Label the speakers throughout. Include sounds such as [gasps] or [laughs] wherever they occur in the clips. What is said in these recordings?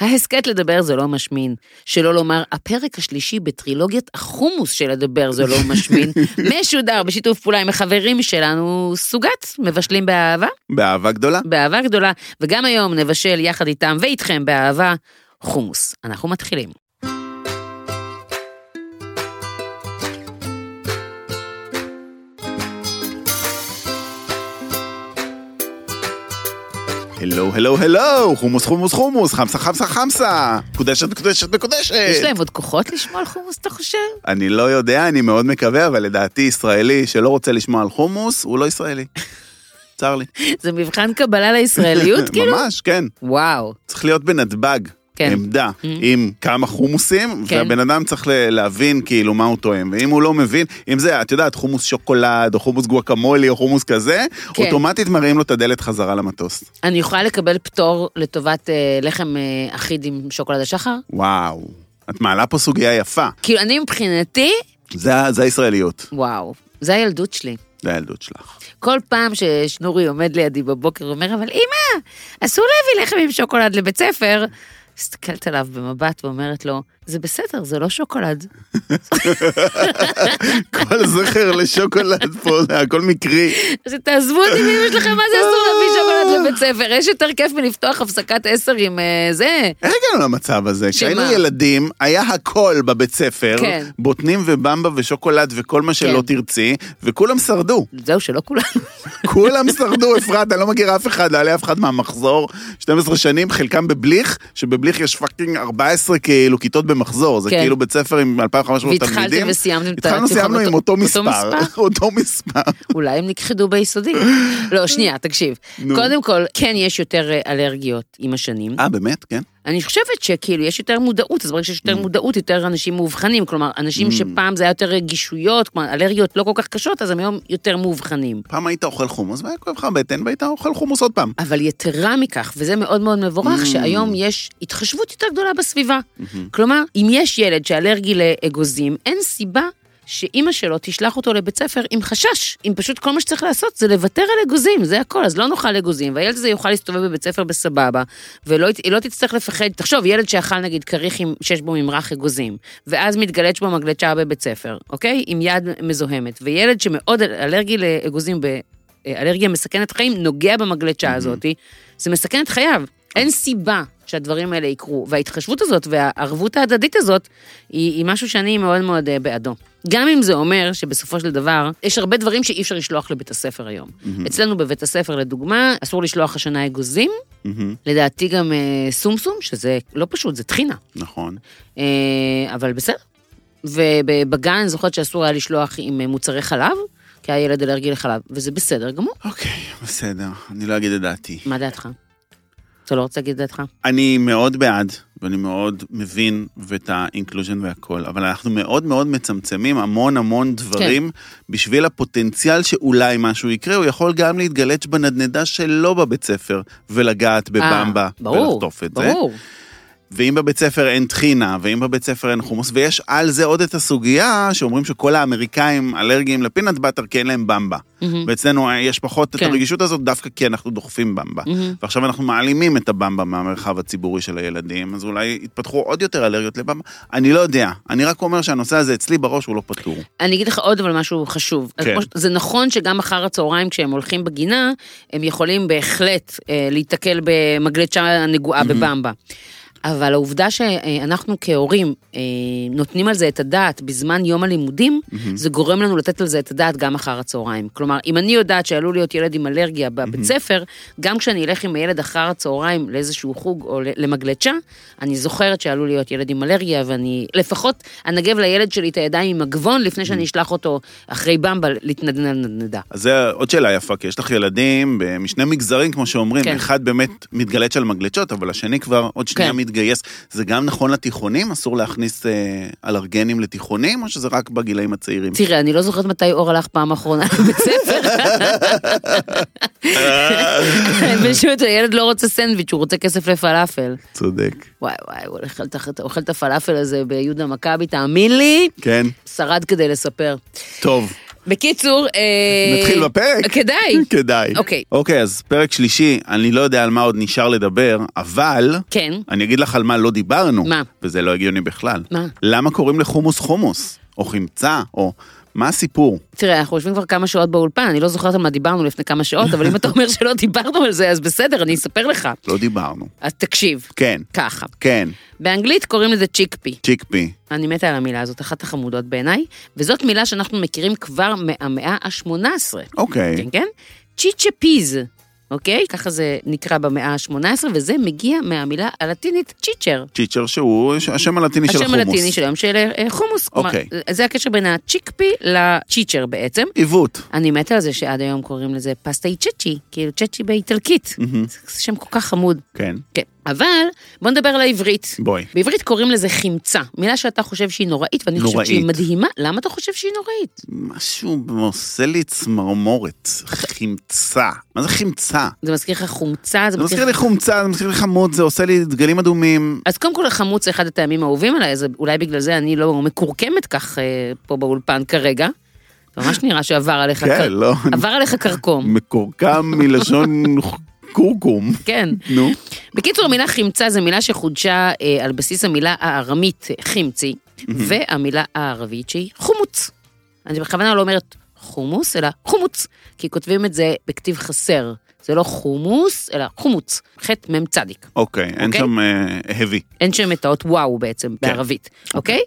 Speaker 1: ההסכת לדבר זה לא משמין. שלא לומר, הפרק השלישי בטרילוגיית החומוס של לדבר זה לא משמין, משודר בשיתוף פעולה עם החברים שלנו, סוגת, מבשלים באהבה,
Speaker 2: באהבה גדולה.
Speaker 1: באהבה גדולה, וגם היום נבשל יחד איתם ואיתכם באהבה חומוס. אנחנו מתחילים.
Speaker 2: הלו, הלו, הלו, חומוס, חומוס, חומוס, חמסה, חמסה, חמסה, מקודשת, מקודשת, מקודשת.
Speaker 1: יש להם עוד כוחות לשמוע על חומוס, אתה חושב?
Speaker 2: אני לא יודע, אני מאוד מקווה, אבל לדעתי ישראלי שלא רוצה לשמוע על חומוס, הוא לא
Speaker 1: [laughs]
Speaker 2: ישראלי. צר לי.
Speaker 1: זה מבחן קבלה
Speaker 2: [laughs]
Speaker 1: לישראליות, כאילו?
Speaker 2: ממש, כן.
Speaker 1: וואו.
Speaker 2: צריך להיות בנתב"ג.
Speaker 1: כן.
Speaker 2: עמדה
Speaker 1: Mm.
Speaker 2: עם כמה חומוסים,
Speaker 1: כן.
Speaker 2: והבן אדם צריך ל- להבין כאילו מה הוא טועם. ואם הוא לא מבין, אם זה, את יודעת, חומוס שוקולד, או חומוס גואקמולי, או חומוס כזה,
Speaker 1: כן.
Speaker 2: אוטומטית מראים לו את הדלת חזרה למטוס.
Speaker 1: אני יכולה לקבל פטור לטובת אה, לחם אה, אחיד עם שוקולד השחר?
Speaker 2: וואו, את מעלה פה סוגיה יפה.
Speaker 1: כאילו, אני מבחינתי,
Speaker 2: זה, ה- זה הישראליות,
Speaker 1: וואו, זה הילדות שלי.
Speaker 2: זה הילדות שלך.
Speaker 1: כל פעם ששנורי עומד לידי בבוקר, הוא אומר, אבל אמא, אסור להביא לחם עם שוקולד לבית ספר. מסתכלת עליו במבט ואומרת לו, זה בסדר, זה לא שוקולד.
Speaker 2: [laughs] כל זכר לשוקולד פה, זה הכל מקרי.
Speaker 1: אז תעזבו אותי מאמא שלכם, מה זה אסור להביא שוקולד לבית ספר? יש יותר כיף מלפתוח הפסקת עשר עם אה, זה.
Speaker 2: איך הגענו למצב הזה?
Speaker 1: שמה?
Speaker 2: כשהיינו ילדים, היה הכל בבית ספר,
Speaker 1: כן.
Speaker 2: בוטנים ובמבה ושוקולד וכל מה שלא
Speaker 1: כן.
Speaker 2: תרצי, וכולם שרדו.
Speaker 1: זהו, שלא כולם. [laughs]
Speaker 2: כולם שרדו, [laughs] אפרת, אני לא מכיר אף אחד, לא היה לי אף אחד מהמחזור. 12 שנים, חלקם בבליך, שבבליך יש פאקינג 14 כאילו כיתות במחזור, זה
Speaker 1: כן.
Speaker 2: כאילו בית ספר עם 2,500 תלמידים.
Speaker 1: והתחלתם וסיימתם את
Speaker 2: התחלנו,
Speaker 1: התיכון
Speaker 2: סיימנו עם אותו
Speaker 1: אותו
Speaker 2: מספר.
Speaker 1: מספר?
Speaker 2: [laughs] אותו מספר.
Speaker 1: אולי הם נכחדו ביסודי. לא, שנייה, תקשיב.
Speaker 2: נו.
Speaker 1: קודם כל, כן יש יותר אה, אלרגיות עם השנים.
Speaker 2: אה, באמת? כן.
Speaker 1: אני חושבת שכאילו יש יותר מודעות, אז ברגע שיש יותר מודעות, יותר אנשים מאובחנים. כלומר, אנשים שפעם זה היה יותר רגישויות, כלומר, אלרגיות לא כל כך קשות, אז הם היום יותר מאובחנים.
Speaker 2: פעם היית אוכל חומוס והיה כואב לך הבטן והיית אוכל חומוס עוד פעם.
Speaker 1: אבל יתרה מכך, וזה מאוד מאוד מבורך, שהיום יש התחשבות יותר גדולה בסביבה. כלומר, אם יש ילד שאלרגי לאגוזים, אין סיבה שאימא שלו תשלח אותו לבית ספר עם חשש. אם פשוט כל מה שצריך לעשות זה לוותר על אגוזים, זה הכל, אז לא נאכל אגוזים, והילד הזה יוכל להסתובב בבית ספר בסבבה, ולא ית- לא תצטרך לפחד. תחשוב, ילד שאכל נגיד כריך עם- שיש בו ממרח אגוזים, ואז מתגלץ' בו מגלצ'ה בבית ספר, אוקיי? עם יד מזוהמת. וילד שמאוד אל- אלרגי לאגוזים ב... אה, אלרגיה מסכנת חיים, נוגע במגלצ'ה הזאת, זה מסכן את חייו. אין סיבה שהדברים האלה יקרו. וההתחשבות הזאת והערבות ההדדית הזאת, היא, היא משהו שאני מאוד מאוד אה, בעדו. גם אם זה אומר שבסופו של דבר, יש הרבה דברים שאי אפשר לשלוח לבית הספר היום. אצלנו בבית הספר, לדוגמה, אסור לשלוח השנה אגוזים,
Speaker 2: מהמם,
Speaker 1: לדעתי גם אה, סומסום, שזה לא פשוט, זה טחינה.
Speaker 2: נכון.
Speaker 1: אה, אבל בסדר. ובגן, אני זוכרת שאסור היה לשלוח עם אה, מוצרי חלב, כי היה ילד אלרגי לחלב, וזה בסדר גמור.
Speaker 2: אוקיי, בסדר, אני לא אגיד את דעתי.
Speaker 1: מה דעתך? אתה לא רוצה להגיד את דעתך?
Speaker 2: אני מאוד בעד, ואני מאוד מבין ואת האינקלוז'ן והכל, אבל אנחנו מאוד מאוד מצמצמים המון
Speaker 1: כן.
Speaker 2: המון דברים בשביל הפוטנציאל שאולי משהו יקרה, הוא יכול גם להתגלץ' בנדנדה שלא בבית ספר, ולגעת בבמבה,
Speaker 1: אה, ברור,
Speaker 2: ולחטוף את זה.
Speaker 1: ברור.
Speaker 2: ואם בבית ספר אין טחינה, ואם בבית ספר אין חומוס, ויש על זה עוד את הסוגיה שאומרים שכל האמריקאים אלרגיים לפינאט באטר כי אין להם במבה.
Speaker 1: מהמם,
Speaker 2: ואצלנו אה, יש פחות את
Speaker 1: Mm-hmm. כן. Mm-hmm.
Speaker 2: הרגישות הזאת דווקא כי אנחנו דוחפים במבה.
Speaker 1: מהמם.
Speaker 2: ועכשיו אנחנו מעלימים את הבמבה מהמרחב הציבורי של הילדים, אז אולי יתפתחו עוד יותר אלרגיות לבמבה. אני לא יודע, אני רק אומר שהנושא הזה אצלי בראש הוא לא פתור.
Speaker 1: אני אגיד לך עוד אבל משהו חשוב.
Speaker 2: כן.
Speaker 1: כמו ש- זה נכון שגם אחר הצהריים כשהם הולכים בגינה, הם יכולים בהחלט אה, להיתקל במגלצ'ה נגועה בבמבה. אבל העובדה שאנחנו כהורים אה, נותנים על זה את הדעת בזמן יום הלימודים, זה גורם לנו לתת על זה את הדעת גם אחר הצהריים. כלומר, אם אני יודעת שעלול להיות ילד עם אלרגיה בבית ספר, גם כשאני אלך עם הילד אחר הצהריים לאיזשהו חוג או ל- למגלצ'ה, אני זוכרת שעלול להיות ילד עם אלרגיה, ואני לפחות אנגב לילד שלי את הידיים עם הגבון לפני שאני אשלח אותו אחרי במבה להתנדנד על נדנדה.
Speaker 2: אז זה עוד שאלה יפה, כי יש לך ילדים ב- משני מגזרים, כמו שאומרים,
Speaker 1: כן.
Speaker 2: כן. אחד באמת מתגלץ על מגלצ'ות, אבל השני כבר עוד שנייה
Speaker 1: כן.
Speaker 2: כן. מתגייס. זה גם נכון לתיכונים? אסור להכניס אה, אלרגנים לתיכונים, או שזה רק בגילאים הצעירים?
Speaker 1: תראה, אני לא זוכרת מתי אור הלך פעם אחרונה לבית ספר. [laughs] פשוט הילד לא רוצה סנדוויץ', הוא רוצה כסף לפלאפל.
Speaker 2: [laughs] צודק.
Speaker 1: וואי וואי, הוא אוכל את הח- אוכל את הפלאפל הזה ביהודה מכבי, תאמין לי,
Speaker 2: כן,
Speaker 1: שרד כדי לספר.
Speaker 2: טוב.
Speaker 1: בקיצור, אה,
Speaker 2: נתחיל בפרק? כן.
Speaker 1: כדאי.
Speaker 2: [laughs] כדאי.
Speaker 1: אוקיי.
Speaker 2: אוקיי, אז פרק שלישי, אני לא יודע על מה עוד נשאר לדבר, אבל...
Speaker 1: כן.
Speaker 2: אני אגיד לך על מה לא דיברנו.
Speaker 1: מה?
Speaker 2: וזה לא הגיוני בכלל.
Speaker 1: מה?
Speaker 2: למה קוראים לחומוס חומוס? או חמצה? או... מה הסיפור?
Speaker 1: תראה, אנחנו יושבים כבר כמה שעות באולפן, אני לא זוכרת על מה דיברנו לפני כמה שעות, אבל אם אתה אומר שלא דיברנו על זה, אז בסדר, אני אספר לך.
Speaker 2: לא דיברנו.
Speaker 1: אז תקשיב,
Speaker 2: כן,
Speaker 1: ככה.
Speaker 2: כן,
Speaker 1: באנגלית קוראים לזה צ'יקפי.
Speaker 2: צ'יק פי.
Speaker 1: אני מתה על המילה הזאת, אחת החמודות בעיניי, וזאת מילה שאנחנו מכירים כבר מהמאה ה-18. כן,
Speaker 2: אוקיי.
Speaker 1: כן? צ'יצ'פיז, אוקיי? ככה זה נקרא במאה ה-18, וזה מגיע מהמילה הלטינית צ'יצ'ר.
Speaker 2: צ'יצ'ר שהוא השם הלטיני של
Speaker 1: השם
Speaker 2: החומוס.
Speaker 1: הלטיני של היום של אה, חומוס. כלומר,
Speaker 2: אוקיי.
Speaker 1: זה הקשר בין הצ'יקפי לצ'יצ'ר בעצם.
Speaker 2: עיוות.
Speaker 1: אני מתה על זה שעד היום קוראים לזה פסטאי צ'צ'י, כאילו צ'צ'י באיטלקית. זה שם כל כך חמוד.
Speaker 2: כן,
Speaker 1: כן, אבל בוא נדבר על העברית.
Speaker 2: בואי.
Speaker 1: בעברית קוראים לזה חמצה, מילה שאתה חושב שהיא נוראית, ואני חושבת
Speaker 2: נוראית.
Speaker 1: שהיא מדהימה. למה אתה חושב שהיא נוראית?
Speaker 2: משהו עושה לי צמרמורת. חמצה. מה זה חמצה?
Speaker 1: זה מזכיר לך חומצה, זה
Speaker 2: זה
Speaker 1: מזכיר
Speaker 2: מזכיר לי חומצה, זה מזכיר לי חמוד, זה עושה לי דגלים אדומים.
Speaker 1: אז קודם כל חמוץ זה אחד הטעמים האהובים עליי, אז אולי בגלל זה אני לא מקורקמת כך אה, פה באולפן כרגע. ממש נראה שעבר עליך,
Speaker 2: כן,
Speaker 1: קר-
Speaker 2: לא.
Speaker 1: עבר עליך קרקום,
Speaker 2: [laughs] מקורקם מלשון כורכום.
Speaker 1: כן.
Speaker 2: נו.
Speaker 1: בקיצור, המילה חמצה זו מילה שחודשה אה, על בסיס המילה הארמית אה, חמצי, והמילה הערבית שהיא חומוץ. אני בכוונה לא אומרת חומוס, אלא חומוץ, כי כותבים את זה בכתיב חסר. זה לא חומוס, אלא חומוץ, חטא מ"ם צדיק.
Speaker 2: אוקיי, אין
Speaker 1: אוקיי.
Speaker 2: שם אה, heavy.
Speaker 1: אין שם את האות וואו בעצם, בערבית, אוקיי?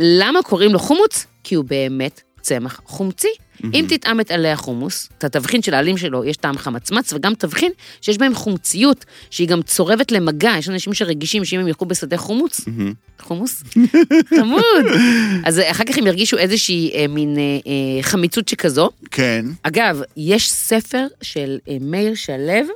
Speaker 1: למה קוראים לו חומוץ? כי הוא באמת צמח חומצי. אם תטעם את עלי החומוס, את התבחין של העלים שלו, יש טעם חמצמץ, וגם תבחין שיש בהם חומציות, שהיא גם צורבת למגע. יש אנשים שרגישים שאם הם ילכו בשדה חומוץ, חומוס? חמוד. אז אחר כך הם ירגישו איזושהי אה, מין אה, אה, חמיצות שכזו.
Speaker 2: כן.
Speaker 1: אגב, יש ספר של אה, מאיר שלו,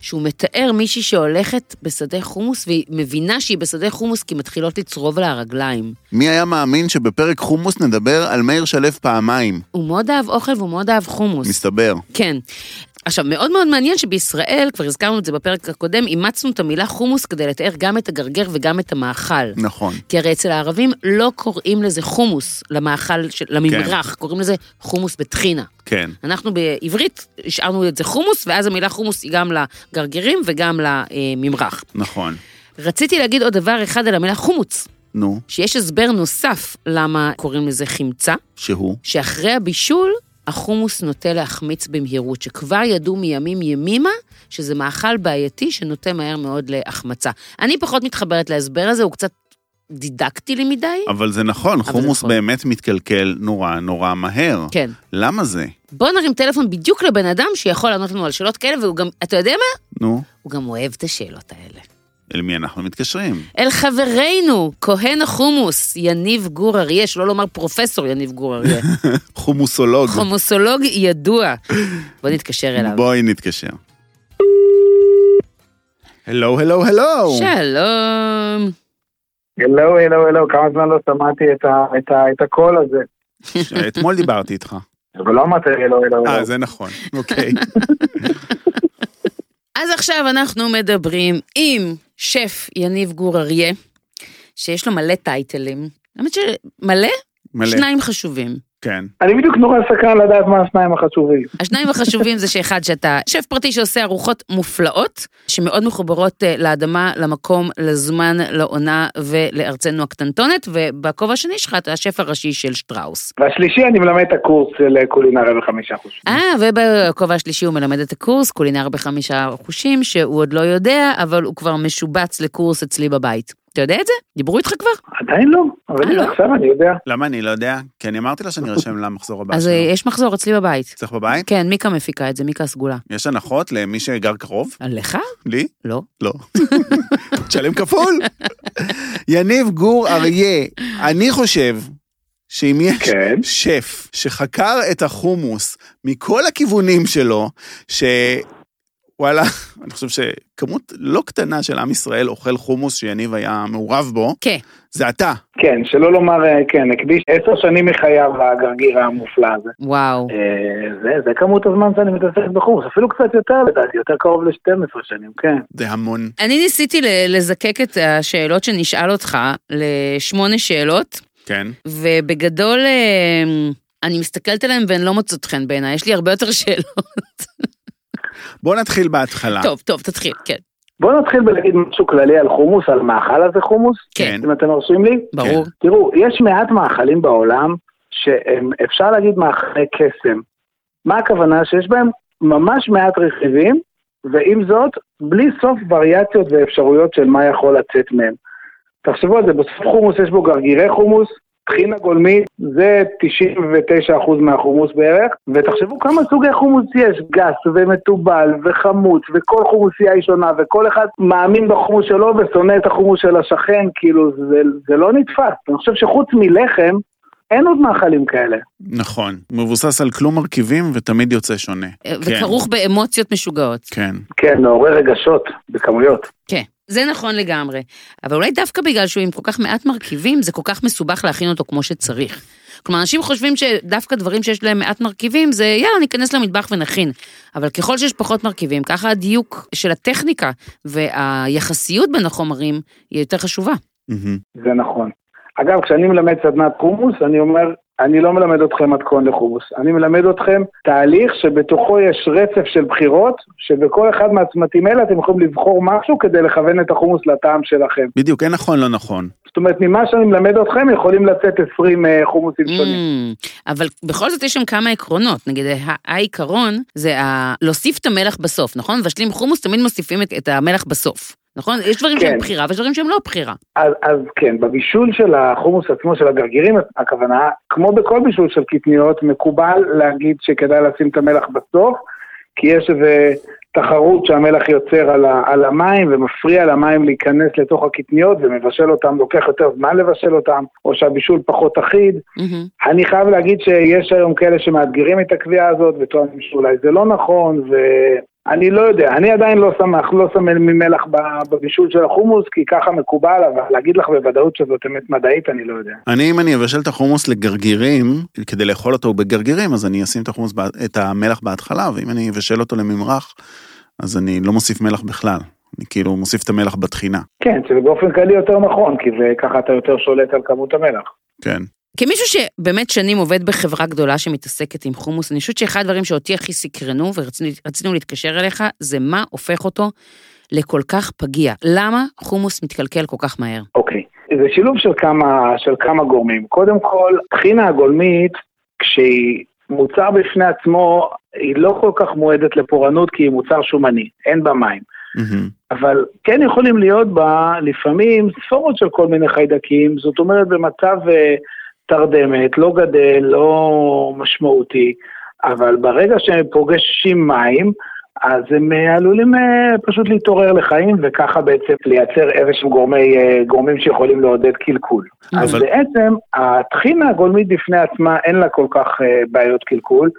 Speaker 1: שהוא מתאר מישהי שהולכת בשדה חומוס, והיא מבינה שהיא בשדה חומוס כי מתחילות לצרוב לה הרגליים.
Speaker 2: מי היה מאמין שבפרק חומוס נדבר על מאיר שלו פעמיים,
Speaker 1: הוא מאוד אהב אוכל והוא מאוד אהב חומוס.
Speaker 2: מסתבר.
Speaker 1: כן. עכשיו, מאוד מאוד מעניין שבישראל, כבר הזכרנו את זה בפרק הקודם, אימצנו את המילה חומוס כדי לתאר גם את הגרגר וגם את המאכל.
Speaker 2: נכון.
Speaker 1: כי הרי אצל הערבים לא קוראים לזה חומוס, למאכל, של- לממרח, קוראים לזה חומוס בטחינה.
Speaker 2: כן.
Speaker 1: אנחנו בעברית השארנו את זה חומוס, ואז המילה חומוס היא גם לגרגירים וגם לממרח.
Speaker 2: נכון.
Speaker 1: רציתי להגיד עוד דבר אחד על המילה חומוץ,
Speaker 2: נו,
Speaker 1: שיש הסבר נוסף למה קוראים לזה חמצה,
Speaker 2: שהוא.
Speaker 1: שאחרי הבישול, החומוס נוטה להחמיץ במהירות, שכבר ידעו מימים ימימה שזה מאכל בעייתי שנוטה מהר מאוד להחמצה. אני פחות מתחברת להסבר הזה, הוא קצת דידקטי לי מדי.
Speaker 2: אבל זה נכון,
Speaker 1: זה
Speaker 2: חומוס
Speaker 1: נכון.
Speaker 2: באמת מתקלקל נורא נורא מהר.
Speaker 1: כן.
Speaker 2: למה זה?
Speaker 1: בוא נרים טלפון בדיוק לבן אדם שיכול לענות לנו על שאלות כאלה, והוא גם, אתה יודע מה?
Speaker 2: נו,
Speaker 1: הוא גם אוהב את השאלות האלה.
Speaker 2: אל מי אנחנו מתקשרים?
Speaker 1: אל חברנו, כהן החומוס, יניב גור אריה, שלא לומר פרופסור יניב גור אריה,
Speaker 2: חומוסולוג.
Speaker 1: חומוסולוג ידוע. בוא נתקשר אליו.
Speaker 2: בואי נתקשר. הלו, הלו, הלו.
Speaker 1: שלום.
Speaker 3: הלו, הלו, הלו, כמה זמן לא שמעתי את, ה, את, ה, את הקול הזה.
Speaker 2: אתמול דיברתי איתך.
Speaker 3: אבל לא אמרת הלו, הלו, הלו.
Speaker 2: אה, זה נכון.
Speaker 1: [laughs]
Speaker 2: אוקיי.
Speaker 1: אז עכשיו אנחנו מדברים עם שף יניב גור אריה, שיש לו מלא טייטלים. האמת שמלא?
Speaker 2: מלא.
Speaker 1: שניים חשובים.
Speaker 2: כן.
Speaker 3: אני בדיוק נורא סקרן לדעת מה השניים החשובים.
Speaker 1: השניים החשובים זה שאחד שאתה שף פרטי שעושה ארוחות מופלאות, שמאוד מחוברות אה, לאדמה, למקום, לזמן, לעונה ולארצנו הקטנטונת, ובכובע השני שלך אתה השף הראשי של שטראוס.
Speaker 3: והשלישי, אני מלמד את הקורס של אה, קולינריה בחמישה חושים.
Speaker 1: אה, ובכובע השלישי הוא מלמד את הקורס, קולינר בחמישה חושים, שהוא עוד לא יודע, אבל הוא כבר משובץ לקורס אצלי בבית. אתה יודע את זה? דיברו איתך כבר?
Speaker 3: עדיין לא,
Speaker 1: אה,
Speaker 3: אבל
Speaker 1: לא?
Speaker 3: עכשיו אני יודע.
Speaker 2: למה אני לא יודע? כי אני אמרתי לה שאני ארשם למחזור הבא
Speaker 1: אז
Speaker 2: שלו.
Speaker 1: אה, יש מחזור אצלי בבית.
Speaker 2: צריך בבית?
Speaker 1: כן, מיקה מפיקה את זה, מיקה הסגולה.
Speaker 2: יש הנחות למי שגר קרוב?
Speaker 1: עליך?
Speaker 2: לי?
Speaker 1: לא.
Speaker 2: לא. [laughs] תשלם כפול. יניב גור אריה, אני חושב שאם יש
Speaker 3: כן.
Speaker 2: שף שחקר את החומוס מכל הכיוונים שלו, ש... וואלה, [laughs] אני חושב שכמות לא קטנה של עם ישראל אוכל חומוס שיניב היה מעורב בו,
Speaker 1: כן.
Speaker 2: זה אתה.
Speaker 3: כן, שלא לומר, אה, כן, הקדיש עשר שנים מחייו לגרגירה המופלא הזה.
Speaker 1: וואו.
Speaker 3: אה, זה, זה כמות הזמן שאני מתעסק בחומוס, אפילו קצת יותר לדעתי, יותר קרוב ל-12 שנים, כן.
Speaker 2: זה המון.
Speaker 1: אני ניסיתי ל- לזקק את השאלות שנשאל אותך לשמונה שאלות,
Speaker 2: כן.
Speaker 1: ובגדול אה, אני מסתכלת עליהן והן לא מוצאות חן בעיניי, יש לי הרבה יותר שאלות.
Speaker 2: בוא נתחיל בהתחלה.
Speaker 1: טוב, טוב, תתחיל, כן.
Speaker 3: בואו נתחיל בלהגיד משהו כללי על חומוס, על מאכל הזה חומוס,
Speaker 1: כן,
Speaker 3: אם אתם מרשים לי.
Speaker 1: ברור.
Speaker 3: תראו, יש מעט מאכלים בעולם שהם, אפשר להגיד מאכלי קסם. מה הכוונה? שיש בהם ממש מעט רכיבים, ועם זאת, בלי סוף וריאציות ואפשרויות של מה יכול לצאת מהם. תחשבו על זה, בסוף חומוס יש בו גרגירי חומוס, טחינה גולמית, זה 99% מהחומוס בערך, ותחשבו כמה סוגי חומוס יש, גס ומתובל וחמוץ, וכל חומוסייה היא שונה, וכל אחד מאמין בחומוס שלו ושונא את החומוס של השכן, כאילו, זה, זה לא נתפס. אני חושב שחוץ מלחם, אין עוד מאכלים כאלה.
Speaker 2: נכון. מבוסס על כלום מרכיבים ותמיד יוצא שונה.
Speaker 1: אה, וכרוך באמוציות משוגעות.
Speaker 2: כן.
Speaker 3: כן, מעורר רגשות בכמויות.
Speaker 1: כן, זה נכון לגמרי. אבל אולי דווקא בגלל שהוא עם כל כך מעט מרכיבים, זה כל כך מסובך להכין אותו כמו שצריך. כלומר, אנשים חושבים שדווקא דברים שיש להם מעט מרכיבים, זה יאללה, ניכנס למטבח ונכין. אבל ככל שיש פחות מרכיבים, ככה הדיוק של הטכניקה והיחסיות בין החומרים היא יותר חשובה.
Speaker 2: מהמם.
Speaker 3: זה נכון. אגב, כשאני מלמד סדנת חומוס, אני אומר, אני לא מלמד אתכם מתכון לחומוס. אני מלמד אתכם תהליך שבתוכו יש רצף של בחירות, שבכל אחד מהצמתים האלה אתם יכולים לבחור משהו כדי לכוון את החומוס לטעם שלכם.
Speaker 2: בדיוק, אין נכון, לא נכון.
Speaker 3: זאת אומרת, ממה שאני מלמד אתכם יכולים לצאת 20 אה, חומוסים שונים.
Speaker 1: Mm, אבל בכל זאת יש שם כמה עקרונות. נגיד, ה- העיקרון זה ה- להוסיף את המלח בסוף, נכון? מבשלים חומוס, תמיד מוסיפים את, את המלח בסוף. נכון? יש דברים
Speaker 3: כן.
Speaker 1: שהם בחירה ויש דברים שהם לא בחירה.
Speaker 3: אז, אז כן, בבישול של החומוס עצמו, של הגרגירים, הכוונה, כמו בכל בישול של קטניות, מקובל להגיד שכדאי לשים את המלח בסוף, כי יש איזו תחרות שהמלח יוצר על, ה, על המים ומפריע למים להיכנס לתוך הקטניות ומבשל אותם, לוקח יותר זמן לבשל אותם, או שהבישול פחות אחיד.
Speaker 1: מהמם.
Speaker 3: אני חייב להגיד שיש היום כאלה שמאתגרים את הקביעה הזאת וטוענים שאולי זה לא נכון ואני לא יודע, אני עדיין לא שמח, לא שם ממלח ב- בבישול של החומוס כי ככה מקובל, אבל להגיד לך בוודאות שזאת אמת מדעית אני לא יודע.
Speaker 2: אני, אם אני אבשל את החומוס לגרגירים, כדי לאכול אותו בגרגירים, אז אני אשים את החומוס, בה- את המלח בהתחלה, ואם אני אבשל אותו לממרח, אז אני לא מוסיף מלח בכלל. אני כאילו מוסיף את המלח בטחינה.
Speaker 3: כן, שזה באופן כללי יותר נכון, כי זה ככה אתה יותר שולט על כמות המלח.
Speaker 2: כן.
Speaker 1: כמישהו שבאמת שנים עובד בחברה גדולה שמתעסקת עם חומוס, אני חושבת שאחד הדברים שאותי הכי סקרנו ורצינו להתקשר אליך, זה מה הופך אותו לכל כך פגיע. למה חומוס מתקלקל כל כך מהר?
Speaker 3: אוקיי. זה שילוב של כמה, של כמה גורמים. קודם כל, טחינה הגולמית, כשהיא מוצר בפני עצמו, היא לא כל כך מועדת לפורענות כי היא מוצר שומני, אין בה מים.
Speaker 2: מהמם.
Speaker 3: אבל כן יכולים להיות בה לפעמים ספורות של כל מיני חיידקים, זאת אומרת במצב אה, תרדמת, לא גדל, לא משמעותי, אבל ברגע שהם פוגשים מים, אז הם אה, עלולים אה, פשוט להתעורר לחיים, וככה בעצם לייצר איזשהם גורמי, אה, גורמים שיכולים לעודד קלקול.
Speaker 1: אבל-
Speaker 3: אז בעצם הטחינה הגולמית בפני עצמה אין לה כל כך אה, בעיות קלקול,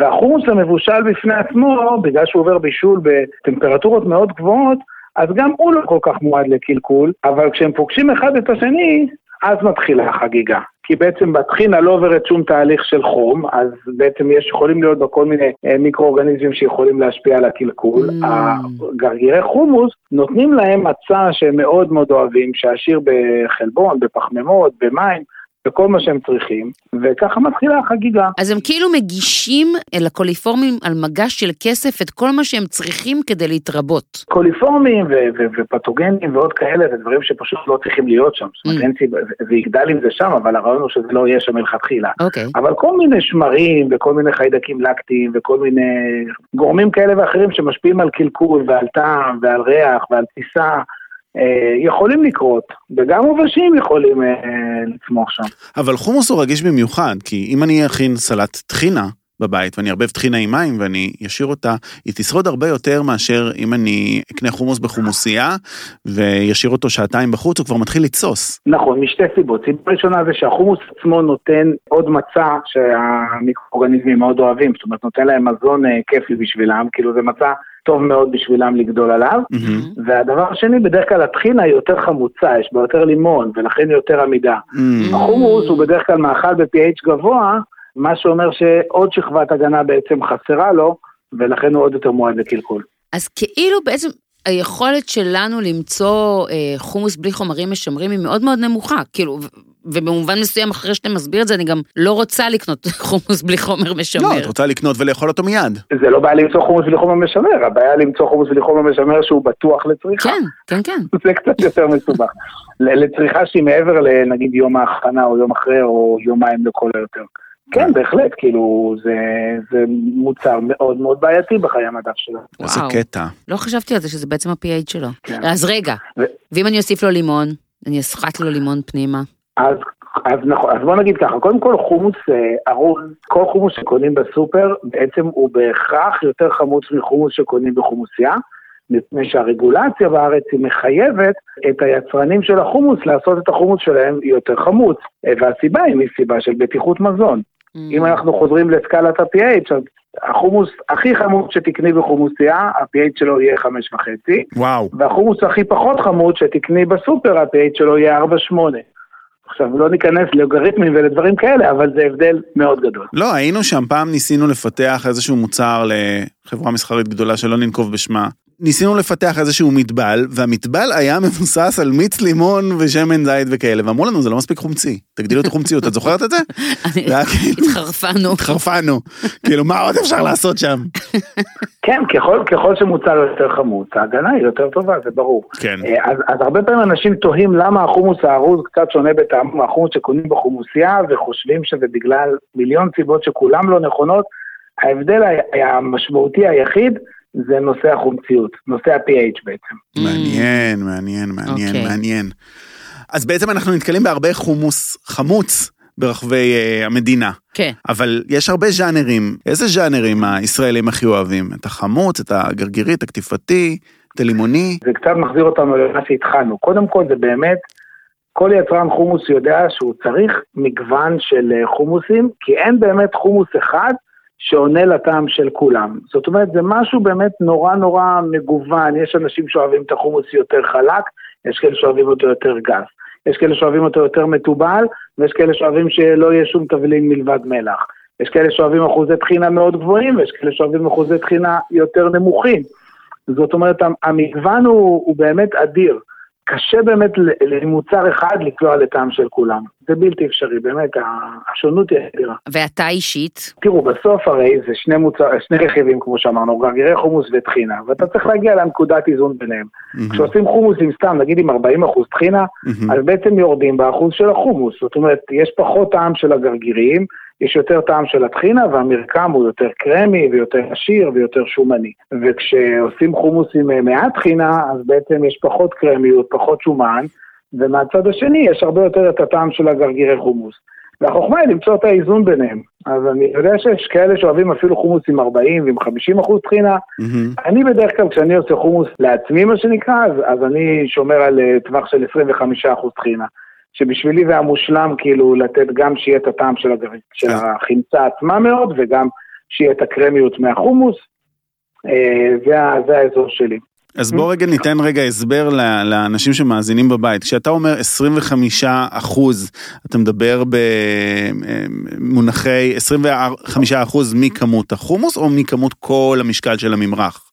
Speaker 3: והחומוס המבושל בפני עצמו, בגלל שהוא עובר בישול בטמפרטורות מאוד גבוהות, אז גם הוא לא כל כך מועד לקלקול, אבל כשהם פוגשים אחד את השני, אז מתחילה החגיגה. כי בעצם בטחינה לא עוברת שום תהליך של חום, אז בעצם יש, יכולים להיות בה כל מיני אה, מיקרואורגניזמים שיכולים להשפיע על הקלקול.
Speaker 1: Mm.
Speaker 3: הגרגירי חומוס נותנים להם מצע שהם מאוד מאוד אוהבים, שעשיר בחלבון, בפחמימות, במים, וכל מה שהם צריכים, וככה מתחילה החגיגה.
Speaker 1: אז הם כאילו מגישים אל הקוליפורמים על מגש של כסף את כל מה שהם צריכים כדי להתרבות.
Speaker 3: קוליפורמים ו- ו- ופתוגנים ועוד כאלה, זה דברים שפשוט לא צריכים להיות שם. זאת אומרת, אין סיבה, זה- זה יגדל אם זה שם, אבל הרעיון הוא שזה לא יהיה שם מלכתחילה.
Speaker 1: אוקיי.
Speaker 3: אבל כל מיני שמרים וכל מיני חיידקים לקטיים וכל מיני גורמים כאלה ואחרים שמשפיעים על קלקול ועל טעם ועל ריח ועל טיסה, אה, יכולים לקרות, וגם עובשים יכולים אה, לצמוח שם.
Speaker 2: אבל חומוס הוא רגיש במיוחד, כי אם אני אכין סלט טחינה בבית, ואני אערבב טחינה עם מים ואני אשאיר אותה, היא תשרוד הרבה יותר מאשר אם אני אקנה חומוס בחומוסייה, ואשאיר אותו שעתיים בחוץ, הוא כבר מתחיל לתסוס.
Speaker 3: נכון, משתי סיבות. סיבה ראשונה זה שהחומוס עצמו נותן עוד מצע שהמיקרואורגניזמים מאוד אוהבים, זאת אומרת נותן להם מזון אה, כיפי בשבילם, כאילו זה מצע טוב מאוד בשבילם לגדול עליו.
Speaker 1: Mm-hmm.
Speaker 2: מהמם.
Speaker 3: והדבר השני, בדרך כלל הטחינה היא יותר חמוצה, יש בה יותר לימון, ולכן היא יותר עמידה.
Speaker 2: Mm-hmm.
Speaker 3: Mm-hmm.
Speaker 2: מהמם.
Speaker 3: החומוס הוא בדרך כלל מאכל ב-pH גבוה, מה שאומר שעוד שכבת הגנה בעצם חסרה לו, ולכן הוא עוד יותר מועד לקלקול.
Speaker 1: אז כאילו בעצם היכולת שלנו למצוא אה, חומוס בלי חומרים משמרים היא מאוד מאוד נמוכה, כאילו, ו- ובמובן מסוים אחרי שאתה מסביר את זה, אני גם לא רוצה לקנות [laughs] חומוס בלי חומר משמר.
Speaker 2: לא, את רוצה לקנות ולאכול אותו מיד.
Speaker 3: זה לא בעיה למצוא חומוס בלי חומר משמר, הבעיה למצוא חומוס בלי חומר משמר שהוא בטוח לצריכה.
Speaker 1: כן, כן, כן.
Speaker 3: זה קצת יותר מסובך. ל- לצריכה שהיא מעבר לנגיד יום ההכנה או יום אחרי או יומיים לכל היותר. כן, בהחלט, כאילו, זה, זה מוצר מאוד מאוד בעייתי בחיי המדף שלנו.
Speaker 2: איזה
Speaker 1: וואו.
Speaker 2: קטע.
Speaker 1: לא חשבתי על זה שזה בעצם ה-PH שלו.
Speaker 3: כן.
Speaker 1: אז רגע,
Speaker 3: ו-
Speaker 1: ואם אני אוסיף לו לימון, אני אסחט לו לימון פנימה.
Speaker 3: אז, אז נכון, אז בוא נגיד ככה, קודם כל חומוס אה, ארוז, כל חומוס שקונים בסופר בעצם הוא בהכרח יותר חמוץ מחומוס שקונים בחומוסייה, מפני שהרגולציה בארץ היא מחייבת את היצרנים של החומוס לעשות את החומוס שלהם יותר חמוץ, אה, והסיבה היא מסיבה של בטיחות מזון. אם אנחנו חוזרים לסקלת ה-PH, אז החומוס הכי חמוץ שתקני בחומוסייה, ה-PH שלו יהיה חמש וחצי,
Speaker 2: וואו.
Speaker 3: והחומוס הכי פחות חמוד שתקני בסופר, הפייט שלו יהיה 4.8. עכשיו, לא ניכנס לאוגריתמים ולדברים כאלה, אבל זה הבדל מאוד גדול.
Speaker 2: לא, היינו שם, פעם ניסינו לפתח איזשהו מוצר לחברה מסחרית גדולה שלא ננקוב בשמה. ניסינו לפתח איזשהו מטבל, והמטבל היה מבוסס על מיץ לימון ושמן זית וכאלה, ואמרו לנו, זה לא מספיק חומצי, תגדילו את החומציות, את זוכרת את זה?
Speaker 1: [laughs] אני-
Speaker 2: זה היה כאילו,
Speaker 1: התחרפנו.
Speaker 2: התחרפנו, כאילו, מה עוד אפשר לעשות שם?
Speaker 3: כן, ככל, ככל שמוצר יותר חמוץ, ההגנה היא יותר טובה, זה ברור.
Speaker 2: כן.
Speaker 3: אה, אז, אז הרבה פעמים אנשים תוהים למה החומוס הארוז קצת שונה בטעמו מהחומוס שקונים בחומוסייה, וחושבים שזה בגלל מיליון סיבות שכולם לא נכונות. ההבדל ה- המשמעותי היחיד זה נושא החומציות, נושא ה-PH בעצם.
Speaker 2: מעניין, מעניין, מעניין,
Speaker 1: אוקיי.
Speaker 2: מעניין. אז בעצם אנחנו נתקלים בהרבה חומוס חמוץ ברחבי אה, המדינה.
Speaker 1: כן.
Speaker 2: אבל יש הרבה ז'אנרים. איזה ז'אנרים הישראלים הכי אוהבים? את החמוץ, את הגרגירית, הקטיפתי, את הלימוני?
Speaker 3: זה קצת מחזיר אותנו למה שהתחלנו. קודם כל, זה באמת, כל יצרן חומוס יודע שהוא צריך מגוון של אה, חומוסים, כי אין באמת חומוס אחד שעונה לטעם של כולם. זאת אומרת, זה משהו באמת נורא נורא מגוון. יש אנשים שאוהבים את החומוס יותר חלק, יש כאלה שאוהבים אותו יותר גס. יש כאלה שאוהבים אותו יותר מתובל, ויש כאלה שאוהבים שלא יהיה שום תבלין מלבד מלח. יש כאלה שאוהבים אחוזי טחינה מאוד גבוהים, ויש כאלה שאוהבים אחוזי טחינה יותר נמוכים. זאת אומרת, המגוון הוא, הוא באמת אדיר. קשה באמת ל- למוצר אחד לקלוע לטעם של כולם. זה בלתי אפשרי, באמת, השונות היא אדירה.
Speaker 1: ואתה אישית?
Speaker 3: תראו, בסוף הרי זה שני, מוצר, שני רכיבים, כמו שאמרנו, גרגירי חומוס וטחינה, ואתה צריך להגיע לנקודת איזון ביניהם.
Speaker 2: Mm-hmm.
Speaker 3: כשעושים חומוס עם סתם, נגיד עם 40 אחוז טחינה,
Speaker 2: מהמם.
Speaker 3: אוקיי. אז בעצם יורדים באחוז של החומוס. זאת אומרת, יש פחות טעם של הגרגירים, יש יותר טעם של הטחינה, והמרקם הוא יותר קרמי ויותר עשיר ויותר שומני. וכשעושים חומוס עם אה, מעט טחינה, אז בעצם יש פחות קרמיות, פחות שומן, ומהצד השני יש הרבה יותר את הטעם של הגרגירי חומוס. והחוכמה היא למצוא את האיזון ביניהם. אז אני יודע שיש כאלה שאוהבים אפילו חומוס עם 40 ועם 50 אחוז טחינה,
Speaker 2: מהמם.
Speaker 3: אני בדרך כלל, כשאני עושה חומוס לעצמי, מה שנקרא, אז, אז אני שומר על אה, טווח של 25% טחינה. שבשבילי זה המושלם, כאילו, לתת גם שיהיה את הטעם של, הגר... של
Speaker 2: אז-
Speaker 3: החמצה עצמה מאוד, וגם שיהיה את הקרמיות מהחומוס. אה, זה, ה- זה האזור שלי.
Speaker 2: אז בוא רגע ניתן רגע הסבר ל- לאנשים שמאזינים בבית. כשאתה אומר 25 אחוז, אתה מדבר אה, במונחי 25 אחוז מכמות החומוס או מכמות כל המשקל של הממרח?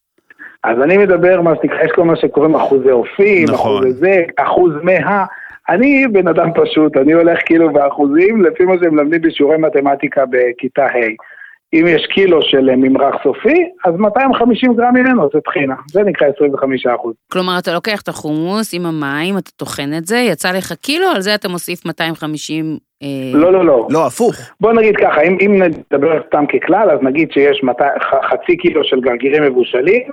Speaker 3: אז אני מדבר, מה שנקרא, יש כל מה שקוראים אחוזי אופים,
Speaker 2: נכון.
Speaker 3: אחוזי זה, אחוז מה, אני בן אדם פשוט, אני הולך כאילו באחוזים לפי מה שמלמדים בשיעורי מתמטיקה בכיתה ה'. אם יש קילו של ממרח סופי, אז 250 גרם ממנו זה טחינה, זה נקרא 25 אחוז.
Speaker 1: כלומר, אתה לוקח את החומוס עם המים, אתה טוחן את זה, יצא לך קילו, על זה אתה מוסיף 250... אה,
Speaker 3: לא, לא, לא.
Speaker 2: לא, הפוך.
Speaker 3: בוא נגיד ככה, אם, אם נדבר סתם ככלל, אז נגיד שיש מת... ח- חצי קילו של גרגירים מבושלים,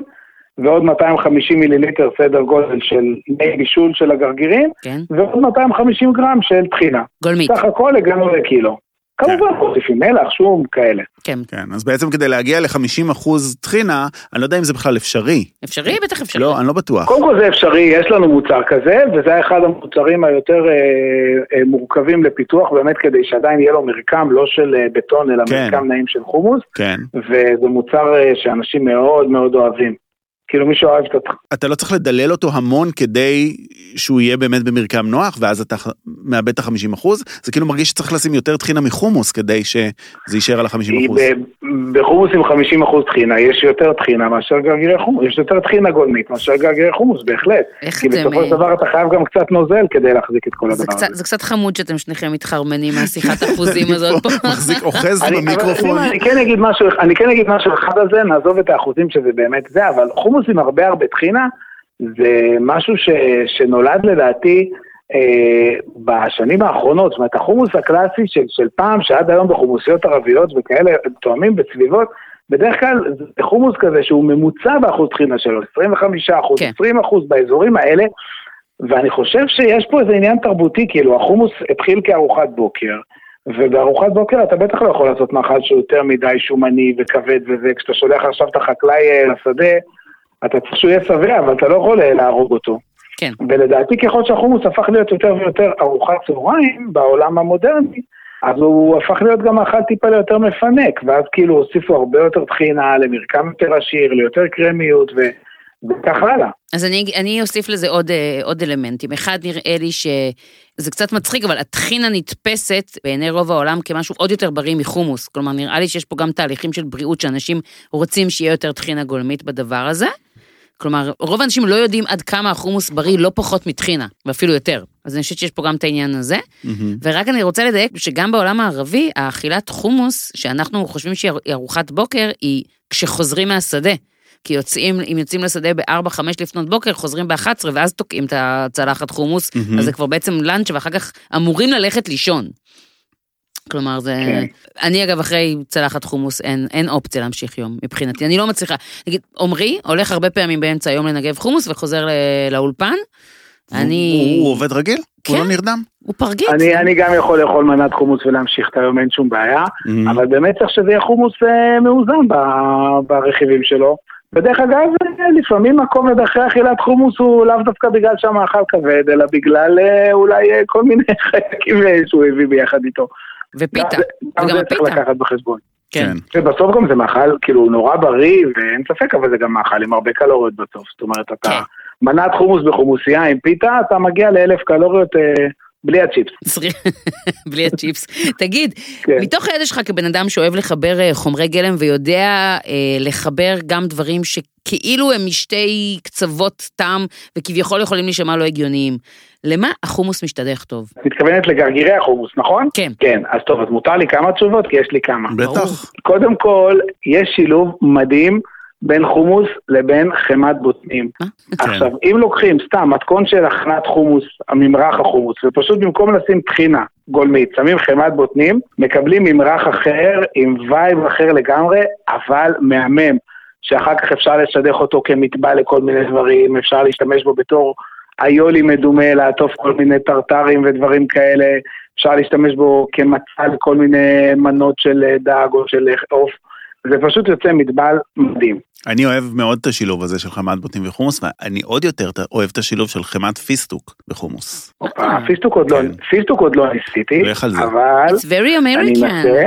Speaker 3: ועוד 250 מיליליטר סדר גודל של מי בישול של הגרגירים,
Speaker 1: כן?
Speaker 3: ועוד 250 גרם של טחינה.
Speaker 1: גולמית.
Speaker 3: סך הכל הגענו לקילו. כמובן, מוסיפים מלח, שום, כאלה.
Speaker 1: כן.
Speaker 2: כן, אז בעצם כדי להגיע ל-50 אחוז טחינה, אני לא יודע אם זה בכלל אפשרי.
Speaker 1: אפשרי?
Speaker 3: כן.
Speaker 1: בטח אפשרי.
Speaker 2: לא, אני לא בטוח.
Speaker 3: קודם כל זה אפשרי, יש לנו מוצר כזה, וזה אחד המוצרים היותר אה, אה, מורכבים לפיתוח, באמת כדי שעדיין יהיה לו מרקם, לא של אה, בטון, אלא
Speaker 2: כן.
Speaker 3: מרקם נעים של חומוס,
Speaker 2: כן.
Speaker 3: וזה מוצר אה, שאנשים מאוד מאוד אוהבים. כאילו מי שאוהב את התח...
Speaker 2: אתה לא צריך לדלל אותו המון כדי שהוא יהיה באמת במרקם נוח, ואז אתה ח- מאבד את ה-50 אחוז. זה כאילו מרגיש שצריך לשים יותר טחינה מחומוס כדי שזה יישאר על ה-50
Speaker 3: היא
Speaker 2: אחוז.
Speaker 3: ב- בחומוס עם 50% טחינה, יש יותר טחינה מאשר גרגירי חומוס, יש יותר טחינה גולמית מאשר גרגירי חומוס, בהחלט.
Speaker 1: איך
Speaker 3: כי
Speaker 1: אתם...
Speaker 3: בסופו
Speaker 1: אה,
Speaker 3: של דבר אתה חייב גם קצת נוזל כדי להחזיק את כל
Speaker 1: זה
Speaker 3: הדבר הזה.
Speaker 1: קצת- זה קצת חמוד שאתם שניכם מתחרמנים
Speaker 3: [laughs]
Speaker 1: מהשיחת אחוזים
Speaker 2: [laughs]
Speaker 1: הזאת פה.
Speaker 2: מחזיק, אוחז
Speaker 3: אני- אבל
Speaker 2: במיקרופון.
Speaker 3: אני כן אגיד משהו, אני כן אגיד משהו אחד על זה, נעזוב את האחוזים שזה באמת זה, אבל חומוס עם הרבה הרבה טחינה, זה משהו ש, שנולד לדעתי אה, בשנים האחרונות, זאת אומרת החומוס הקלאסי של, של פעם, שעד היום בחומוסיות ערביות וכאלה תואמים בסביבות, בדרך כלל זה חומוס כזה שהוא ממוצע באחוז טחינה שלו, 25 אחוז,
Speaker 1: כן.
Speaker 3: 20 אחוז באזורים האלה, ואני חושב שיש פה איזה עניין תרבותי, כאילו החומוס התחיל כארוחת בוקר, ובארוחת בוקר אתה בטח לא יכול לעשות מאכל שהוא יותר מדי שומני וכבד וזה, כשאתה שולח עכשיו את החקלאי אה, לשדה, אתה צריך שהוא יהיה שבע, אבל אתה לא יכול אה, להרוג אותו.
Speaker 1: כן.
Speaker 3: ולדעתי ככל שהחומוס הפך להיות יותר ויותר ארוחת צהריים בעולם המודרני, אז הוא הפך להיות גם מאכל טיפה ליותר מפנק, ואז כאילו הוסיפו הרבה יותר טחינה למרקם יותר עשיר, ליותר קרמיות ו... וכך הלאה.
Speaker 1: אז אני, אני אוסיף לזה עוד, אה, עוד אלמנטים. אחד, נראה לי שזה קצת מצחיק, אבל הטחינה נתפסת בעיני רוב העולם כמשהו עוד יותר בריא מחומוס. כלומר, נראה לי שיש פה גם תהליכים של בריאות, שאנשים רוצים שיהיה יותר טחינה גולמית בדבר הזה. כלומר, רוב האנשים לא יודעים עד כמה החומוס בריא לא פחות מטחינה, ואפילו יותר. אז אני חושבת שיש פה גם את העניין הזה.
Speaker 2: מהמם.
Speaker 1: ורק אני רוצה לדייק שגם בעולם הערבי, האכילת חומוס, שאנחנו חושבים שהיא ארוחת בוקר, היא כשחוזרים מהשדה. כי יוצאים, אם יוצאים לשדה ב-4-5 לפנות בוקר, חוזרים ב-11, ואז תוקעים את הצלחת חומוס,
Speaker 2: מהמם.
Speaker 1: אז זה כבר בעצם לאנץ', ואחר כך אמורים ללכת לישון. כלומר, זה...
Speaker 3: כן.
Speaker 1: אני, אגב, אחרי צלחת חומוס, אין, אין אופציה להמשיך יום, מבחינתי. אני לא מצליחה. נגיד, עמרי הולך הרבה פעמים באמצע היום לנגב חומוס וחוזר ל- לאולפן. אני...
Speaker 2: הוא הוא עובד רגיל? הוא
Speaker 1: כן.
Speaker 2: לא נרדם?
Speaker 1: הוא פרגית.
Speaker 3: אני, אני גם יכול לאכול מנת חומוס ולהמשיך את היום, אין שום בעיה,
Speaker 1: Mm-hmm.
Speaker 2: מהמם.
Speaker 3: אבל באמת צריך שזה יהיה חומוס אה, מאוזן ב, ברכיבים שלו. ודרך אגב, אה, לפעמים הכובד אחרי אכילת חומוס הוא לאו דווקא בגלל שהמאכל כבד, אלא בגלל אה, אולי אה, כל מיני [laughs] חלקים אה, שהוא הביא ביחד איתו.
Speaker 1: ופיתה.
Speaker 3: גם זה- גם
Speaker 1: וגם
Speaker 3: זה צריך
Speaker 1: הפיתה.
Speaker 3: לקחת בחשבון.
Speaker 1: כן.
Speaker 3: ובסוף גם זה מאכל, כאילו, הוא נורא בריא, ואין ספק, אבל זה גם מאכל עם הרבה קלוריות בסוף. זאת אומרת, אתה
Speaker 1: כן.
Speaker 3: מנת חומוס בחומוסייה עם פיתה, אתה מגיע לאלף קלוריות אה, בלי הצ'יפס.
Speaker 1: סליחה, בלי הצ'יפס. תגיד,
Speaker 3: כן.
Speaker 1: מתוך הידע שלך כבן אדם שאוהב לחבר אה, חומרי גלם ויודע אה, לחבר גם דברים שכאילו הם משתי קצוות טעם וכביכול יכולים להישמע לא הגיוניים, למה החומוס משתדך טוב?
Speaker 3: את מתכוונת לגרגירי החומוס, נכון?
Speaker 1: כן.
Speaker 3: כן, אז טוב, אז מותר לי כמה תשובות, כי יש לי כמה.
Speaker 1: ברור.
Speaker 2: בטח.
Speaker 3: קודם כל, יש שילוב מדהים בין חומוס לבין חמת בוטנים.
Speaker 1: מה?
Speaker 3: עכשיו, אם לוקחים סתם מתכון של הכנת חומוס, ממרח החומוס, ופשוט במקום לשים טחינה גולמית, שמים חמת בוטנים, מקבלים ממרח אחר עם וייב אחר לגמרי, אבל מהמם. שאחר כך אפשר לשדך אותו כמטבע לכל מיני דברים, אפשר להשתמש בו בתור איולי מדומה, לעטוף כל מיני טרטרים ודברים כאלה, אפשר להשתמש בו כמצע לכל מיני מנות של אה, דג או של אה, עוף, זה פשוט יוצא מטבל מדהים.
Speaker 2: אני אוהב מאוד את השילוב הזה של חמת בוטנים וחומוס, ואני עוד יותר ת- אוהב את השילוב של חמת פיסטוק בחומוס.
Speaker 3: הופה, פיסטוק עוד לא,
Speaker 2: אה, כן.
Speaker 3: פיסטוק עוד לא ניסיתי,
Speaker 2: לך על זה.
Speaker 3: אבל
Speaker 1: It's very
Speaker 3: אני
Speaker 1: American.
Speaker 3: אנסה.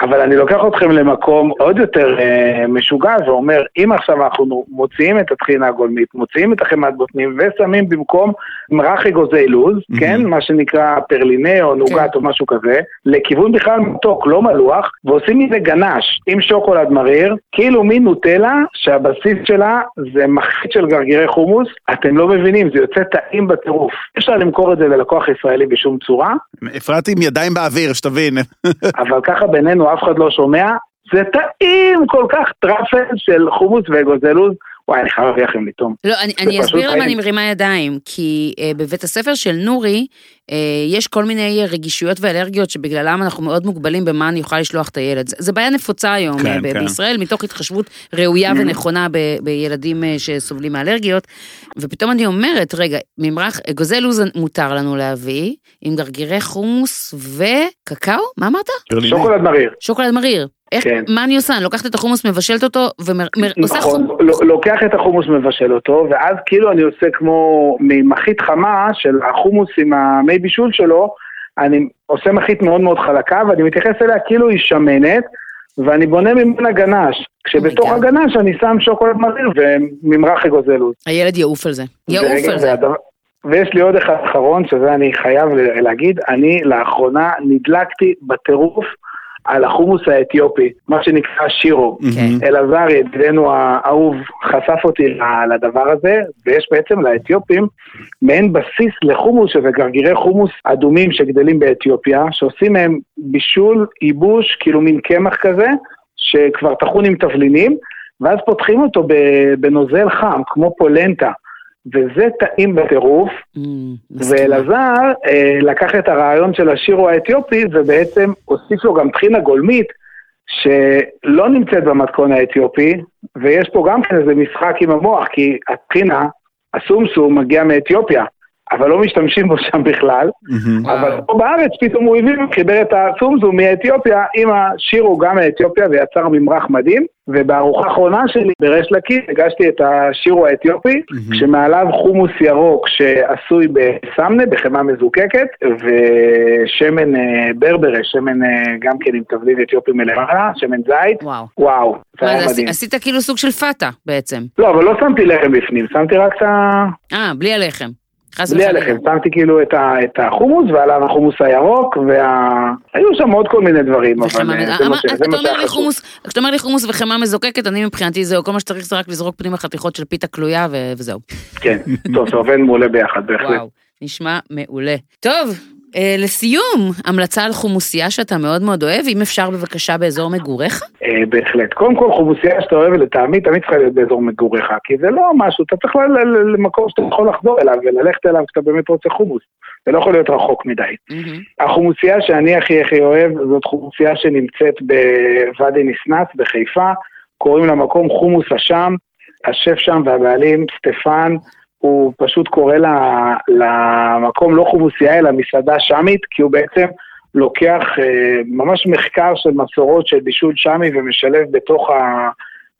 Speaker 3: אבל אני לוקח אתכם למקום עוד יותר אה, משוגע ואומר, אם עכשיו אנחנו מוציאים את הטחינה הגולמית, מוציאים את החמת בוטנים ושמים במקום מרח אגוזי אילוז,
Speaker 2: Mhm.
Speaker 3: כן? מה שנקרא פרליני או נוגת או משהו כזה, לכיוון בכלל מתוק, לא מלוח, ועושים מזה גנש עם שוקולד מריר, כאילו מין נוטלה שהבסיס שלה זה מחית של גרגירי חומוס, אתם לא מבינים, זה יוצא טעים בטירוף. אי אפשר למכור את זה ללקוח ישראלי בשום צורה,
Speaker 2: אפרת עם ידיים באוויר, שתבין.
Speaker 3: אבל ככה בינינו אף אחד לא שומע, זה טעים כל כך טראפל של חומוס ואגוזלוז, וואי, אני חייב להביא לכם לטעום.
Speaker 1: לא, אני, אני
Speaker 3: פשוט
Speaker 1: אסביר למה
Speaker 3: חיים.
Speaker 1: אני מרימה ידיים, כי אה, בבית הספר של נורי, אה, יש כל מיני רגישויות ואלרגיות שבגללם אנחנו מאוד מוגבלים במה אני אוכל לשלוח את הילד. זו בעיה נפוצה היום
Speaker 2: כן,
Speaker 1: אה, ב-
Speaker 2: כן.
Speaker 1: בישראל, מתוך התחשבות ראויה ונכונה ב, בילדים אה, שסובלים מאלרגיות. ופתאום אני אומרת, רגע, ממרח, אגוזי לוז מותר לנו להביא, עם גרגירי חומוס וקקאו? מה אמרת?
Speaker 3: שוקולד מריר.
Speaker 1: שוקולד מריר. איך,
Speaker 3: כן.
Speaker 1: מה אני עושה? אני לוקחת את החומוס, מבשלת אותו, ועושה
Speaker 3: נכון,
Speaker 1: חומוס.
Speaker 3: ל- לוקח את החומוס, מבשל אותו, ואז כאילו אני עושה כמו ממחית חמה של החומוס עם המי בישול שלו, אני עושה מחית מאוד מאוד חלקה, ואני מתייחס אליה כאילו היא שמנת, ואני בונה ממנה גנש. כשבתוך
Speaker 1: Oh my God.
Speaker 3: הגנש אני שם שוקולד מריר וממרח אגוזלוז.
Speaker 1: הילד יעוף על זה. יעוף
Speaker 3: ורגע,
Speaker 1: על זה.
Speaker 3: והדבר- ויש לי עוד אחד אחרון, שזה אני חייב ל- להגיד, אני לאחרונה נדלקתי בטירוף על החומוס האתיופי, מה שנקרא שירו.
Speaker 1: כן.
Speaker 2: Mm-hmm.
Speaker 3: אלעזר, ידידנו האהוב, חשף אותי ל- לדבר הזה, ויש בעצם לאתיופים מעין בסיס לחומוס, שזה גרגירי חומוס אדומים שגדלים באתיופיה, שעושים מהם בישול, ייבוש, כאילו מין קמח כזה, שכבר טחון עם תבלינים, ואז פותחים אותו ב- בנוזל חם, כמו פולנטה. וזה טעים בטירוף,
Speaker 1: אמ, מסכימה.
Speaker 3: ואלעזר אה, לקח את הרעיון של השירו האתיופי ובעצם הוסיף לו גם טחינה גולמית שלא נמצאת במתכון האתיופי, ויש פה גם כן איזה משחק עם המוח, כי הטחינה, הסומסום, מגיע מאתיופיה, אבל לא משתמשים בו שם בכלל,
Speaker 2: מהמם.
Speaker 1: וואו.
Speaker 3: אבל פה בארץ פתאום הוא הביא וחיבר את הסומסום מאתיופיה עם השירו גם מאתיופיה ויצר ממרח מדהים, ובארוחה האחרונה שלי בריש לקיש הגשתי את השירו האתיופי, כשמעליו חומוס ירוק שעשוי בסמנה, בחמאה מזוקקת, ושמן אה, ברברה, שמן אה, גם כן עם תבליל אתיופי מלמעלה, שמן זית.
Speaker 1: וואו.
Speaker 3: וואו, זה
Speaker 1: מה
Speaker 3: היה
Speaker 1: זה, עשי-
Speaker 3: מדהים.
Speaker 1: עשית כאילו סוג של פאטה בעצם.
Speaker 3: לא, אבל לא שמתי לחם בפנים, שמתי רק את ה...
Speaker 1: אה, בלי הלחם. חס
Speaker 3: בלי
Speaker 1: וחלילה.
Speaker 3: הלחם, שמתי כאילו את ה- את החומוס ועליו החומוס הירוק, וה... היו שם עוד כל מיני דברים, אבל
Speaker 1: וחמאה-
Speaker 3: אה, זה מה
Speaker 1: אמר-
Speaker 3: ש-
Speaker 1: אז
Speaker 3: זה
Speaker 1: אתה
Speaker 3: מה
Speaker 1: אומר
Speaker 3: שהיה
Speaker 1: לי
Speaker 3: חשוב.
Speaker 1: חומוס- כשאתה אומר לי חומוס וחמאה מזוקקת, אני מבחינתי זהו, כל מה שצריך זה רק לזרוק פנימה חתיכות של פיתה כלויה ו- וזהו. [laughs]
Speaker 3: כן, טוב, זה עובד מעולה ביחד, בהחלט.
Speaker 1: וואו, נשמע מעולה. טוב, אה, לסיום, המלצה על חומוסייה שאתה מאוד מאוד אוהב, אם אפשר בבקשה באזור מגוריך?
Speaker 3: אה, בהחלט. קודם כל, חומוסייה שאתה אוהב, לטעמי, תמיד צריכה להיות באזור מגוריך, כי זה לא משהו, אתה צריך ל- ל- למקום שאתה יכול לחזור אליו וללכת אליו כשאתה באמת רוצה חומוס. זה לא יכול להיות רחוק מדי.
Speaker 1: מהמם.
Speaker 3: החומוסייה שאני הכי הכי אוהב, זאת חומוסייה שנמצאת בוואדי ניסנס בחיפה, קוראים למקום חומוס אשם, השף שם והבעלים, סטפן, הוא פשוט קורא ל- למקום לא חומוסייה אלא מסעדה שמית, כי הוא בעצם לוקח אה, ממש מחקר של מסורות של בישול שמי ומשלב בתוך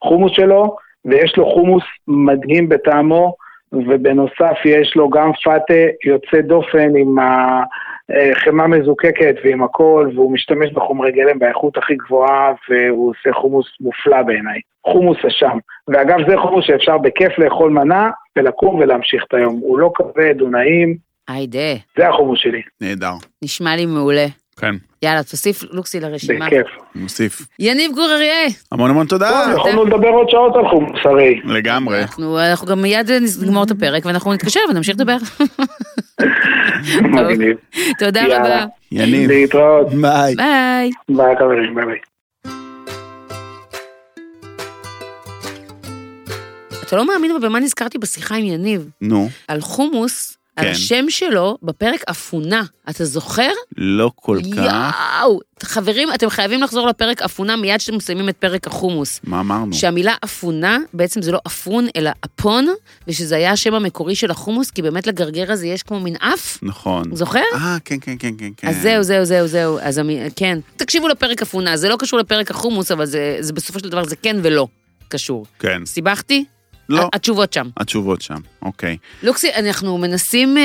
Speaker 3: החומוס שלו, ויש לו חומוס מדהים בטעמו, ובנוסף יש לו גם פאטה יוצא דופן עם ה... אה, חמאה מזוקקת ועם הכל, והוא משתמש בחומרי גלם באיכות הכי גבוהה, והוא עושה חומוס מופלא בעיניי. חומוס אשם. ואגב, זה חומוס שאפשר בכיף לאכול מנה ולקום ולהמשיך את היום. הוא לא כבד, הוא נעים,
Speaker 1: היידה,
Speaker 3: זה החומוס שלי,
Speaker 2: נהדר.
Speaker 1: נשמע לי מעולה.
Speaker 2: כן,
Speaker 1: יאללה, תוסיף לוקסי לרשימה.
Speaker 3: בכיף.
Speaker 2: מוסיף.
Speaker 1: יניב גור אריה,
Speaker 2: המון המון תודה.
Speaker 3: טוב, יכולנו לדבר עוד שעות על חומוס
Speaker 2: [laughs]
Speaker 3: הרי.
Speaker 2: לגמרי.
Speaker 1: אנחנו אנחנו גם מיד נגמור את הפרק ואנחנו נתקשר ונמשיך
Speaker 2: [laughs]
Speaker 1: לדבר.
Speaker 3: מגניב.
Speaker 1: תודה
Speaker 3: יאללה.
Speaker 1: רבה.
Speaker 2: יניב.
Speaker 3: להתראות.
Speaker 2: ביי.
Speaker 1: ביי.
Speaker 3: ביי חברים, ביי ביי.
Speaker 1: אתה לא מאמין אבל במה נזכרתי בשיחה עם יניב,
Speaker 2: נו,
Speaker 1: על חומוס, על
Speaker 2: כן.
Speaker 1: השם שלו בפרק אפונה. אתה זוכר?
Speaker 2: לא כל כך.
Speaker 1: יואו! חברים, אתם חייבים לחזור לפרק אפונה מיד כשאתם מסיימים את פרק החומוס.
Speaker 2: מה אמרנו?
Speaker 1: שהמילה אפונה, בעצם זה לא אפון, אלא אפון, ושזה היה השם המקורי של החומוס, כי באמת לגרגר הזה יש כמו מין אף,
Speaker 2: נכון.
Speaker 1: זוכר?
Speaker 2: אה, כן, כן, כן, כן, כן.
Speaker 1: אז זהו, זהו, זהו, זהו, אז המ... כן. תקשיבו לפרק אפונה, זה לא קשור לפרק החומוס, אבל זה, זה בסופו של דבר זה כן ולא קשור.
Speaker 2: כן.
Speaker 1: סיבכתי?
Speaker 2: לא.
Speaker 1: התשובות שם.
Speaker 2: התשובות שם, אוקיי.
Speaker 1: לוקסי, אנחנו מנסים אה,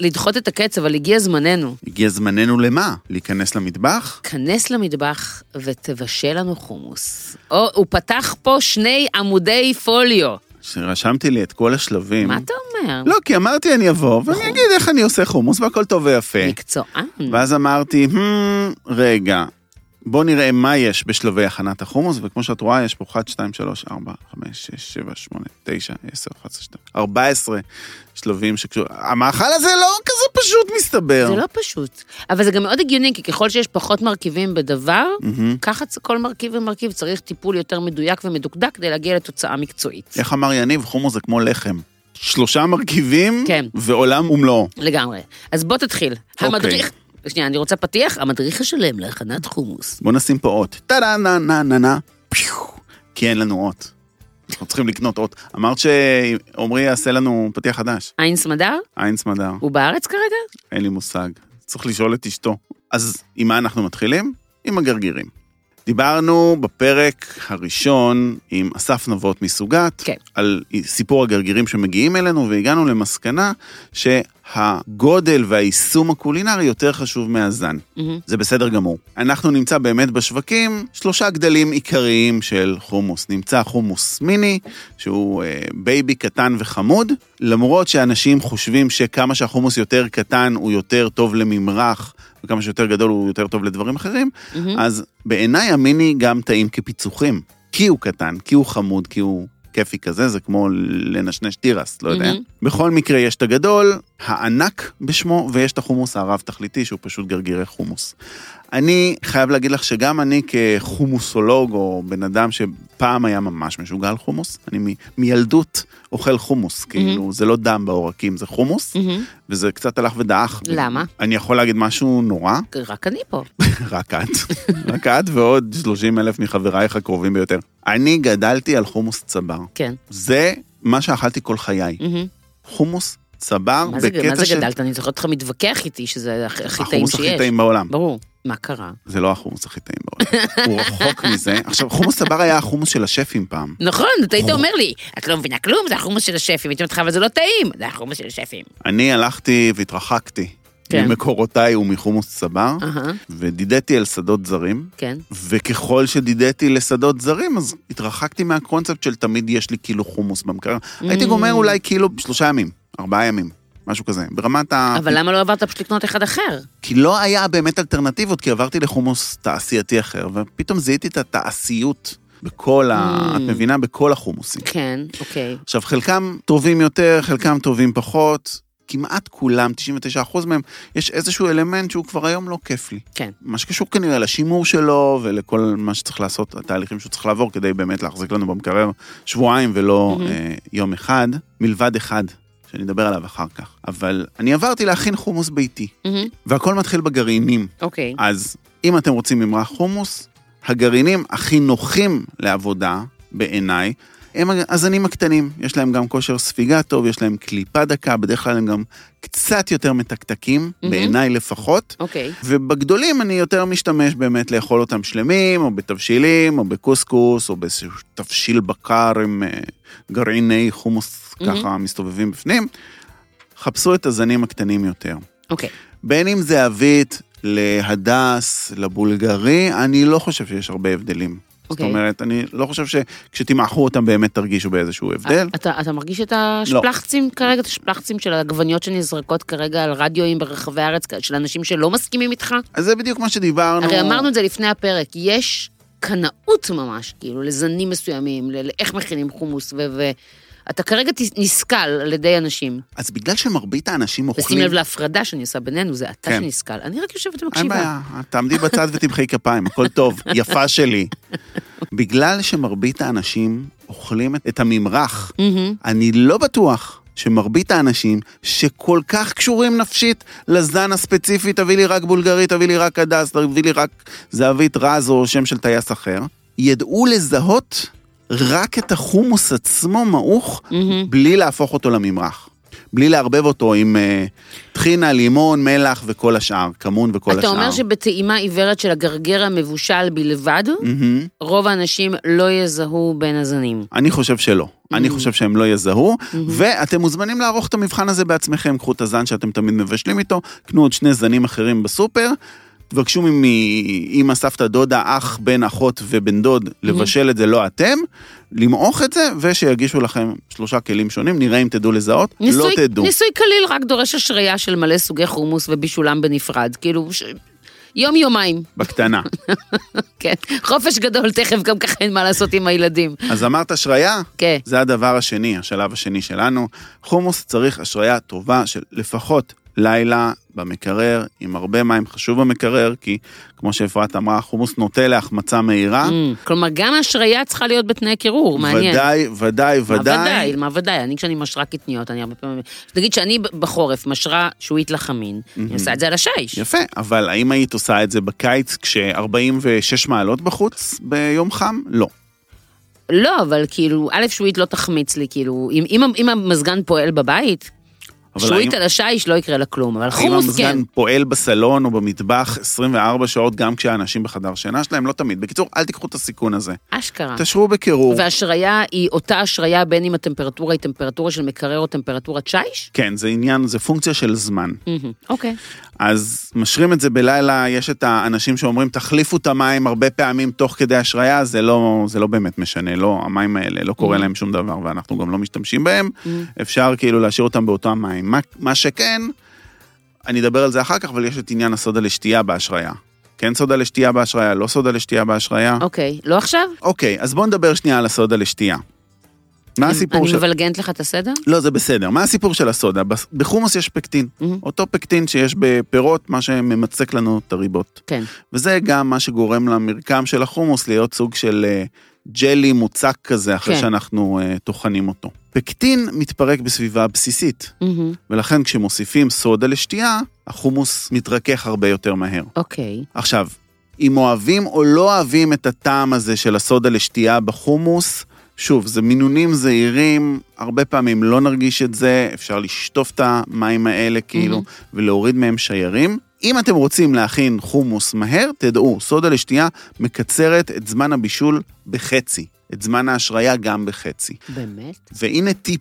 Speaker 1: לדחות את הקץ, אבל הגיע זמננו.
Speaker 2: הגיע זמננו למה? להיכנס למטבח?
Speaker 1: כנס למטבח ותבשל לנו חומוס. או, הוא פתח פה שני עמודי פוליו.
Speaker 2: שרשמתי לי את כל השלבים.
Speaker 1: מה אתה נכון. אומר?
Speaker 2: כן. לא, כי אמרתי אני אבוא, ואני אגיד איך אני עושה חומוס, והכל טוב ויפה.
Speaker 1: מקצוען.
Speaker 2: ואז אמרתי, "הם, רגע, בוא נראה מה יש בשלבי הכנת החומוס, וכמו שאת רואה, יש פה 1, 2, 3, 4, 5, 6, 7, 8, 9, 10, 11, 12, 14 שלבים שקשורים. המאכל הזה לא כזה פשוט מסתבר.
Speaker 1: זה לא פשוט. אבל זה גם מאוד הגיוני, כי ככל שיש פחות מרכיבים בדבר,
Speaker 2: מהמם.
Speaker 1: ככה צ- כל מרכיב ומרכיב צריך טיפול יותר מדויק ומדוקדק כדי להגיע לתוצאה מקצועית.
Speaker 2: איך אמר יניב, חומוס זה כמו לחם. שלושה מרכיבים,
Speaker 1: כן.
Speaker 2: ועולם ומלואו.
Speaker 1: לגמרי. אז בוא תתחיל.
Speaker 2: אוקיי.
Speaker 1: המדריך... שנייה, אני רוצה פתיח. המדריך השלם להכנת חומוס.
Speaker 2: בוא נשים פה אות. טה נה נה נה נה פיו. כי אין לנו אות. אנחנו צריכים לקנות אות. אמרת שעמרי יעשה לנו פתיח חדש.
Speaker 1: איינס מדר?
Speaker 2: איינס מדר,
Speaker 1: הוא בארץ כרגע?
Speaker 2: אין לי מושג. צריך לשאול את אשתו. אז עם מה אנחנו מתחילים? עם הגרגירים. דיברנו בפרק הראשון עם אסף נבות מסוגת,
Speaker 1: כן.
Speaker 2: על סיפור הגרגירים שמגיעים אלינו, והגענו למסקנה שהגודל והיישום הקולינרי יותר חשוב מהזן.
Speaker 1: מהמם.
Speaker 2: זה בסדר גמור. אנחנו נמצא באמת בשווקים שלושה גדלים עיקריים של חומוס. נמצא חומוס מיני, שהוא אה, בייבי קטן וחמוד, למרות שאנשים חושבים שכמה שהחומוס יותר קטן הוא יותר טוב לממרח, וכמה שיותר גדול הוא יותר טוב לדברים אחרים,
Speaker 1: מהמם.
Speaker 2: אז בעיניי המיני גם טעים כפיצוחים. כי הוא קטן, כי הוא חמוד, כי הוא כיפי כזה, זה כמו לנשנש תירס, לא יודע.
Speaker 1: מהמם.
Speaker 2: בכל מקרה, יש את הגדול, הענק בשמו, ויש את החומוס הרב תכליתי, שהוא פשוט גרגירי חומוס. אני חייב להגיד לך שגם אני כחומוסולוג, או בן אדם שפעם היה ממש משוגע על חומוס, אני מ- מילדות אוכל חומוס, כאילו, זה לא דם בעורקים, זה חומוס,
Speaker 1: מהמם.
Speaker 2: וזה קצת הלך ודעך.
Speaker 1: למה?
Speaker 2: אני יכול להגיד משהו נורא,
Speaker 1: רק אני פה.
Speaker 2: רק [laughs] את. רק את ועוד 30 אלף מחברייך הקרובים ביותר. אני גדלתי על חומוס צבר.
Speaker 1: כן.
Speaker 2: זה מה שאכלתי כל חיי.
Speaker 1: מהמם.
Speaker 2: חומוס צבר
Speaker 1: מה זה, מה
Speaker 2: בקטע
Speaker 1: זה
Speaker 2: של...
Speaker 1: גדלת? אני זוכרת אותך מתווכח איתי שזה הכי הכי טעים
Speaker 2: החומוס הכי
Speaker 1: שיש.
Speaker 2: טעים בעולם.
Speaker 1: ברור. מה קרה?
Speaker 2: זה לא החומוס הכי טעים בעולם.
Speaker 1: [laughs]
Speaker 2: הוא רחוק מזה. עכשיו, חומוס צבר היה החומוס של השפים פעם.
Speaker 1: נכון, אתה היית אומר לי, את לא מבינה כלום, זה החומוס של השפים. הייתי אומרת לך, אבל זה לא טעים, זה החומוס של השפים.
Speaker 2: אני הלכתי והתרחקתי
Speaker 1: כן. אה.
Speaker 2: ממקורותיי ומחומוס צבר,
Speaker 1: אהה,
Speaker 2: ודידתי על שדות זרים.
Speaker 1: כן.
Speaker 2: וככל שדידתי לשדות זרים, אז התרחקתי מהקונספט של תמיד יש לי כאילו חומוס במקרר. הייתי
Speaker 1: Mm.
Speaker 2: גומר אולי כאילו שלושה ימים, ארבעה ימים, משהו כזה. ברמת ה...
Speaker 1: אבל למה לא עברת פשוט לקנות אחד אחר?
Speaker 2: כי לא היה באמת אלטרנטיבות, כי עברתי לחומוס תעשייתי אחר, ופתאום זיהיתי את התעשיות בכל ה...
Speaker 1: Mm.
Speaker 2: את מבינה? בכל החומוסים.
Speaker 1: כן, אוקיי.
Speaker 2: עכשיו, חלקם טובים יותר, חלקם טובים פחות, כמעט כולם, 99% מהם, יש איזשהו אלמנט שהוא כבר היום לא כיף לי.
Speaker 1: כן.
Speaker 2: מה שקשור כנראה לשימור שלו ולכל מה שצריך לעשות, התהליכים שהוא צריך לעבור כדי באמת להחזיק לנו במקרר שבועיים ולא
Speaker 1: מהמם.
Speaker 2: אה, יום אחד, מלבד אחד, שאני אדבר עליו אחר כך. אבל אני עברתי להכין חומוס ביתי,
Speaker 1: מהמם,
Speaker 2: והכל מתחיל בגרעינים.
Speaker 1: אוקיי.
Speaker 2: אז אם אתם רוצים ממרח חומוס, הגרעינים הכי נוחים לעבודה, בעיניי, הם הזנים הקטנים. יש להם גם כושר ספיגה טוב, יש להם קליפה דקה, בדרך כלל הם גם קצת יותר מתקתקים,
Speaker 1: מהמם.
Speaker 2: בעיניי לפחות.
Speaker 1: אוקיי.
Speaker 2: ובגדולים אני יותר משתמש באמת לאכול אותם שלמים, או בתבשילים, או בקוסקוס, או באיזשהו תבשיל בקר עם אה, גרעיני חומוס
Speaker 1: מהמם.
Speaker 2: ככה מסתובבים בפנים. חפשו את הזנים הקטנים יותר.
Speaker 1: אוקיי.
Speaker 2: בין אם זה אבית להדס, לבולגרי, אני לא חושב שיש הרבה הבדלים. זאת
Speaker 1: אוקיי.
Speaker 2: אומרת, אני לא חושב שכשתמעכו אותם באמת תרגישו באיזשהו הבדל.
Speaker 1: אתה אתה מרגיש אה, את השפלחצים כרגע, את השפלחצים של העגבניות שנזרקות כרגע על רדיואים ברחבי הארץ, של אנשים שלא מסכימים איתך?
Speaker 2: אז זה בדיוק מה שדיברנו.
Speaker 1: הרי אמרנו את זה לפני הפרק, יש קנאות ממש, כאילו, לזנים מסוימים, ל- לאיך מכינים חומוס, ואתה כרגע ת- נסכל על ידי אנשים.
Speaker 2: אז בגלל שמרבית האנשים אוכלים...
Speaker 1: ושים לב להפרדה שאני עושה בינינו, זה אתה
Speaker 2: כן.
Speaker 1: שנסכל. אני רק יושבת
Speaker 2: אין
Speaker 1: ומקשיבה.
Speaker 2: בעיה, תעמדי בצד ותמחאי כפיים, הכל טוב, יפה
Speaker 1: [laughs]
Speaker 2: שלי. בגלל שמרבית האנשים אוכלים את- את הממרח,
Speaker 1: מהמם.
Speaker 2: אני לא בטוח שמרבית האנשים שכל כך קשורים נפשית לזן הספציפי, תביא לי רק בולגרי, תביא לי רק הדס, תביא לי רק זהבית רז או שם של טייס אחר, ידעו לזהות רק את החומוס עצמו מעוך,
Speaker 1: מהמם.
Speaker 2: בלי להפוך אותו לממרח. בלי לערבב אותו עם אה, טחינה, לימון, מלח וכל השאר, כמון וכל
Speaker 1: אתה
Speaker 2: השאר.
Speaker 1: אומר שבטעימה עיוורת של הגרגר המבושל בלבד,
Speaker 2: מהמם.
Speaker 1: רוב האנשים לא יזהו בין הזנים.
Speaker 2: אני חושב שלא. אני חושב שהם לא יזהו, ואתם מוזמנים לערוך את המבחן הזה בעצמכם. קחו את הזן שאתם תמיד מבשלים איתו, קנו עוד שני זנים אחרים בסופר, תבקשו מאמא, סבתא, דודה, אח, בן, אחות ובן דוד לבשל את זה, לא אתם, למעוך את זה, ושיגישו לכם שלושה כלים שונים, נראה אם תדעו לזהות, לא
Speaker 1: ניסוי,
Speaker 2: תדעו.
Speaker 1: ניסוי קליל רק דורש השריה של מלא סוגי חומוס ובישולם בנפרד, כאילו... ש... יום-יומיים,
Speaker 2: בקטנה.
Speaker 1: כן. [laughs] חופש גדול תכף, גם ככה אין מה לעשות עם הילדים.
Speaker 2: אז אמרת אשריה?
Speaker 1: כן.
Speaker 2: זה הדבר השני, השלב השני שלנו. חומוס צריך אשריה טובה של לפחות לילה במקרר, עם הרבה מים חשוב במקרר, כי כמו שאפרת אמרה, חומוס נוטה להחמצה מהירה.
Speaker 1: Mm, כלומר, גם השריה צריכה להיות בתנאי קירור, מעניין.
Speaker 2: אה? ודאי, ודאי,
Speaker 1: מה
Speaker 2: ודאי.
Speaker 1: מה ודאי, אני כשאני משרה קטניות, אני הרבה פעמים... נגיד שאני ב- בחורף משרה שועית לחמין, אני עושה את זה על השיש.
Speaker 2: יפה, אבל האם היית עושה את זה בקיץ כש-46 מעלות בחוץ ביום חם? לא.
Speaker 1: לא, אבל כאילו, א', שועית לא תחמיץ לי, כאילו, אם- אם ה- אם המזגן פועל בבית,
Speaker 2: אבל האם-
Speaker 1: שועית על השיש לא יקרה לה כלום, אבל
Speaker 2: אם
Speaker 1: חומוס כן.
Speaker 2: המזגן פועל בסלון או במטבח 24 שעות, גם כשהאנשים בחדר שינה שלהם, לא תמיד. בקיצור, אל תיקחו את הסיכון הזה.
Speaker 1: אשכרה.
Speaker 2: תשרו בקירור.
Speaker 1: והשריה היא אותה השריה בין אם הטמפרטורה היא טמפרטורה של מקרר או טמפרטורת שיש?
Speaker 2: כן, זה עניין, זה פונקציה של זמן.
Speaker 1: מהמם, אוקיי.
Speaker 2: אז משרים את זה בלילה, יש את האנשים שאומרים, תחליפו את המים הרבה פעמים תוך כדי השריה, זה לא, זה לא באמת משנה, לא, המים האלה, לא
Speaker 1: Mm.
Speaker 2: קורה להם שום דבר, ואנחנו גם לא משתמשים בהם. אפשר כאילו להשאיר אותם באותם מים. מה, מה שכן, אני אדבר על זה אחר כך, אבל יש את עניין הסודה לשתייה בהשריה. כן סודה לשתייה בהשריה, לא סודה לשתייה בהשריה.
Speaker 1: אוקיי, לא עכשיו?
Speaker 2: אוקיי, אז בואו נדבר שנייה על הסודה לשתייה. מה הסיפור
Speaker 1: אני
Speaker 2: של...
Speaker 1: מבלגנת לך את הסדר?
Speaker 2: לא, זה בסדר. מה הסיפור של הסודה? בס- בחומוס יש פקטין.
Speaker 1: מהמם.
Speaker 2: אותו פקטין שיש בפירות, מה שממצק לנו את הריבות.
Speaker 1: כן.
Speaker 2: וזה גם מה שגורם למרקם של החומוס להיות סוג של אה, ג'לי מוצק כזה, אחרי
Speaker 1: כן.
Speaker 2: שאנחנו אה, טוחנים אותו. פקטין מתפרק בסביבה בסיסית,
Speaker 1: מהמם,
Speaker 2: ולכן כשמוסיפים סודה לשתייה, החומוס מתרכך הרבה יותר מהר.
Speaker 1: אוקיי.
Speaker 2: עכשיו, אם אוהבים או לא אוהבים את הטעם הזה של הסודה לשתייה בחומוס, שוב, זה מינונים זהירים, הרבה פעמים לא נרגיש את זה, אפשר לשטוף את המים האלה כאילו, ולהוריד מהם שיירים. אם אתם רוצים להכין חומוס מהר, תדעו, סודה לשתייה מקצרת את זמן הבישול בחצי, את זמן ההשריה גם בחצי.
Speaker 1: באמת?
Speaker 2: והנה טיפ,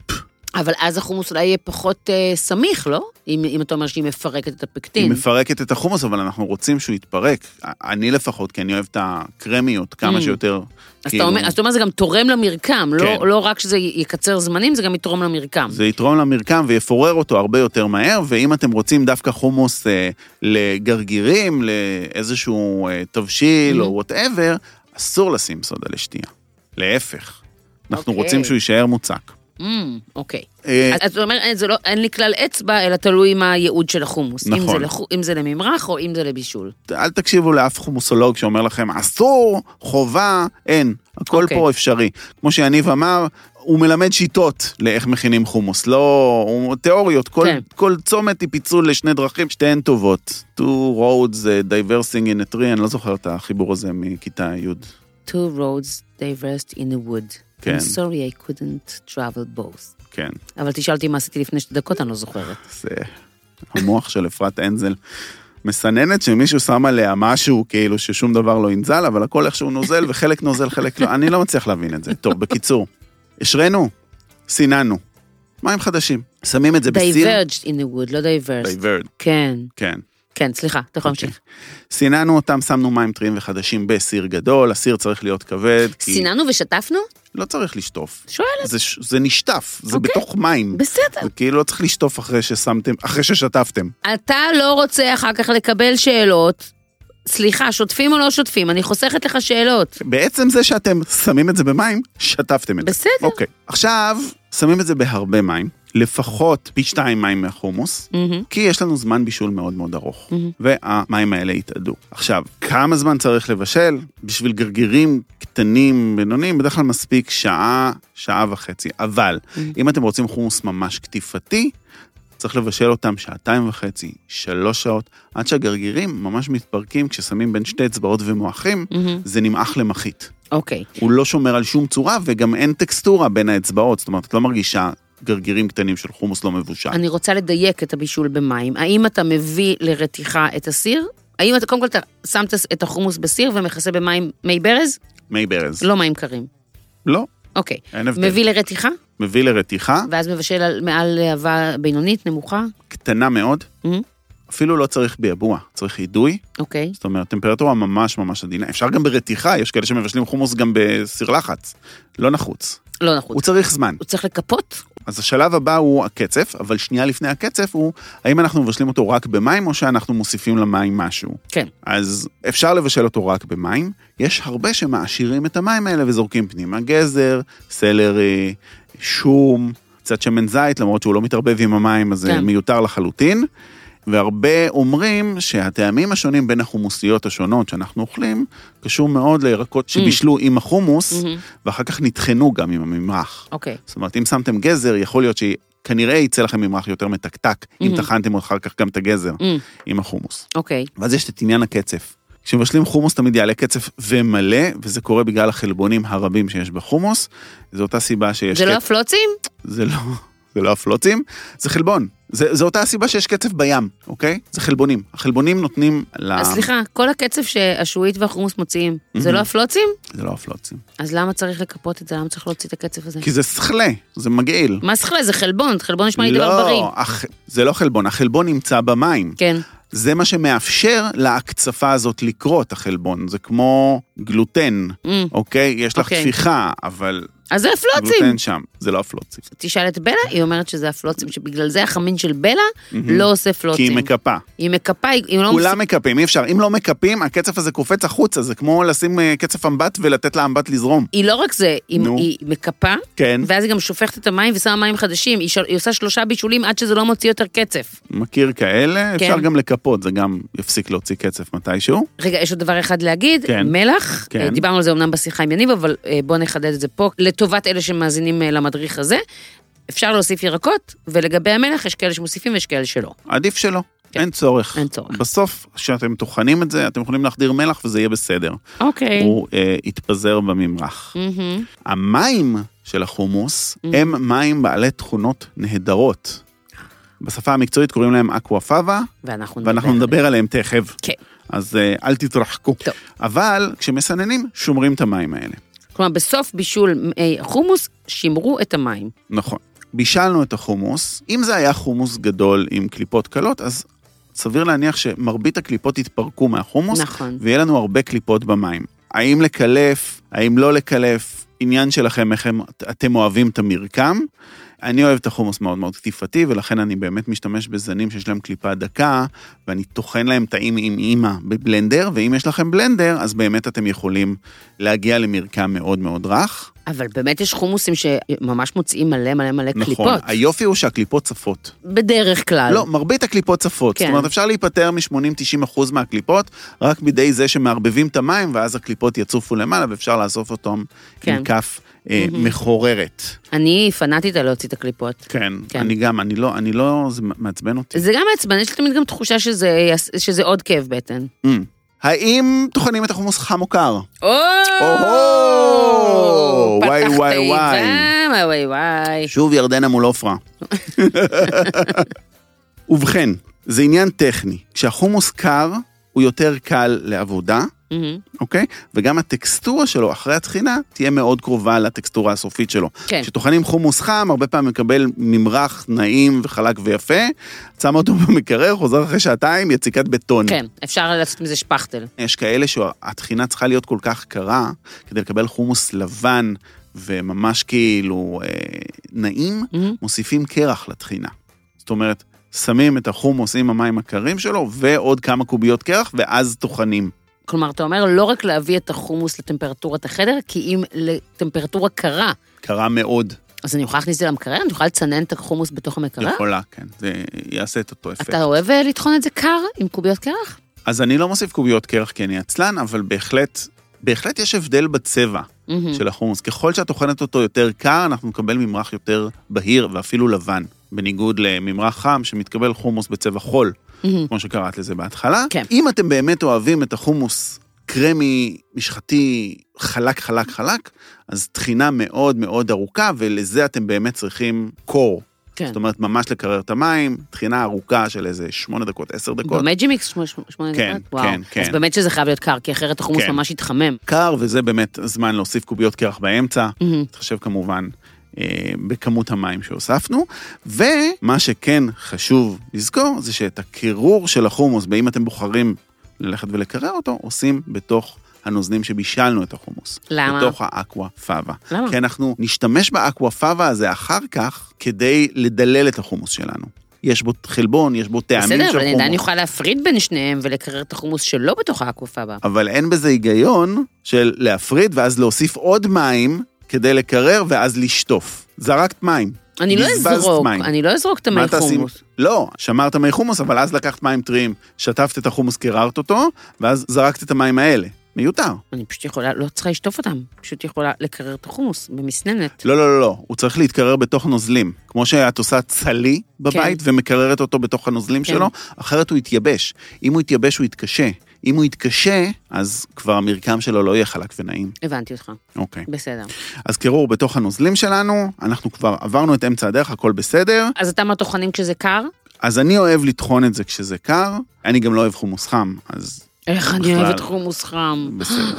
Speaker 1: אבל אז החומוס אולי יהיה פחות אה, סמיך, לא? אם אם אתה אומר שהיא מפרקת את
Speaker 2: היא
Speaker 1: הפקטין.
Speaker 2: מפרקת את החומוס, אבל אנחנו רוצים שהוא יתפרק. אני לפחות, כי אני אוהב את הקרמיות כמה
Speaker 1: Mm.
Speaker 2: שיותר.
Speaker 1: אז אתה
Speaker 2: כאילו-
Speaker 1: אומר- אז אתה אומר, זה גם תורם למרקם, לא-
Speaker 2: כן.
Speaker 1: לא רק שזה י- יקצר זמנים, זה גם יתרום למרקם.
Speaker 2: זה יתרום למרקם ויפורר אותו הרבה יותר מהר, ואם אתם רוצים דווקא חומוס אה, לגרגירים, לאיזשהו אה, תבשיל
Speaker 1: Mm-hmm.
Speaker 2: או וואטאבר, אסור לשים סודה לשתייה. להפך. אנחנו
Speaker 1: אוקיי.
Speaker 2: רוצים שהוא יישאר מוצק.
Speaker 1: אמ, אוקיי.
Speaker 2: אה,
Speaker 1: אז אתה אומר, "אה, זה לא, אין לי כלל אצבע, אלא תלוי מה הייעוד של החומוס. אם
Speaker 2: נכון.
Speaker 1: זה, לח, אם זה לממרח או אם זה לבישול.
Speaker 2: אל תקשיבו לאף חומוסולוג שאומר לכם, אסור, חובה, אין. הכל
Speaker 1: אוקיי.
Speaker 2: פה אפשרי. כמו שיניב אמר, הוא מלמד שיטות לאיך מכינים חומוס, לא הוא- תיאוריות. כל,
Speaker 1: כן.
Speaker 2: כל צומת היא פיצול לשני דרכים, שתיהן טובות. Two roads uh, diversing in a tree, אני לא זוכר את החיבור הזה מכיתה י'.
Speaker 1: Two roads diversed in a wood.
Speaker 2: כן.
Speaker 1: I'm sorry I couldn't travel both.
Speaker 2: כן,
Speaker 1: אבל תשאל אותי מה עשיתי לפני שתי דקות, אני לא זוכרת.
Speaker 2: זה אה, המוח של אפרת אנזל. מסננת שמישהו שם עליה משהו, כאילו ששום דבר לא ינזל, אבל הכל איכשהו נוזל, וחלק נוזל, חלק לא. אני לא מצליח להבין את זה. טוב, בקיצור, השרנו, סיננו, מים חדשים. שמים את זה בסיר...
Speaker 1: Diverged in a wood, לא diversed.
Speaker 2: דייברד.
Speaker 1: כן,
Speaker 2: כן.
Speaker 1: כן, סליחה, אתה יכול
Speaker 2: אוקיי.
Speaker 1: להמשיך.
Speaker 2: סיננו אותם, שמנו מים טריים וחדשים בסיר גדול, הסיר צריך להיות כבד, כי
Speaker 1: סיננו ושטפנו?
Speaker 2: לא צריך לשטוף.
Speaker 1: שואלת.
Speaker 2: זה, ש- זה נשטף, זה
Speaker 1: אוקיי.
Speaker 2: בתוך מים.
Speaker 1: בסדר.
Speaker 2: זה כאילו לא צריך לשטוף אחרי ששמתם, אחרי ששטפתם.
Speaker 1: אתה לא רוצה אחר כך לקבל שאלות. סליחה, שוטפים או לא שוטפים? אני חוסכת לך שאלות.
Speaker 2: בעצם זה שאתם שמים את זה במים, שטפתם את זה.
Speaker 1: בסדר.
Speaker 2: אוקיי. עכשיו, שמים את זה בהרבה מים, לפחות פי שתיים מים מהחומוס,
Speaker 1: מהמם.
Speaker 2: כי יש לנו זמן בישול מאוד מאוד ארוך, והמים האלה יתאדו. עכשיו, כמה זמן צריך לבשל? בשביל גרגירים קטנים, בינוניים, בדרך כלל מספיק שעה, שעה וחצי. אבל, אם אתם רוצים חומוס ממש קטיפתי, צריך לבשל אותם שעתיים וחצי, שלוש שעות, עד שהגרגירים ממש מתפרקים כששמים בין שתי אצבעות ומועכים,
Speaker 1: מהמם.
Speaker 2: זה נמעך למחית.
Speaker 1: אוקיי.
Speaker 2: הוא לא שומר על שום צורה, וגם אין טקסטורה בין האצבעות, זאת אומרת, את לא מרגישה גרגירים קטנים של חומוס לא מבושל.
Speaker 1: אה. אני רוצה לדייק את הבישול במים. האם אתה מביא לרתיחה את הסיר? האם אתה, קודם כל, אתה שם את החומוס בסיר ומכסה במים מי ברז?
Speaker 2: מי ברז.
Speaker 1: לא מים קרים.
Speaker 2: לא,
Speaker 1: אוקיי.
Speaker 2: אין הבדל.
Speaker 1: מביא לרתיחה,
Speaker 2: מביא לרתיחה,
Speaker 1: ואז מבשל על- מעל להבה בינונית, נמוכה.
Speaker 2: קטנה מאוד,
Speaker 1: מהמם.
Speaker 2: אפילו לא צריך ביעבוע, צריך אידוי,
Speaker 1: אוקיי.
Speaker 2: זאת אומרת, טמפרטורה ממש ממש עדינה. אפשר גם ברתיחה, יש כאלה שמבשלים חומוס גם בסיר לחץ. לא נחוץ.
Speaker 1: לא נכון.
Speaker 2: הוא צריך זמן.
Speaker 1: הוא צריך לקפות?
Speaker 2: אז השלב הבא הוא הקצף, אבל שנייה לפני הקצף הוא, האם אנחנו מבשלים אותו רק במים או שאנחנו מוסיפים למים משהו?
Speaker 1: כן.
Speaker 2: אז אפשר לבשל אותו רק במים, יש הרבה שמעשירים את המים האלה וזורקים פנימה גזר, סלרי, שום, קצת שמן זית, למרות שהוא לא מתערבב עם המים, אז זה
Speaker 1: כן.
Speaker 2: מיותר לחלוטין. והרבה אומרים שהטעמים השונים בין החומוסיות השונות שאנחנו אוכלים, קשור מאוד לירקות שבישלו עם החומוס,
Speaker 1: מהמם.
Speaker 2: ואחר כך נטחנו גם עם הממרח.
Speaker 1: אוקיי.
Speaker 2: זאת אומרת, אם שמתם גזר, יכול להיות שכנראה יצא לכם ממרח יותר מתקתק, אם
Speaker 1: Mhm.
Speaker 2: טחנתם אחר כך גם את הגזר
Speaker 1: מהמם.
Speaker 2: עם החומוס.
Speaker 1: אוקיי.
Speaker 2: ואז יש את עניין הקצף. כשמבשלים חומוס תמיד יעלה קצף ומלא, וזה קורה בגלל החלבונים הרבים שיש בחומוס. זו אותה סיבה שיש...
Speaker 1: זה לא
Speaker 2: קצ-
Speaker 1: הפלוצים?
Speaker 2: זה לא... [laughs] זה לא הפלוצים, זה חלבון. זה, זה אותה הסיבה שיש קצף בים, אוקיי? זה חלבונים. החלבונים נותנים ל...
Speaker 1: אז סליחה, כל הקצף שהשעועית והחומוס מוציאים, זה לא הפלוצים?
Speaker 2: זה לא הפלוצים.
Speaker 1: אז למה צריך לקפות את זה? למה צריך להוציא את הקצף הזה?
Speaker 2: כי זה שכלה, זה מגעיל.
Speaker 1: מה שכלה? זה חלבון, חלבון נשמע לי דבר
Speaker 2: לא,
Speaker 1: בריא.
Speaker 2: הח... זה לא חלבון, החלבון נמצא במים.
Speaker 1: כן.
Speaker 2: זה מה שמאפשר להקצפה הזאת לקרות, החלבון. זה כמו גלוטן,
Speaker 1: Mm.
Speaker 2: אוקיי? יש לך
Speaker 1: אוקיי.
Speaker 2: טפיחה, אבל
Speaker 1: אז זה הפלוצים.
Speaker 2: גלוטן שם, זה לא הפלוצים.
Speaker 1: תשאל את בלה, היא אומרת שזה הפלוצים, שבגלל זה החמין של בלה לא עושה
Speaker 2: כי היא
Speaker 1: פלוצים.
Speaker 2: מקפה.
Speaker 1: היא מקפה, היא היא לא
Speaker 2: כולם מקפים, אי אפשר. אם לא מקפים, הקצף הזה קופץ החוצה, זה כמו לשים אה, קצף אמבט ולתת לאמבט לזרום.
Speaker 1: היא לא רק זה, היא,
Speaker 2: נו.
Speaker 1: היא מקפה,
Speaker 2: כן.
Speaker 1: ואז היא גם שופכת את המים ושמה מים חדשים. היא, של... היא עושה שלושה בישולים עד שזה לא מוציא יותר קצף.
Speaker 2: מכיר כאלה, אפשר
Speaker 1: כן.
Speaker 2: גם לקפות, זה גם יפסיק להוציא קצף מתישהו.
Speaker 1: רגע, יש עוד דבר אחד להגיד,
Speaker 2: כן.
Speaker 1: מלח,
Speaker 2: כן.
Speaker 1: אה, דיברנו על זה אמנם בשיחה עם יניב, אבל אה, בואו נחדד את זה פה, לטובת אלה שמאזינים אה, למדריך הזה. אפשר להוסיף ירקות, ולגבי המלח יש כאלה שמוסיפים ויש כאלה שלא.
Speaker 2: עדיף שלא.
Speaker 1: כן.
Speaker 2: אין צורך.
Speaker 1: אין צורך.
Speaker 2: בסוף, כשאתם טוחנים את זה, אתם יכולים להחדיר מלח וזה יהיה בסדר.
Speaker 1: אוקיי.
Speaker 2: הוא אה, יתפזר בממרח.
Speaker 1: מהמם.
Speaker 2: המים של החומוס
Speaker 1: Mm.
Speaker 2: הם מים בעלי תכונות נהדרות. בשפה המקצועית קוראים להם אקוואפאבה,
Speaker 1: ואנחנו נדבר.
Speaker 2: ואנחנו נדבר עליהם תכף.
Speaker 1: כן.
Speaker 2: אז אה, אל תתרחקו.
Speaker 1: טוב.
Speaker 2: אבל כשמסננים, שומרים את המים האלה.
Speaker 1: כלומר, בסוף בישול אה, חומוס, שימרו את המים.
Speaker 2: נכון. בישלנו את החומוס, אם זה היה חומוס גדול עם קליפות קלות, אז סביר להניח שמרבית הקליפות יתפרקו מהחומוס,
Speaker 1: נכון.
Speaker 2: ויהיה לנו הרבה קליפות במים. האם לקלף, האם לא לקלף, עניין שלכם איך הם, אתם אוהבים את המרקם. אני אוהב את החומוס מאוד מאוד קטיפתי, ולכן אני באמת משתמש בזנים שיש להם קליפה דקה, ואני טוחן להם טעים עם אימא בבלנדר, ואם יש לכם בלנדר, אז באמת אתם יכולים להגיע למרקם מאוד מאוד רך.
Speaker 1: אבל באמת יש חומוסים שממש מוציאים מלא מלא מלא
Speaker 2: נכון.
Speaker 1: קליפות.
Speaker 2: היופי הוא שהקליפות צפות.
Speaker 1: בדרך כלל.
Speaker 2: לא, מרבית הקליפות צפות. זאת
Speaker 1: כן.
Speaker 2: אומרת, אפשר להיפטר מ-80-90 אחוז מהקליפות, רק בידי זה שמערבבים את המים, ואז הקליפות יצופו למעלה, ואפשר לאסוף אותם עם
Speaker 1: כן.
Speaker 2: כף אה, מחוררת.
Speaker 1: אני פנאטית על להוציא את הקליפות.
Speaker 2: כן,
Speaker 1: כן.
Speaker 2: אני גם, אני לא, אני לא, זה מעצבן אותי.
Speaker 1: זה גם מעצבן, יש לי תמיד גם תחושה שזה, יס- שזה עוד כאב בטן.
Speaker 2: Mm. האם טוחנים את החומוס חם או קר?
Speaker 1: או!
Speaker 2: או-הו! וואי,
Speaker 1: Oh! פתחת
Speaker 2: וואי,
Speaker 1: איתם,
Speaker 2: וואי.
Speaker 1: וואי וואי.
Speaker 2: שוב ירדנה מול
Speaker 1: [laughs]
Speaker 2: עופרה. ובכן, זה עניין טכני. כשהחומוס קר, הוא יותר קל לעבודה,
Speaker 1: מהמם.
Speaker 2: אוקיי? וגם הטקסטורה שלו אחרי הטחינה תהיה מאוד קרובה לטקסטורה הסופית שלו.
Speaker 1: כן.
Speaker 2: כשטוחנים חומוס חם, הרבה פעמים מקבל ממרח נעים וחלק ויפה, שמה אותו [laughs] במקרר, חוזר אחרי שעתיים, יציקת בטון.
Speaker 1: כן, אפשר לעשות מזה שפכטל.
Speaker 2: יש כאלה שהטחינה צריכה להיות כל כך קרה, כדי לקבל חומוס לבן וממש כאילו אה, נעים,
Speaker 1: מהמם.
Speaker 2: מוסיפים קרח לטחינה. זאת אומרת, שמים את החומוס עם המים הקרים שלו ועוד כמה קוביות קרח, ואז טוחנים.
Speaker 1: כלומר, אתה אומר לא רק להביא את החומוס לטמפרטורת החדר, כי אם לטמפרטורה קרה,
Speaker 2: קרה מאוד.
Speaker 1: אז אני יכולה להכניס את זה למקרר? אני יכולה לצנן את החומוס בתוך המקרר?
Speaker 2: יכולה, כן. זה יעשה את אותו אפקט.
Speaker 1: אתה אוהב אה, לטחון את זה קר עם קוביות קרח?
Speaker 2: אז אני לא מוסיף קוביות קרח כי אני עצלן, אבל בהחלט, בהחלט יש הבדל בצבע
Speaker 1: מהמם.
Speaker 2: של החומוס. ככל שאת טוחנת אותו יותר קר, אנחנו נקבל ממרח יותר בהיר ואפילו לבן. בניגוד לממרח חם שמתקבל חומוס בצבע חול,
Speaker 1: מהמם.
Speaker 2: כמו שקראת לזה בהתחלה.
Speaker 1: כן.
Speaker 2: אם אתם באמת אוהבים את החומוס קרמי, משחתי, חלק, חלק, חלק, אז טחינה מאוד מאוד ארוכה, ולזה אתם באמת צריכים קור.
Speaker 1: כן.
Speaker 2: זאת אומרת, ממש לקרר את המים, טחינה ארוכה של איזה שמונה דקות, עשר דקות.
Speaker 1: באמת ג'ימיקס שמונה שמונה דקות?
Speaker 2: כן,
Speaker 1: וואו.
Speaker 2: כן, כן.
Speaker 1: אז באמת שזה חייב להיות קר, כי אחרת החומוס
Speaker 2: כן.
Speaker 1: ממש יתחמם.
Speaker 2: קר, וזה באמת הזמן להוסיף קוביות קרח באמצע.
Speaker 1: מהמם.
Speaker 2: תתחשב כמובן אה, בכמות המים שהוספנו. ומה שכן חשוב לזכור, זה שאת הקירור של החומוס, ואם אתם בוחרים ללכת ולקרר אותו, עושים בתוך הנוזלים שבישלנו את החומוס.
Speaker 1: למה?
Speaker 2: בתוך האקווה פאבה.
Speaker 1: למה?
Speaker 2: כי אנחנו נשתמש באקווה פאבה הזה אחר כך, כדי לדלל את החומוס שלנו. יש בו חלבון, יש בו טעמים של חומוס.
Speaker 1: בסדר, אבל אני עדיין יכולה להפריד בין שניהם ולקרר את החומוס שלא בתוך האקופה הבאה.
Speaker 2: אבל אין בזה היגיון של להפריד ואז להוסיף עוד מים כדי לקרר ואז לשטוף. זרקת מים.
Speaker 1: אני לא
Speaker 2: בזבזת
Speaker 1: אזרוק,
Speaker 2: מים.
Speaker 1: אני לא אזרוק את
Speaker 2: מה
Speaker 1: המי
Speaker 2: תעשי?
Speaker 1: חומוס.
Speaker 2: לא, שמרת מי חומוס, אבל אז לקחת מים טריים, שטפת את החומוס, קיררת אותו, ואז זרקת את המים האלה. מיותר.
Speaker 1: אני פשוט יכולה, לא צריכה לשטוף אותם, פשוט יכולה לקרר את החומוס במסננת.
Speaker 2: לא, לא, לא, לא, הוא צריך להתקרר בתוך נוזלים. כמו שאת עושה צלי בבית כן. ומקררת אותו בתוך הנוזלים
Speaker 1: כן.
Speaker 2: כן. שלו, אחרת הוא יתייבש. אם הוא יתייבש, הוא יתקשה. אם הוא יתקשה, אז כבר המרקם שלו לא יהיה חלק ונעים.
Speaker 1: הבנתי אותך,
Speaker 2: אוקיי.
Speaker 1: בסדר.
Speaker 2: אז קירור בתוך הנוזלים שלנו, אנחנו כבר עברנו את אמצע הדרך, הכל בסדר.
Speaker 1: אז אתה מהטוחנים כשזה קר?
Speaker 2: אז אני אוהב לטחון את זה כשזה קר, אני גם לא אוהב חומוס חם, אז
Speaker 1: איך אני
Speaker 2: בכלל.
Speaker 1: אוהבת חומוס חם. [gasps]
Speaker 2: בסדר.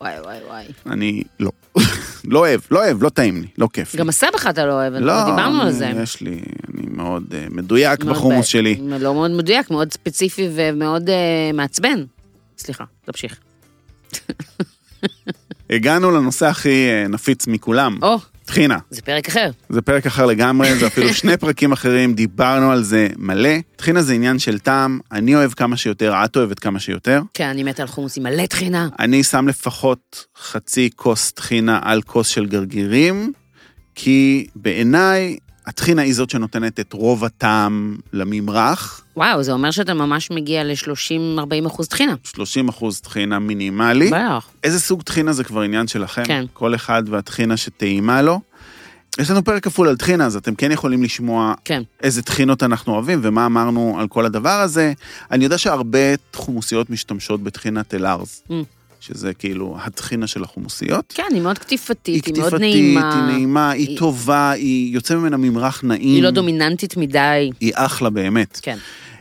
Speaker 1: וואי וואי וואי.
Speaker 2: אני לא. [laughs] לא אוהב, לא אוהב, לא טעים לי, לא כיף לי.
Speaker 1: גם הסבא שלך אתה לא אוהב,
Speaker 2: לא,
Speaker 1: כבר דיברנו על
Speaker 2: אני-
Speaker 1: זה.
Speaker 2: יש לי, אני מאוד אה, מדויק
Speaker 1: מאוד
Speaker 2: בחומוס
Speaker 1: ב-
Speaker 2: שלי.
Speaker 1: לא מאוד מדויק, מאוד ספציפי ומאוד אה, מעצבן. סליחה, תמשיך.
Speaker 2: הגענו לנושא הכי אה, נפיץ מכולם,
Speaker 1: או,
Speaker 2: טחינה.
Speaker 1: זה פרק אחר.
Speaker 2: זה פרק אחר לגמרי, זה
Speaker 1: [laughs]
Speaker 2: אפילו שני פרקים אחרים, דיברנו על זה מלא. טחינה זה עניין של טעם, אני אוהב כמה שיותר, את אוהבת כמה שיותר.
Speaker 1: כן, אני מתה על חומוס עם מלא טחינה.
Speaker 2: אני שם לפחות חצי כוס טחינה על כוס של גרגירים, כי בעיניי הטחינה היא זאת שנותנת את רוב הטעם לממרח.
Speaker 1: וואו, זה אומר שאתה ממש מגיע ל-30-40 אחוז טחינה.
Speaker 2: 30 אחוז טחינה מינימלי.
Speaker 1: בטח.
Speaker 2: איזה סוג טחינה זה כבר עניין שלכם?
Speaker 1: כן.
Speaker 2: כל אחד והטחינה שטעימה לו. יש לנו פרק כפול על טחינה, אז אתם כן יכולים לשמוע
Speaker 1: כן.
Speaker 2: איזה טחינות אנחנו אוהבים ומה אמרנו על כל הדבר הזה. אני יודע שהרבה חומוסיות משתמשות בטחינת אלארז,
Speaker 1: Mm.
Speaker 2: שזה כאילו הטחינה של החומוסיות.
Speaker 1: כן, היא מאוד קטיפתית, היא מאוד
Speaker 2: קטיפתית,
Speaker 1: נעימה.
Speaker 2: היא נעימה, היא,
Speaker 1: היא-
Speaker 2: טובה, היא יוצא ממנה ממרח נעים.
Speaker 1: היא לא דומיננטית מדי.
Speaker 2: היא אחלה באמת.
Speaker 1: כן.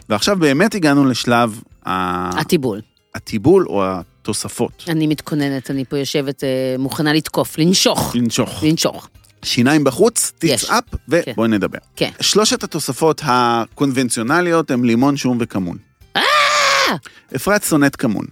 Speaker 2: ועכשיו באמת הגענו לשלב ה-
Speaker 1: הטיבול.
Speaker 2: הטיבול או התוספות.
Speaker 1: אני מתכוננת, אני פה יושבת אה, מוכנה לתקוף, לנשוך.
Speaker 2: לנשוך.
Speaker 1: לנשוך.
Speaker 2: שיניים בחוץ,
Speaker 1: יש.
Speaker 2: טיפס אפ, ובואי נדבר.
Speaker 1: כן.
Speaker 2: שלושת התוספות הקונבנציונליות הם לימון, שום וכמון.
Speaker 1: אה!
Speaker 2: אפרת שונאת
Speaker 1: [laughs]
Speaker 2: כמון.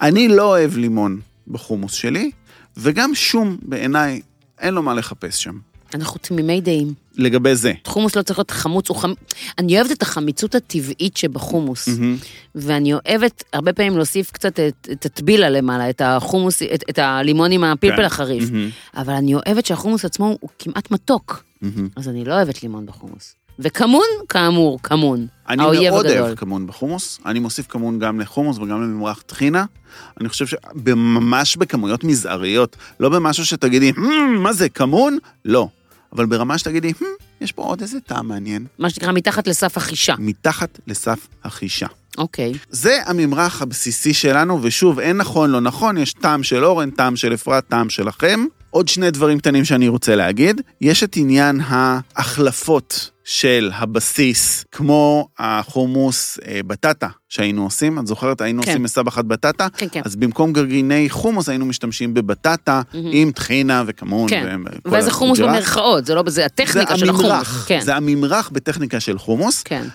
Speaker 2: אני לא אוהב לימון בחומוס שלי, וגם שום בעיניי, אין לו מה לחפש שם.
Speaker 1: אנחנו תמימי דעים.
Speaker 2: לגבי זה.
Speaker 1: חומוס לא צריך להיות חמוץ, הוא חמ... אני אוהבת את החמיצות הטבעית שבחומוס,
Speaker 2: מהמם.
Speaker 1: ואני אוהבת הרבה פעמים להוסיף קצת את, את הטבילה למעלה, את החומוס, את, את הלימון עם הפלפל
Speaker 2: כן.
Speaker 1: החריף,
Speaker 2: מהמם.
Speaker 1: אבל אני אוהבת שהחומוס עצמו הוא כמעט מתוק,
Speaker 2: מהמם.
Speaker 1: אז אני לא אוהבת לימון בחומוס. וכמון, כאמור, כמון.
Speaker 2: אני
Speaker 1: האויב
Speaker 2: מאוד
Speaker 1: הגדול.
Speaker 2: אוהב כמון בחומוס, אני מוסיף כמון גם לחומוס וגם לממרח טחינה. אני חושב שממש בכמויות מזעריות, לא במשהו שתגידי, "Hmm, מה זה, כמון? לא. אבל ברמה שתגידי, "Hmm, יש פה עוד איזה טעם מעניין,
Speaker 1: מה שנקרא, מתחת לסף החישה.
Speaker 2: מתחת לסף החישה.
Speaker 1: אוקיי.
Speaker 2: זה הממרח הבסיסי שלנו, ושוב, אין נכון, לא נכון, יש טעם של אורן, טעם של אפרת, טעם שלכם. עוד שני דברים קטנים שאני רוצה להגיד, יש את עניין ההחלפות של הבסיס, כמו החומוס אה, בטטה שהיינו עושים, את זוכרת? היינו
Speaker 1: כן.
Speaker 2: כן. עושים מסבחת בטטה?
Speaker 1: כן, כן.
Speaker 2: אז במקום גרגיני חומוס היינו משתמשים בבטטה, עם טחינה וכמון.
Speaker 1: כן.
Speaker 2: וכל
Speaker 1: ואז החומוס
Speaker 2: הג'רח.
Speaker 1: במרכאות, זה לא, זה הטכניקה של
Speaker 2: זה
Speaker 1: החומוס.
Speaker 2: הממרח,
Speaker 1: כן,
Speaker 2: זה הממרח בטכניקה של חומוס.
Speaker 1: כן.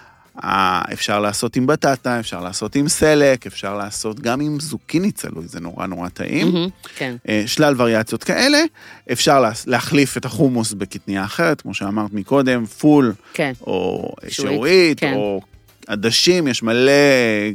Speaker 2: אה, אפשר לעשות עם בטטה, אפשר לעשות עם סלק, אפשר לעשות גם עם זוקיני צלוי, זה נורא נורא טעים.
Speaker 1: מהמם, כן.
Speaker 2: אה, שלל וריאציות כאלה. אפשר לה- להחליף את החומוס בקטניה אחרת, כמו שאמרת מקודם, פול
Speaker 1: כן.
Speaker 2: או
Speaker 1: שורית,
Speaker 2: שעועית,
Speaker 1: כן.
Speaker 2: או עדשים, יש מלא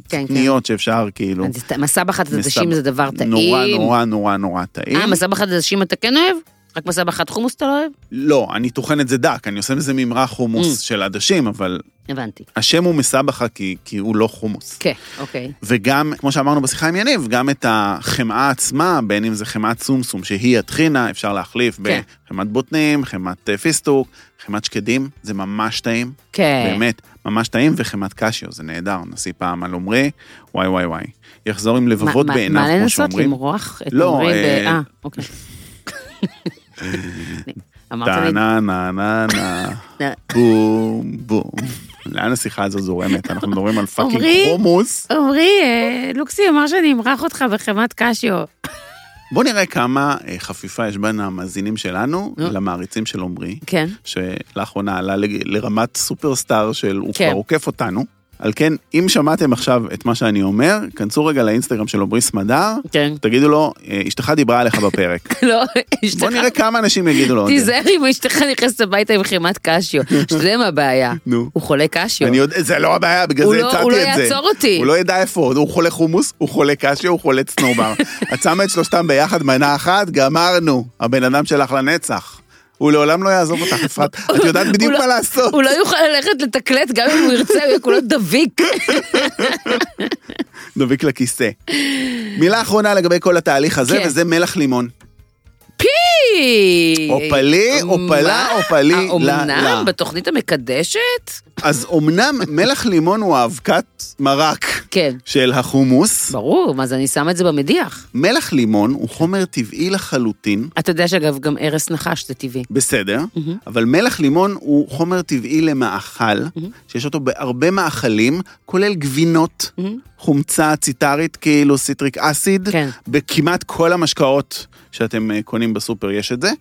Speaker 1: כן.
Speaker 2: קטניות שאפשר כאילו.
Speaker 1: אז מסבחת עדשים
Speaker 2: מסב-
Speaker 1: זה דבר טעים.
Speaker 2: נורא נורא נורא נורא טעים.
Speaker 1: אה, מסבחת עדשים אתה כן אוהב? רק בסבחת חומוס אתה לא אוהב?
Speaker 2: לא, אני טוחן את זה דק, אני עושה מזה ממרח חומוס
Speaker 1: Mm.
Speaker 2: של עדשים, אבל
Speaker 1: הבנתי.
Speaker 2: השם הוא מסבכה כי, כי הוא לא חומוס.
Speaker 1: כן, אוקיי.
Speaker 2: וגם, כמו שאמרנו בשיחה עם יניב, גם את החמאה עצמה, בין אם זה חמאת סומסום שהיא הטחינה, אפשר להחליף
Speaker 1: כן.
Speaker 2: בחמאת בוטנים, חמאת אה, פיסטוק, חמאת שקדים, זה ממש טעים,
Speaker 1: כן.
Speaker 2: באמת, ממש טעים, וחמאת קשיו, זה נהדר, נשיא פעם על עומרי, וואי וואי וואי. יחזור עם
Speaker 1: מה-
Speaker 2: לבבות
Speaker 1: מה-
Speaker 2: בעיניו,
Speaker 1: מה
Speaker 2: כמו
Speaker 1: לנסות
Speaker 2: שאומרים.
Speaker 1: למרוח את
Speaker 2: לא,
Speaker 1: אומרים ב...
Speaker 2: אה,
Speaker 1: אה,
Speaker 2: [laughs]
Speaker 1: אוקיי. [laughs] אמרת לי... לא.
Speaker 2: טה-נה נה נה
Speaker 1: [laughs]
Speaker 2: נה,
Speaker 1: נה.
Speaker 2: בום בום. לאן השיחה הזו זורמת? אנחנו מדברים על פאקינג
Speaker 1: עומרי?
Speaker 2: חומוס.
Speaker 1: עמרי, אה, לוקסי אמר שאני אמרח אותך בחמת קשיו.
Speaker 2: בוא נראה כמה אה, חפיפה יש בין המאזינים שלנו
Speaker 1: נו.
Speaker 2: למעריצים של עומרי,
Speaker 1: כן.
Speaker 2: שלאחרונה עלה לג- לרמת סופרסטאר של הוא
Speaker 1: כן.
Speaker 2: כבר עוקף אותנו. על כן, אם שמעתם עכשיו את מה שאני אומר, כנסו רגע לאינסטגרם של עומרי סמדר,
Speaker 1: כן.
Speaker 2: תגידו לו, אה, אשתך דיברה עליך בפרק.
Speaker 1: [laughs] לא,
Speaker 2: בוא
Speaker 1: [laughs] אשתך...
Speaker 2: נראה כמה אנשים יגידו לו את זה.
Speaker 1: תיזהר אם אשתך נכנסת הביתה עם חמת קשיו. שזה מה הבעיה.
Speaker 2: נו.
Speaker 1: הוא חולה קשיו.
Speaker 2: אני יודע, זה לא הבעיה, בגלל
Speaker 1: הוא
Speaker 2: זה
Speaker 1: לא- הוא לא
Speaker 2: הצעתי את זה.
Speaker 1: יעצור אותי.
Speaker 2: הוא לא ידע איפה עוד, הוא חולה חומוס, הוא חולה קשיו, הוא חולה
Speaker 1: [laughs]
Speaker 2: צנובר. את שמה את שלושתם ביחד, מנה אחת, גמרנו. הבן אדם שלך לנצח. הוא לעולם לא יעזוב
Speaker 1: [laughs]
Speaker 2: אותך, אפרת. את יודעת בדיוק
Speaker 1: הוא
Speaker 2: מה
Speaker 1: לא-
Speaker 2: לעשות.
Speaker 1: הוא לא יוכל ללכת לתקלט גם אם הוא ירצה, הוא יהיה כולו דביק.
Speaker 2: דביק לכיסא. מילה אחרונה לגבי כל התהליך הזה,
Speaker 1: כן.
Speaker 2: וזה מלח לימון.
Speaker 1: פי!
Speaker 2: [laughs] אופלי, אופלה,
Speaker 1: אמ, מה?
Speaker 2: אופלי, לה, לה.
Speaker 1: האומנם? בתוכנית המקדשת?
Speaker 2: אז אמנם מלח לימון הוא האבקת מרק
Speaker 1: כן.
Speaker 2: של החומוס.
Speaker 1: ברור, אז אני שמה את זה במדיח.
Speaker 2: מלח לימון הוא חומר טבעי לחלוטין.
Speaker 1: אתה יודע שאגב, גם ארס נחש זה טבעי.
Speaker 2: בסדר, אבל מלח לימון הוא חומר טבעי למאכל, שיש אותו בהרבה מאכלים, כולל גבינות, חומצה ציטרית, כאילו סיטריק אסיד,
Speaker 1: כן.
Speaker 2: בכמעט כל המשקאות שאתם אה, קונים בסופר יש את זה,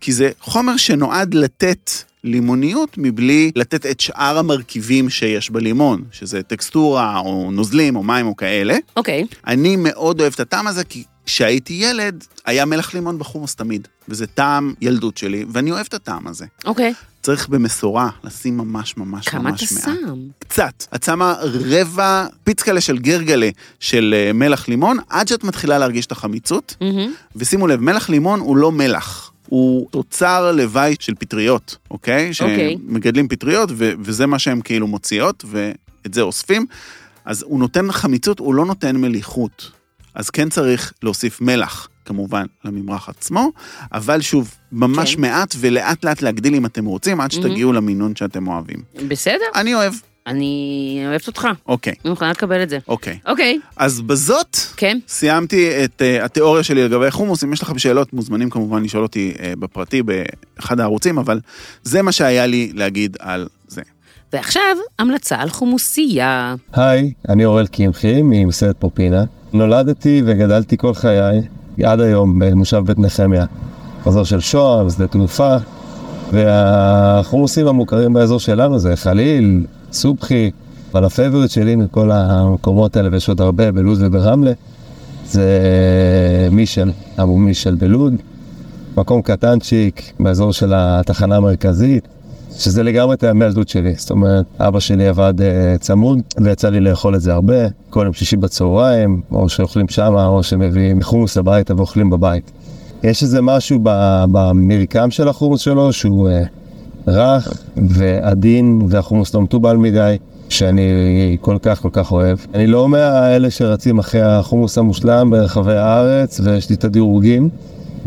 Speaker 2: כי זה חומר שנועד לתת לימוניות מבלי לתת את שאר המרכיבים שיש בלימון, שזה טקסטורה או נוזלים או מים או כאלה.
Speaker 1: אוקיי.
Speaker 2: אני מאוד אוהב את הטעם הזה, כי כשהייתי ילד, היה מלח לימון בחומוס תמיד, וזה טעם ילדות שלי, ואני אוהב את הטעם הזה.
Speaker 1: אוקיי.
Speaker 2: צריך במשורה לשים ממש ממש
Speaker 1: כמה אתה
Speaker 2: ממש מעט.
Speaker 1: שם?
Speaker 2: קצת. את שמה רבע פיצקלה של גרגלה של אה, מלח לימון, עד שאת מתחילה להרגיש את החמיצות.
Speaker 1: מהמם.
Speaker 2: ושימו לב, מלח לימון הוא לא מלח. הוא תוצר לוואי של פטריות, אוקיי?
Speaker 1: אוקיי.
Speaker 2: שמגדלים פטריות, ו- וזה מה שהן כאילו מוציאות, ואת זה אוספים. אז הוא נותן חמיצות, הוא לא נותן מליחות. אז כן צריך להוסיף מלח, כמובן, לממרח עצמו, אבל שוב, ממש
Speaker 1: כן.
Speaker 2: מעט ולאט לאט להגדיל אם אתם רוצים, עד שתגיעו למינון שאתם אוהבים.
Speaker 1: בסדר,
Speaker 2: אני אוהב,
Speaker 1: אני אוהבת אותך.
Speaker 2: אוקיי,
Speaker 1: אני מוכנה לקבל את זה.
Speaker 2: אוקיי.
Speaker 1: אוקיי.
Speaker 2: אז בזאת,
Speaker 1: כן.
Speaker 2: סיימתי את uh, התיאוריה שלי לגבי חומוס. אם יש לכם שאלות, מוזמנים כמובן לשאול אותי uh, בפרטי באחד הערוצים, אבל זה מה שהיה לי להגיד על זה.
Speaker 1: ועכשיו, המלצה על חומוסייה.
Speaker 4: היי, אני אורל קמחי ממסעדת פופינה. נולדתי וגדלתי כל חיי, עד היום, במושב בית נחמיה. באזור של שוהם, שדה תנופה, והחומוסים המוכרים באזור שלנו זה חליל, סובחי, אבל הפייבוריט שלי מכל המקומות האלה, ויש עוד הרבה בלוד וברמלה, זה מישל, אבו מישל בלוד. מקום קטנצ'יק באזור של התחנה המרכזית, שזה לגמרי טעמי הילדות שלי. זאת אומרת, אבא שלי עבד אה, צמוד, ויצא לי לאכול את זה הרבה, כל יום שישי בצהריים, או שאוכלים שמה, או שמביאים חומוס הביתה ואוכלים בבית. יש איזה משהו ב- במרקם של החומוס שלו, שהוא אה, רך ועדין, והחומוס לא מתובל מדי, שאני כל כך כל כך אוהב. אני לא מהאלה שרצים אחרי החומוס המושלם ברחבי הארץ, ויש לי את הדירוגים.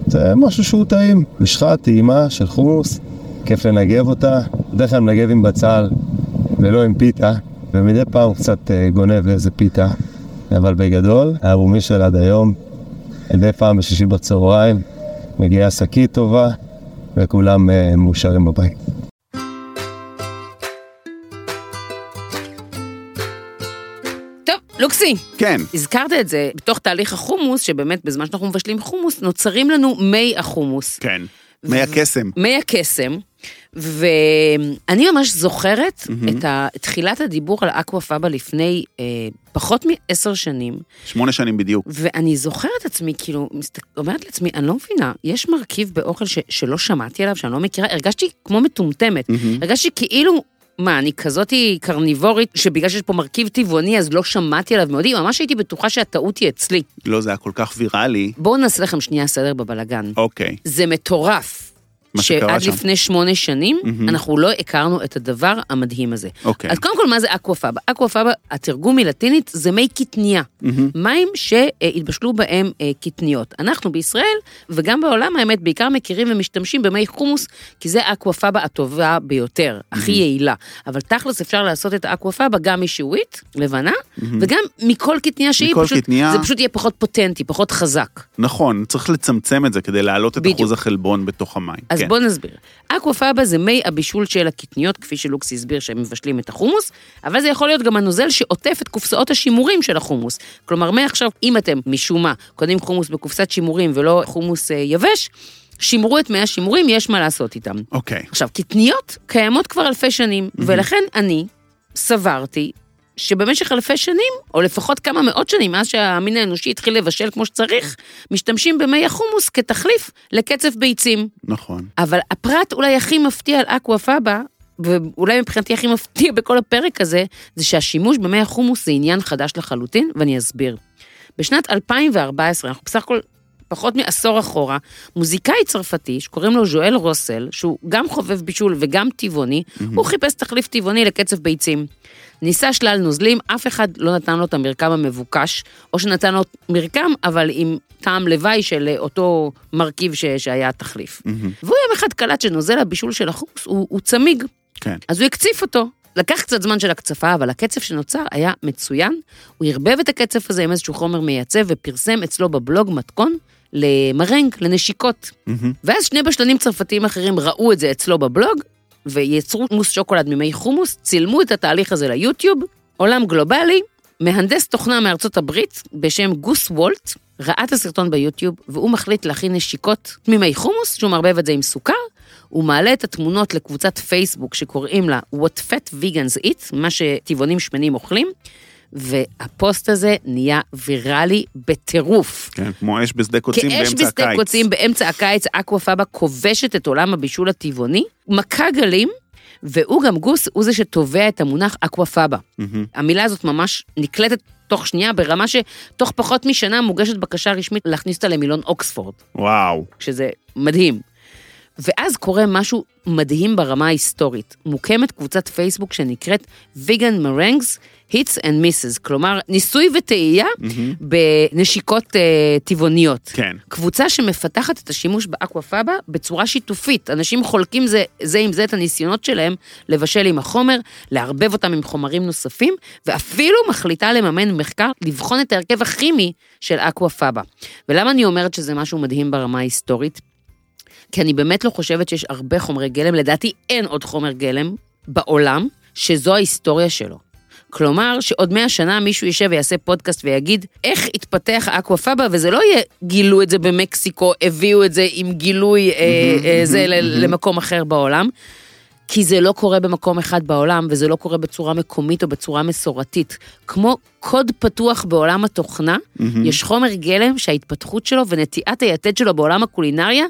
Speaker 4: זה משהו שהוא טעים. משחה טעימה של חומוס, כיף לנגב אותה. בדרך כלל מנגב עם בצל ולא עם פיתה, ומדי פעם קצת אה, גונב איזה פיתה. אבל בגדול, הערומי של עד היום, מדי פעם בשישי בצהריים, מגיעה שקית טובה, וכולם אה, מאושרים בבית.
Speaker 1: טוב, לוקסי,
Speaker 2: כן,
Speaker 1: הזכרת את זה בתוך תהליך החומוס, שבאמת בזמן שאנחנו מבשלים חומוס, נוצרים לנו מי החומוס.
Speaker 2: כן. מי הקסם.
Speaker 1: מי הקסם, ואני ממש זוכרת mm-hmm. את ה- תחילת הדיבור על אקווה פאבה לפני אה, פחות מעשר שנים,
Speaker 2: שמונה שנים בדיוק.
Speaker 1: ואני זוכרת עצמי, כאילו, מסת- אומרת לעצמי, אני לא מבינה, יש מרכיב באוכל ש- שלא שמעתי עליו, שאני לא מכירה, הרגשתי כמו מטומטמת, mm-hmm. הרגשתי כאילו... מה, אני כזאתי קרניבורית, שבגלל שיש פה מרכיב טבעוני, אז לא שמעתי עליו מאוד, ממש הייתי בטוחה שהטעות היא אצלי.
Speaker 2: לא, זה היה כל כך ויראלי.
Speaker 1: בואו נעשה לכם שנייה סדר בבלגן.
Speaker 2: אוקיי.
Speaker 1: זה מטורף.
Speaker 2: מה שקרה
Speaker 1: שעד
Speaker 2: שם.
Speaker 1: לפני שמונה שנים,
Speaker 2: מהמם.
Speaker 1: אנחנו לא הכרנו את הדבר המדהים הזה.
Speaker 2: אוקיי.
Speaker 1: אז קודם כל, מה זה אקוואפאבה? אקוואפאבה, התרגום מלטינית זה מי קטניה.
Speaker 2: מהמם.
Speaker 1: מים שהתבשלו בהם אה, קטניות. אנחנו בישראל, וגם בעולם האמת, בעיקר מכירים ומשתמשים במי חומוס, כי זה אקוואפאבה הטובה ביותר, הכי יעילה. אבל תכלס אפשר לעשות את האקוואפאבה גם משיעועית, לבנה, וגם מכל קטניה שהיא,
Speaker 2: מכל
Speaker 1: פשוט-
Speaker 2: קטניה.
Speaker 1: זה פשוט יהיה פחות פוטנטי, פחות חזק.
Speaker 2: נכון, צריך לצמצם את זה כדי להעלות את
Speaker 1: בדיוק.
Speaker 2: אחוז החלבון בתוך המים.
Speaker 1: אז
Speaker 2: כן.
Speaker 1: בואו נסביר. אקוואפאבה זה מי הבישול של הקטניות, כפי שלוקס הסביר שהם מבשלים את החומוס, אבל זה יכול להיות גם הנוזל שעוטף את קופסאות השימורים של החומוס. כלומר, מעכשיו, אם אתם משום מה קונים חומוס בקופסת שימורים ולא חומוס אה, יבש, שימרו את מי השימורים, יש מה לעשות איתם.
Speaker 2: אוקיי.
Speaker 1: עכשיו, קטניות קיימות כבר אלפי שנים, ולכן אני סברתי שבמשך אלפי שנים, או לפחות כמה מאות שנים, מאז שהמין האנושי התחיל לבשל כמו שצריך, משתמשים במי החומוס כתחליף לקצף ביצים.
Speaker 2: נכון.
Speaker 1: אבל הפרט אולי הכי מפתיע על אקווה פאבה, ואולי מבחינתי הכי מפתיע בכל הפרק הזה, זה שהשימוש במי החומוס זה עניין חדש לחלוטין, ואני אסביר. בשנת 2014, אנחנו בסך הכל פחות מעשור אחורה, מוזיקאי צרפתי שקוראים לו ז'ואל רוסל, שהוא גם חובב בישול וגם טבעוני, הוא חיפש תחליף טבעוני לקצף ביצים. ניסה שלל נוזלים, אף אחד לא נתן לו את המרקם המבוקש, או שנתן לו מרקם, אבל עם טעם לוואי של אה, אותו מרכיב ש- שהיה התחליף. והוא יום אחד קלט שנוזל הבישול של החומוס הוא, הוא צמיג,
Speaker 2: כן.
Speaker 1: אז הוא הקציף אותו. לקח קצת זמן של הקצפה, אבל הקצף שנוצר היה מצוין. הוא ערבב את הקצף הזה עם איזשהו חומר מייצב ופרסם אצלו בבלוג מתכון למרנג, לנשיקות.
Speaker 2: מהמם.
Speaker 1: ואז שני בשלנים צרפתיים אחרים ראו את זה אצלו בבלוג, ויצרו מוס שוקולד ממי חומוס, צילמו את התהליך הזה ליוטיוב, עולם גלובלי, מהנדס תוכנה מארצות הברית בשם גוס וולט, ראה את הסרטון ביוטיוב, והוא מחליט להכין נשיקות ממי חומוס, שהוא מערבב את זה עם סוכר, הוא מעלה את התמונות לקבוצת פייסבוק שקוראים לה What Fat Vegans Eat, מה שטבעונים שמנים אוכלים, והפוסט הזה נהיה ויראלי בטירוף.
Speaker 2: כן, כמו אש בשדה קוצים באמצע
Speaker 1: כאש
Speaker 2: הקיץ.
Speaker 1: בשדה קוצים באמצע הקיץ, אקוואפאבה כובשת את עולם הבישול הטבעוני, מכה גלים, והוא גם גוס, הוא זה שתובע את המונח אקוואפאבה.
Speaker 2: מהמם.
Speaker 1: המילה הזאת ממש נקלטת תוך שנייה, ברמה שתוך פחות משנה מוגשת בקשה רשמית להכניס אותה למילון אוקספורד,
Speaker 2: וואו.
Speaker 1: שזה מדהים. ואז קורה משהו מדהים ברמה ההיסטורית. מוקמת קבוצת פייסבוק שנקראת Vegan Meringues Hits and Misses, כלומר, ניסוי וטעייה
Speaker 2: מהמם.
Speaker 1: בנשיקות אה, טבעוניות.
Speaker 2: כן.
Speaker 1: קבוצה שמפתחת את השימוש באקוואפאבה בצורה שיתופית. אנשים חולקים זה, זה עם זה את הניסיונות שלהם לבשל עם החומר, לערבב אותם עם חומרים נוספים, ואפילו מחליטה לממן מחקר לבחון את ההרכב הכימי של אקוואפאבה. ולמה אני אומרת שזה משהו מדהים ברמה ההיסטורית? כי אני באמת לא חושבת שיש הרבה חומרי גלם, לדעתי אין עוד חומר גלם בעולם שזו ההיסטוריה שלו. כלומר, שעוד מאה שנה מישהו יישב ויעשה פודקאסט ויגיד איך התפתח האקוואפאבה, וזה לא יהיה גילו את זה במקסיקו, הביאו את זה עם גילוי אה, אה, זה ל- למקום אחר בעולם. כי זה לא קורה במקום אחד בעולם, וזה לא קורה בצורה מקומית או בצורה מסורתית. כמו קוד פתוח בעולם התוכנה,
Speaker 2: Mm-hmm.
Speaker 1: יש חומר גלם שההתפתחות שלו ונטיעת היתד שלו בעולם הקולינריה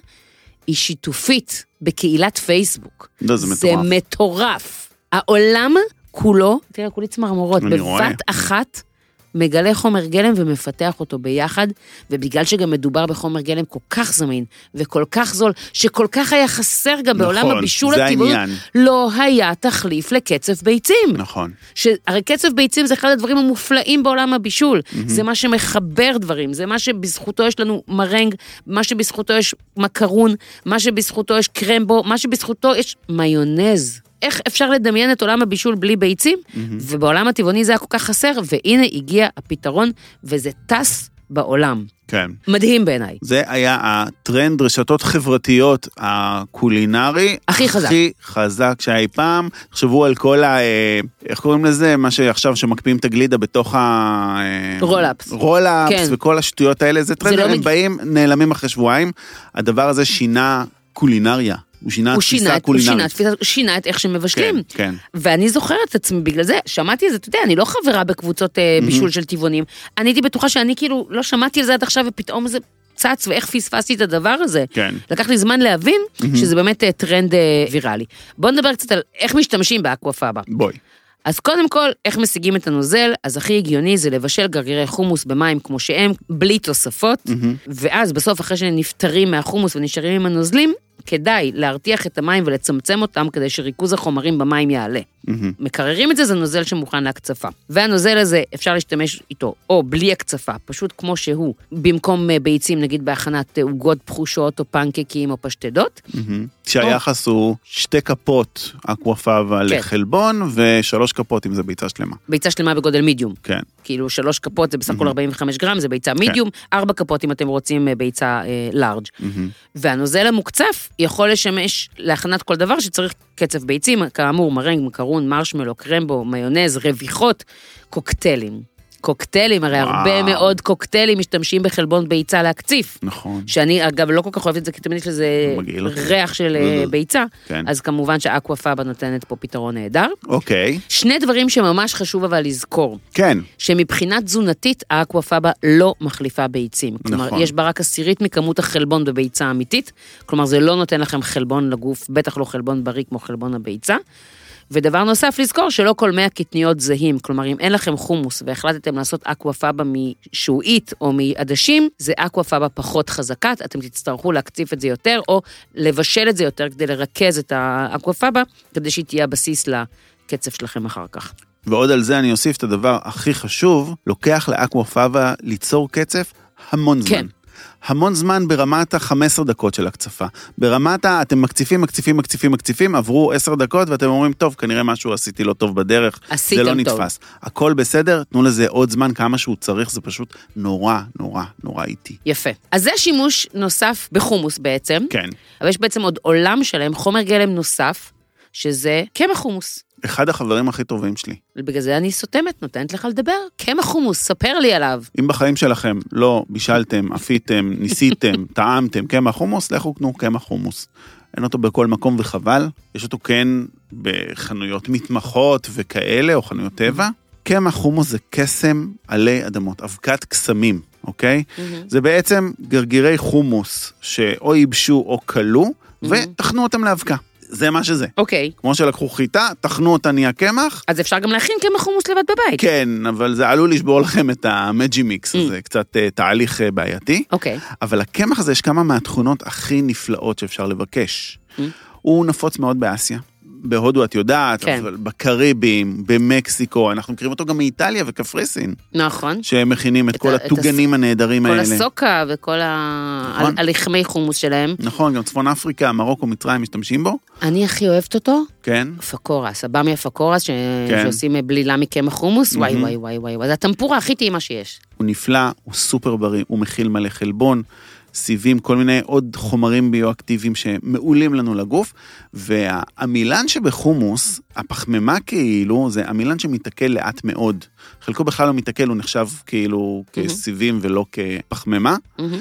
Speaker 1: היא שיתופית בקהילת פייסבוק.
Speaker 2: לא, זה מטורף.
Speaker 1: זה מטורף. העולם כולו, תראה, כולי צמרמורות,
Speaker 2: אני רואה.
Speaker 1: בבת אחת מגלה חומר גלם ומפתח אותו ביחד, ובגלל שגם מדובר בחומר גלם כל כך זמין וכל כך זול, שכל כך היה חסר גם בעולם
Speaker 2: נכון,
Speaker 1: הבישול
Speaker 2: זה
Speaker 1: הטבעי,
Speaker 2: העניין.
Speaker 1: לא היה תחליף לקצף ביצים.
Speaker 2: נכון.
Speaker 1: שהרי קצף ביצים זה אחד הדברים המופלאים בעולם הבישול. Mm-hmm. זה מה שמחבר דברים, זה מה שבזכותו יש לנו מרנג, מה שבזכותו יש מקרון, מה שבזכותו יש קרמבו, מה שבזכותו יש מיונז. איך אפשר לדמיין את עולם הבישול בלי ביצים? Mm-hmm. ובעולם הטבעוני זה היה כל כך חסר, והנה הגיע הפתרון, וזה טס בעולם.
Speaker 2: כן.
Speaker 1: מדהים בעיניי.
Speaker 2: זה היה הטרנד רשתות חברתיות הקולינרי.
Speaker 1: הכי חזק.
Speaker 2: הכי חזק שהיה אי פעם. תחשבו על כל ה... אה, איך קוראים לזה? מה שעכשיו שמקפיאים את הגלידה בתוך ה... אה,
Speaker 1: רולאפס. כן.
Speaker 2: רולאפס וכל השטויות האלה. זה טרנד,
Speaker 1: לא
Speaker 2: הם
Speaker 1: מג-
Speaker 2: באים, נעלמים אחרי שבועיים. הדבר הזה שינה קולינריה. הוא שינה
Speaker 1: הוא
Speaker 2: תפיסה
Speaker 1: שינה, את- הוא
Speaker 2: קולינרית.
Speaker 1: שינה, את תפיסה- שינה את איך שמבשלים.
Speaker 2: כן, כן.
Speaker 1: ואני זוכרת את עצמי, בגלל זה, שמעתי את זה, אתה יודע, אני לא חברה בקבוצות אה, בישול של טבעונים. אני הייתי בטוחה שאני כאילו לא שמעתי על זה עד עכשיו, ופתאום זה צץ ואיך פספסתי את הדבר הזה.
Speaker 2: כן.
Speaker 1: לקח לי זמן להבין שזה באמת אה, טרנד אה, ויראלי. בואו נדבר קצת על איך משתמשים באקוואפאבה.
Speaker 2: בואי.
Speaker 1: אז קודם כל, איך משיגים את הנוזל? אז הכי הגיוני זה לבשל גרגירי חומוס במים כמו שהם, בלי תוספות, ואז בסוף, אחרי שנפטרים מהחומוס ונשארים עם הנוזלים, כדאי להרתיח את המים ולצמצם אותם כדי שריכוז החומרים במים יעלה. מקררים את זה, זה נוזל שמוכן להקצפה. והנוזל הזה, אפשר להשתמש איתו או בלי הקצפה, פשוט כמו שהוא, במקום אה, ביצים, נגיד בהכנת אה, עוגות פחושות או פנקקים או פשטדות,
Speaker 2: מהמם. שהיחס הוא שתי כפות אקוואפאבה
Speaker 1: כן.
Speaker 2: לחלבון ושלוש כפות אם זה ביצה שלמה.
Speaker 1: ביצה שלמה בגודל מידיום.
Speaker 2: כן.
Speaker 1: כאילו שלוש כפות זה בסך הכל 45 גרם, זה ביצה מידיום, ארבע כפות אם אתם רוצים אה, ביצה לארג'. והנוזל המוקצף יכול לשמש להכנת כל דבר שצריך קצף ביצים, כאמור מרנג, מקרון, מרשמלו, קרמבו, מיונז, רוויחות, קוקטיילים. קוקטיילים, הרי
Speaker 2: וואו.
Speaker 1: הרבה מאוד קוקטיילים משתמשים בחלבון ביצה להקציף.
Speaker 2: נכון.
Speaker 1: שאני אגב לא כל כך אוהבת את זה, כי תמיד יש לזה
Speaker 2: מגעיל.
Speaker 1: ריח של אה, ביצה,
Speaker 2: כן.
Speaker 1: אז כמובן שהאקווה פאבה נותנת פה פתרון נהדר.
Speaker 2: אוקיי.
Speaker 1: שני דברים שממש חשוב אבל לזכור.
Speaker 2: כן.
Speaker 1: שמבחינה תזונתית האקוואפאבה לא מחליפה ביצים. כלומר,
Speaker 2: נכון.
Speaker 1: יש בה רק עשירית מכמות החלבון בביצה האמיתית, כלומר זה לא נותן לכם חלבון לגוף, בטח לא חלבון בריא כמו חלבון הביצה. ודבר נוסף, לזכור שלא כל מי הקטניות זהים, כלומר אם אין לכם חומוס והחלטתם לעשות אקוואפאבה משעועית או מעדשים, זה אקוואפאבה פחות חזקה, אתם תצטרכו להקציף את זה יותר או לבשל את זה יותר כדי לרכז את האקוואפאבה, כדי שהיא תהיה הבסיס לקצב שלכם אחר כך.
Speaker 2: ועוד על זה אני אוסיף את הדבר הכי חשוב, לוקח לאקוואפאבה ליצור קצף המון זמן.
Speaker 1: כן.
Speaker 2: המון זמן ברמת ה-15 דקות של הקצפה. ברמת ה... אתם מקציפים, מקציפים, מקציפים, מקציפים, עברו 10 דקות ואתם אומרים, טוב, כנראה משהו עשיתי לא טוב בדרך.
Speaker 1: עשיתם
Speaker 2: זה לא
Speaker 1: טוב.
Speaker 2: נתפס. הכל בסדר, תנו לזה עוד זמן כמה שהוא צריך, זה פשוט נורא, נורא, נורא איטי.
Speaker 1: יפה. אז זה שימוש נוסף בחומוס בעצם.
Speaker 2: כן.
Speaker 1: אבל יש בעצם עוד עולם שלם, חומר גלם נוסף, שזה קמח חומוס.
Speaker 2: אחד החברים הכי טובים שלי.
Speaker 1: בגלל זה אני סותמת, נותנת לך לדבר. קמח חומוס, ספר לי עליו.
Speaker 2: אם בחיים שלכם לא בישלתם, אפיתם, [laughs] ניסיתם, טעמתם קמח חומוס, לכו קנו קמח חומוס. אין אותו בכל מקום וחבל, יש אותו כן בחנויות מתמחות וכאלה, או חנויות טבע. קמח חומוס זה קסם עלי אדמות, אבקת קסמים, אוקיי? זה בעצם גרגירי חומוס שאו ייבשו או כלו, וטחנו אותם לאבקה. זה מה שזה.
Speaker 1: אוקיי,
Speaker 2: כמו שלקחו חיטה, טחנו אותה נהיה קמח,
Speaker 1: אז אפשר גם להכין קמח חומוס לבד בבית.
Speaker 2: כן, אבל זה עלול לשבור לכם את המג'י
Speaker 1: Mm.
Speaker 2: מיקס הזה, קצת אה, תהליך אה, בעייתי.
Speaker 1: אוקיי.
Speaker 2: אבל לקמח הזה יש כמה מהתכונות הכי נפלאות שאפשר לבקש.
Speaker 1: Mm.
Speaker 2: הוא נפוץ מאוד באסיה. בהודו את יודעת,
Speaker 1: כן.
Speaker 2: אבל בקריבים, במקסיקו, אנחנו מכירים אותו גם מאיטליה וקפריסין,
Speaker 1: נכון.
Speaker 2: שהם מכינים את
Speaker 1: את
Speaker 2: כל
Speaker 1: ה- את
Speaker 2: הטוגנים הנהדרים
Speaker 1: כל
Speaker 2: האלה.
Speaker 1: הסוקה וכל
Speaker 2: נכון.
Speaker 1: הלחמי חומוס שלהם.
Speaker 2: נכון, גם צפון אפריקה, מרוקו, מצרים משתמשים בו,
Speaker 1: אני הכי אוהבת אותו,
Speaker 2: כן.
Speaker 1: פקורס, הבאמי הפקורס, ש-
Speaker 2: כן. Mm-hmm.
Speaker 1: שעושים אה, בלילה מקמח חומוס, וואי וואי וואי וואי, וואי, זה הטמפורה הכי טעימה שיש.
Speaker 2: הוא נפלא, הוא סופר בריא, הוא מכיל מלא חלבון, סיבים, כל מיני עוד חומרים ביואקטיביים שמעולים לנו לגוף. והעמילן שבחומוס, הפחמימה כאילו, זה עמילן שמתעכל לאט מאוד. חלקו בכלל לא מתעכל, הוא נחשב כאילו כסיבים ולא כפחמימה.
Speaker 1: מהמם.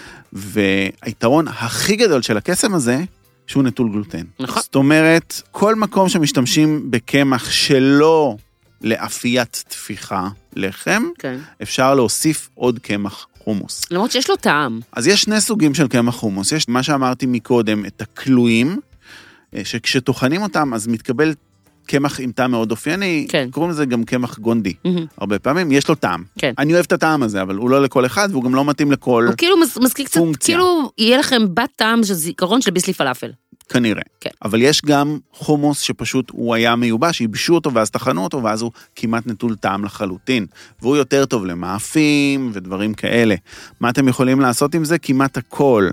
Speaker 2: והיתרון הכי גדול של הקסם הזה, שהוא נטול גלוטן.
Speaker 1: נכון.
Speaker 2: זאת אומרת, כל מקום שמשתמשים בקמח שלא לאפיית טפיחה לחם,
Speaker 1: כן.
Speaker 2: אפשר להוסיף עוד קמח חומוס.
Speaker 1: למרות שיש לו טעם.
Speaker 2: אז יש שני סוגים של קמח חומוס. יש מה שאמרתי מקודם, את הכלואים, אה, שכשטוחנים אותם אז מתקבל קמח עם טעם מאוד אופייני,
Speaker 1: כן.
Speaker 2: קוראים לזה גם קמח גונדי.
Speaker 1: מהמם.
Speaker 2: הרבה פעמים יש לו טעם.
Speaker 1: כן.
Speaker 2: אני אוהב את הטעם הזה, אבל הוא לא לכל אחד והוא גם לא
Speaker 1: [laughs]
Speaker 2: מתאים לכל,
Speaker 1: הוא כאילו מז- מזכיר קצת,
Speaker 2: פונקציה.
Speaker 1: כאילו יהיה לכם בת טעם של זיכרון של ביסלי פלאפל.
Speaker 2: כנראה.
Speaker 1: כן.
Speaker 2: אבל יש גם חומוס שפשוט הוא היה מיובש, ייבשו אותו ואז טחנו אותו, ואז הוא כמעט נטול טעם לחלוטין. והוא יותר טוב למאפים ודברים כאלה. מה אתם יכולים לעשות עם זה? כמעט הכל.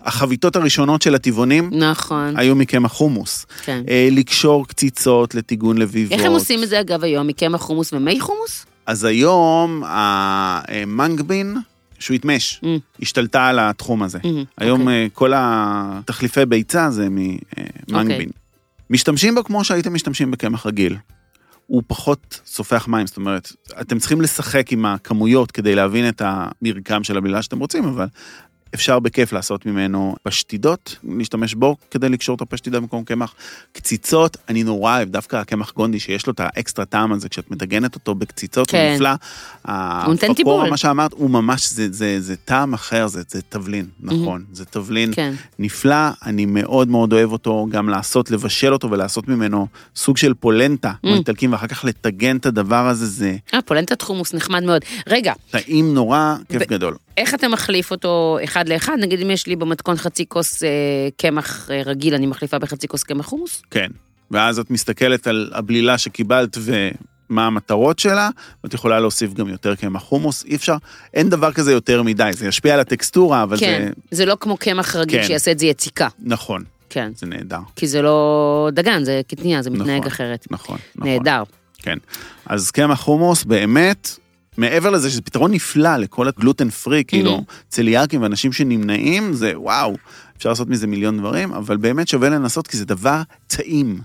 Speaker 2: החביתות הראשונות של הטבעונים
Speaker 1: נכון,
Speaker 2: היו מקמח חומוס.
Speaker 1: כן.
Speaker 2: אה, לקשור קציצות לטיגון לביבות.
Speaker 1: איך הם עושים את זה אגב היום, מקמח חומוס ומי חומוס?
Speaker 2: אז היום המנגבין, שהוא התמש,
Speaker 1: Mm.
Speaker 2: השתלטה על התחום הזה.
Speaker 1: מהמם,
Speaker 2: היום
Speaker 1: אוקיי.
Speaker 2: אה, כל התחליפי ביצה זה
Speaker 1: אוקיי.
Speaker 2: ממנגבין. משתמשים בו כמו שהייתם משתמשים בקמח רגיל. הוא פחות סופח מים, זאת אומרת, אתם צריכים לשחק עם הכמויות כדי להבין את המרקם של הבלילה שאתם רוצים, אבל אפשר בכיף לעשות ממנו פשטידות, להשתמש בו כדי לקשור את הפשטידה במקום קמח. קציצות, אני נורא אוהב, דווקא הקמח גונדי, שיש לו את האקסטרה טעם הזה, כשאת מטגנת אותו בקציצות,
Speaker 1: כן.
Speaker 2: הוא נפלא.
Speaker 1: הוא נותן
Speaker 2: הפקור,
Speaker 1: טיבול.
Speaker 2: מה שאמרת, הוא ממש, זה, זה, זה טעם אחר, זה, זה תבלין, נכון. זה תבלין
Speaker 1: כן.
Speaker 2: נפלא, אני מאוד מאוד אוהב אותו, גם לעשות, לבשל אותו ולעשות ממנו סוג של פולנטה, כמו
Speaker 1: Mm.
Speaker 2: איטלקים, ואחר כך לטגן את הדבר הזה, זה
Speaker 1: אה, פולנטת חומוס נחמד מאוד. רגע,
Speaker 2: טעים נורא, כיף
Speaker 1: ו-
Speaker 2: גדול.
Speaker 1: איך אתה מחליף אותו אחד לאחד? נגיד אם יש לי במתכון חצי כוס אה, קמח אה, רגיל, אני מחליפה בחצי כוס קמח חומוס?
Speaker 2: כן. ואז את מסתכלת על הבלילה שקיבלת ומה המטרות שלה, ואת יכולה להוסיף גם יותר קמח חומוס, אי אפשר, אין דבר כזה יותר מדי, זה ישפיע על הטקסטורה, אבל
Speaker 1: כן.
Speaker 2: זה...
Speaker 1: זה לא כמו קמח רגיל
Speaker 2: כן.
Speaker 1: שיעשה את זה יציקה.
Speaker 2: נכון,
Speaker 1: כן.
Speaker 2: זה נהדר.
Speaker 1: כי זה לא דגן, זה קטניה, זה מתנהג
Speaker 2: נכון,
Speaker 1: אחרת.
Speaker 2: נכון, נכון.
Speaker 1: נהדר.
Speaker 2: כן. אז קמח חומוס באמת, מעבר לזה שזה פתרון נפלא לכל הגלוטן פרי, כאילו,
Speaker 1: Mm-hmm.
Speaker 2: צליאקים ואנשים שנמנעים, זה וואו, אפשר לעשות מזה מיליון דברים, אבל באמת שווה לנסות, כי זה דבר טעים.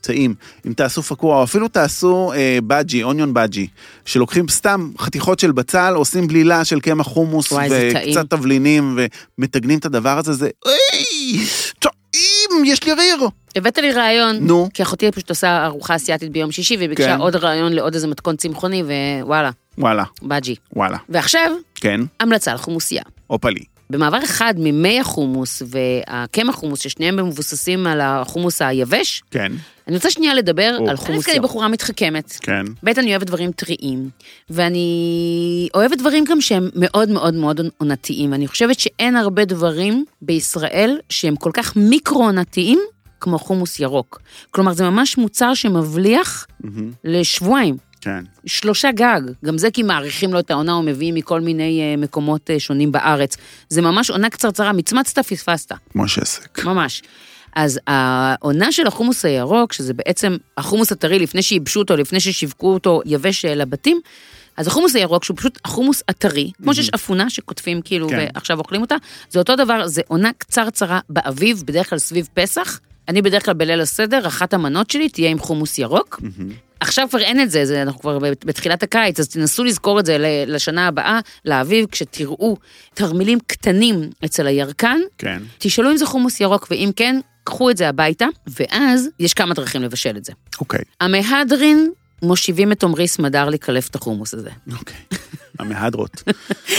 Speaker 2: טעים. אם תעשו פקוע, או אפילו תעשו אה, בג'י, אוניון בג'י, שלוקחים סתם חתיכות של בצל, עושים בלילה של קמח חומוס,
Speaker 1: וואי, זה טעים.
Speaker 2: וקצת תבלינים, ומתגנים את הדבר הזה, זה אוי, טעים, יש לי ריר.
Speaker 1: הבאת לי רעיון,
Speaker 2: נו.
Speaker 1: כי אחותי פשוט עושה ארוחה אסיאתית ביום שישי, והיא ביקשה
Speaker 2: כן.
Speaker 1: עוד רעיון לעוד איזה מתכון צמחוני, ווואלה,
Speaker 2: וואלה,
Speaker 1: בג'י.
Speaker 2: וואלה,
Speaker 1: ועכשיו,
Speaker 2: כן,
Speaker 1: המלצה על חומוסייה.
Speaker 2: הופה לי.
Speaker 1: במעבר אחד ממי החומוס והקמח חומוס, ששניהם מבוססים על החומוס היבש,
Speaker 2: כן,
Speaker 1: אני רוצה שנייה לדבר
Speaker 2: או.
Speaker 1: על חומוס. אני בחורה מתחכמת.
Speaker 2: כן.
Speaker 1: ב', אני אוהבת דברים טריים, ואני אוהבת דברים גם שהם מאוד מאוד מאוד עונתיים. אני חושבת שאין הרבה דברים בישראל שהם כל כך מיקרו-עונתיים כמו חומוס ירוק. כלומר, זה ממש מוצר שמבליח
Speaker 2: מהמם.
Speaker 1: לשבועיים.
Speaker 2: כן,
Speaker 1: שלושה גג, גם זה כי מאריכים לו את העונה ומביאים מכל מיני אה, מקומות אה, שונים בארץ. זה ממש עונה קצרצרה, מצמצת, פספסת.
Speaker 2: כמו שעסק.
Speaker 1: ממש. אז העונה של החומוס הירוק, שזה בעצם החומוס הטרי לפני שייבשו אותו, לפני ששיווקו אותו יבש אה, לבתים, אז החומוס הירוק, שהוא פשוט החומוס הטרי, כמו שיש אפונה שקוטפים כאילו
Speaker 2: כן.
Speaker 1: ועכשיו אוכלים אותה, זה אותו דבר, זה עונה קצרצרה באביב, בדרך כלל סביב פסח. אני בדרך כלל בליל הסדר, אחת המנות שלי תהיה עם חומוס ירוק. עכשיו כבר אין את זה, זה, אנחנו כבר בת- בתחילת הקיץ, אז תנסו לזכור את זה ל- לשנה הבאה, לאביב, כשתראו תרמילים קטנים אצל הירקן,
Speaker 2: כן.
Speaker 1: תשאלו אם זה חומוס ירוק, ואם כן, קחו את זה הביתה, ואז יש כמה דרכים לבשל את זה.
Speaker 2: אוקיי.
Speaker 1: המהדרין מושיבים את עמרי סמדר לקלף את החומוס הזה.
Speaker 2: אוקיי. [laughs] המהדרות.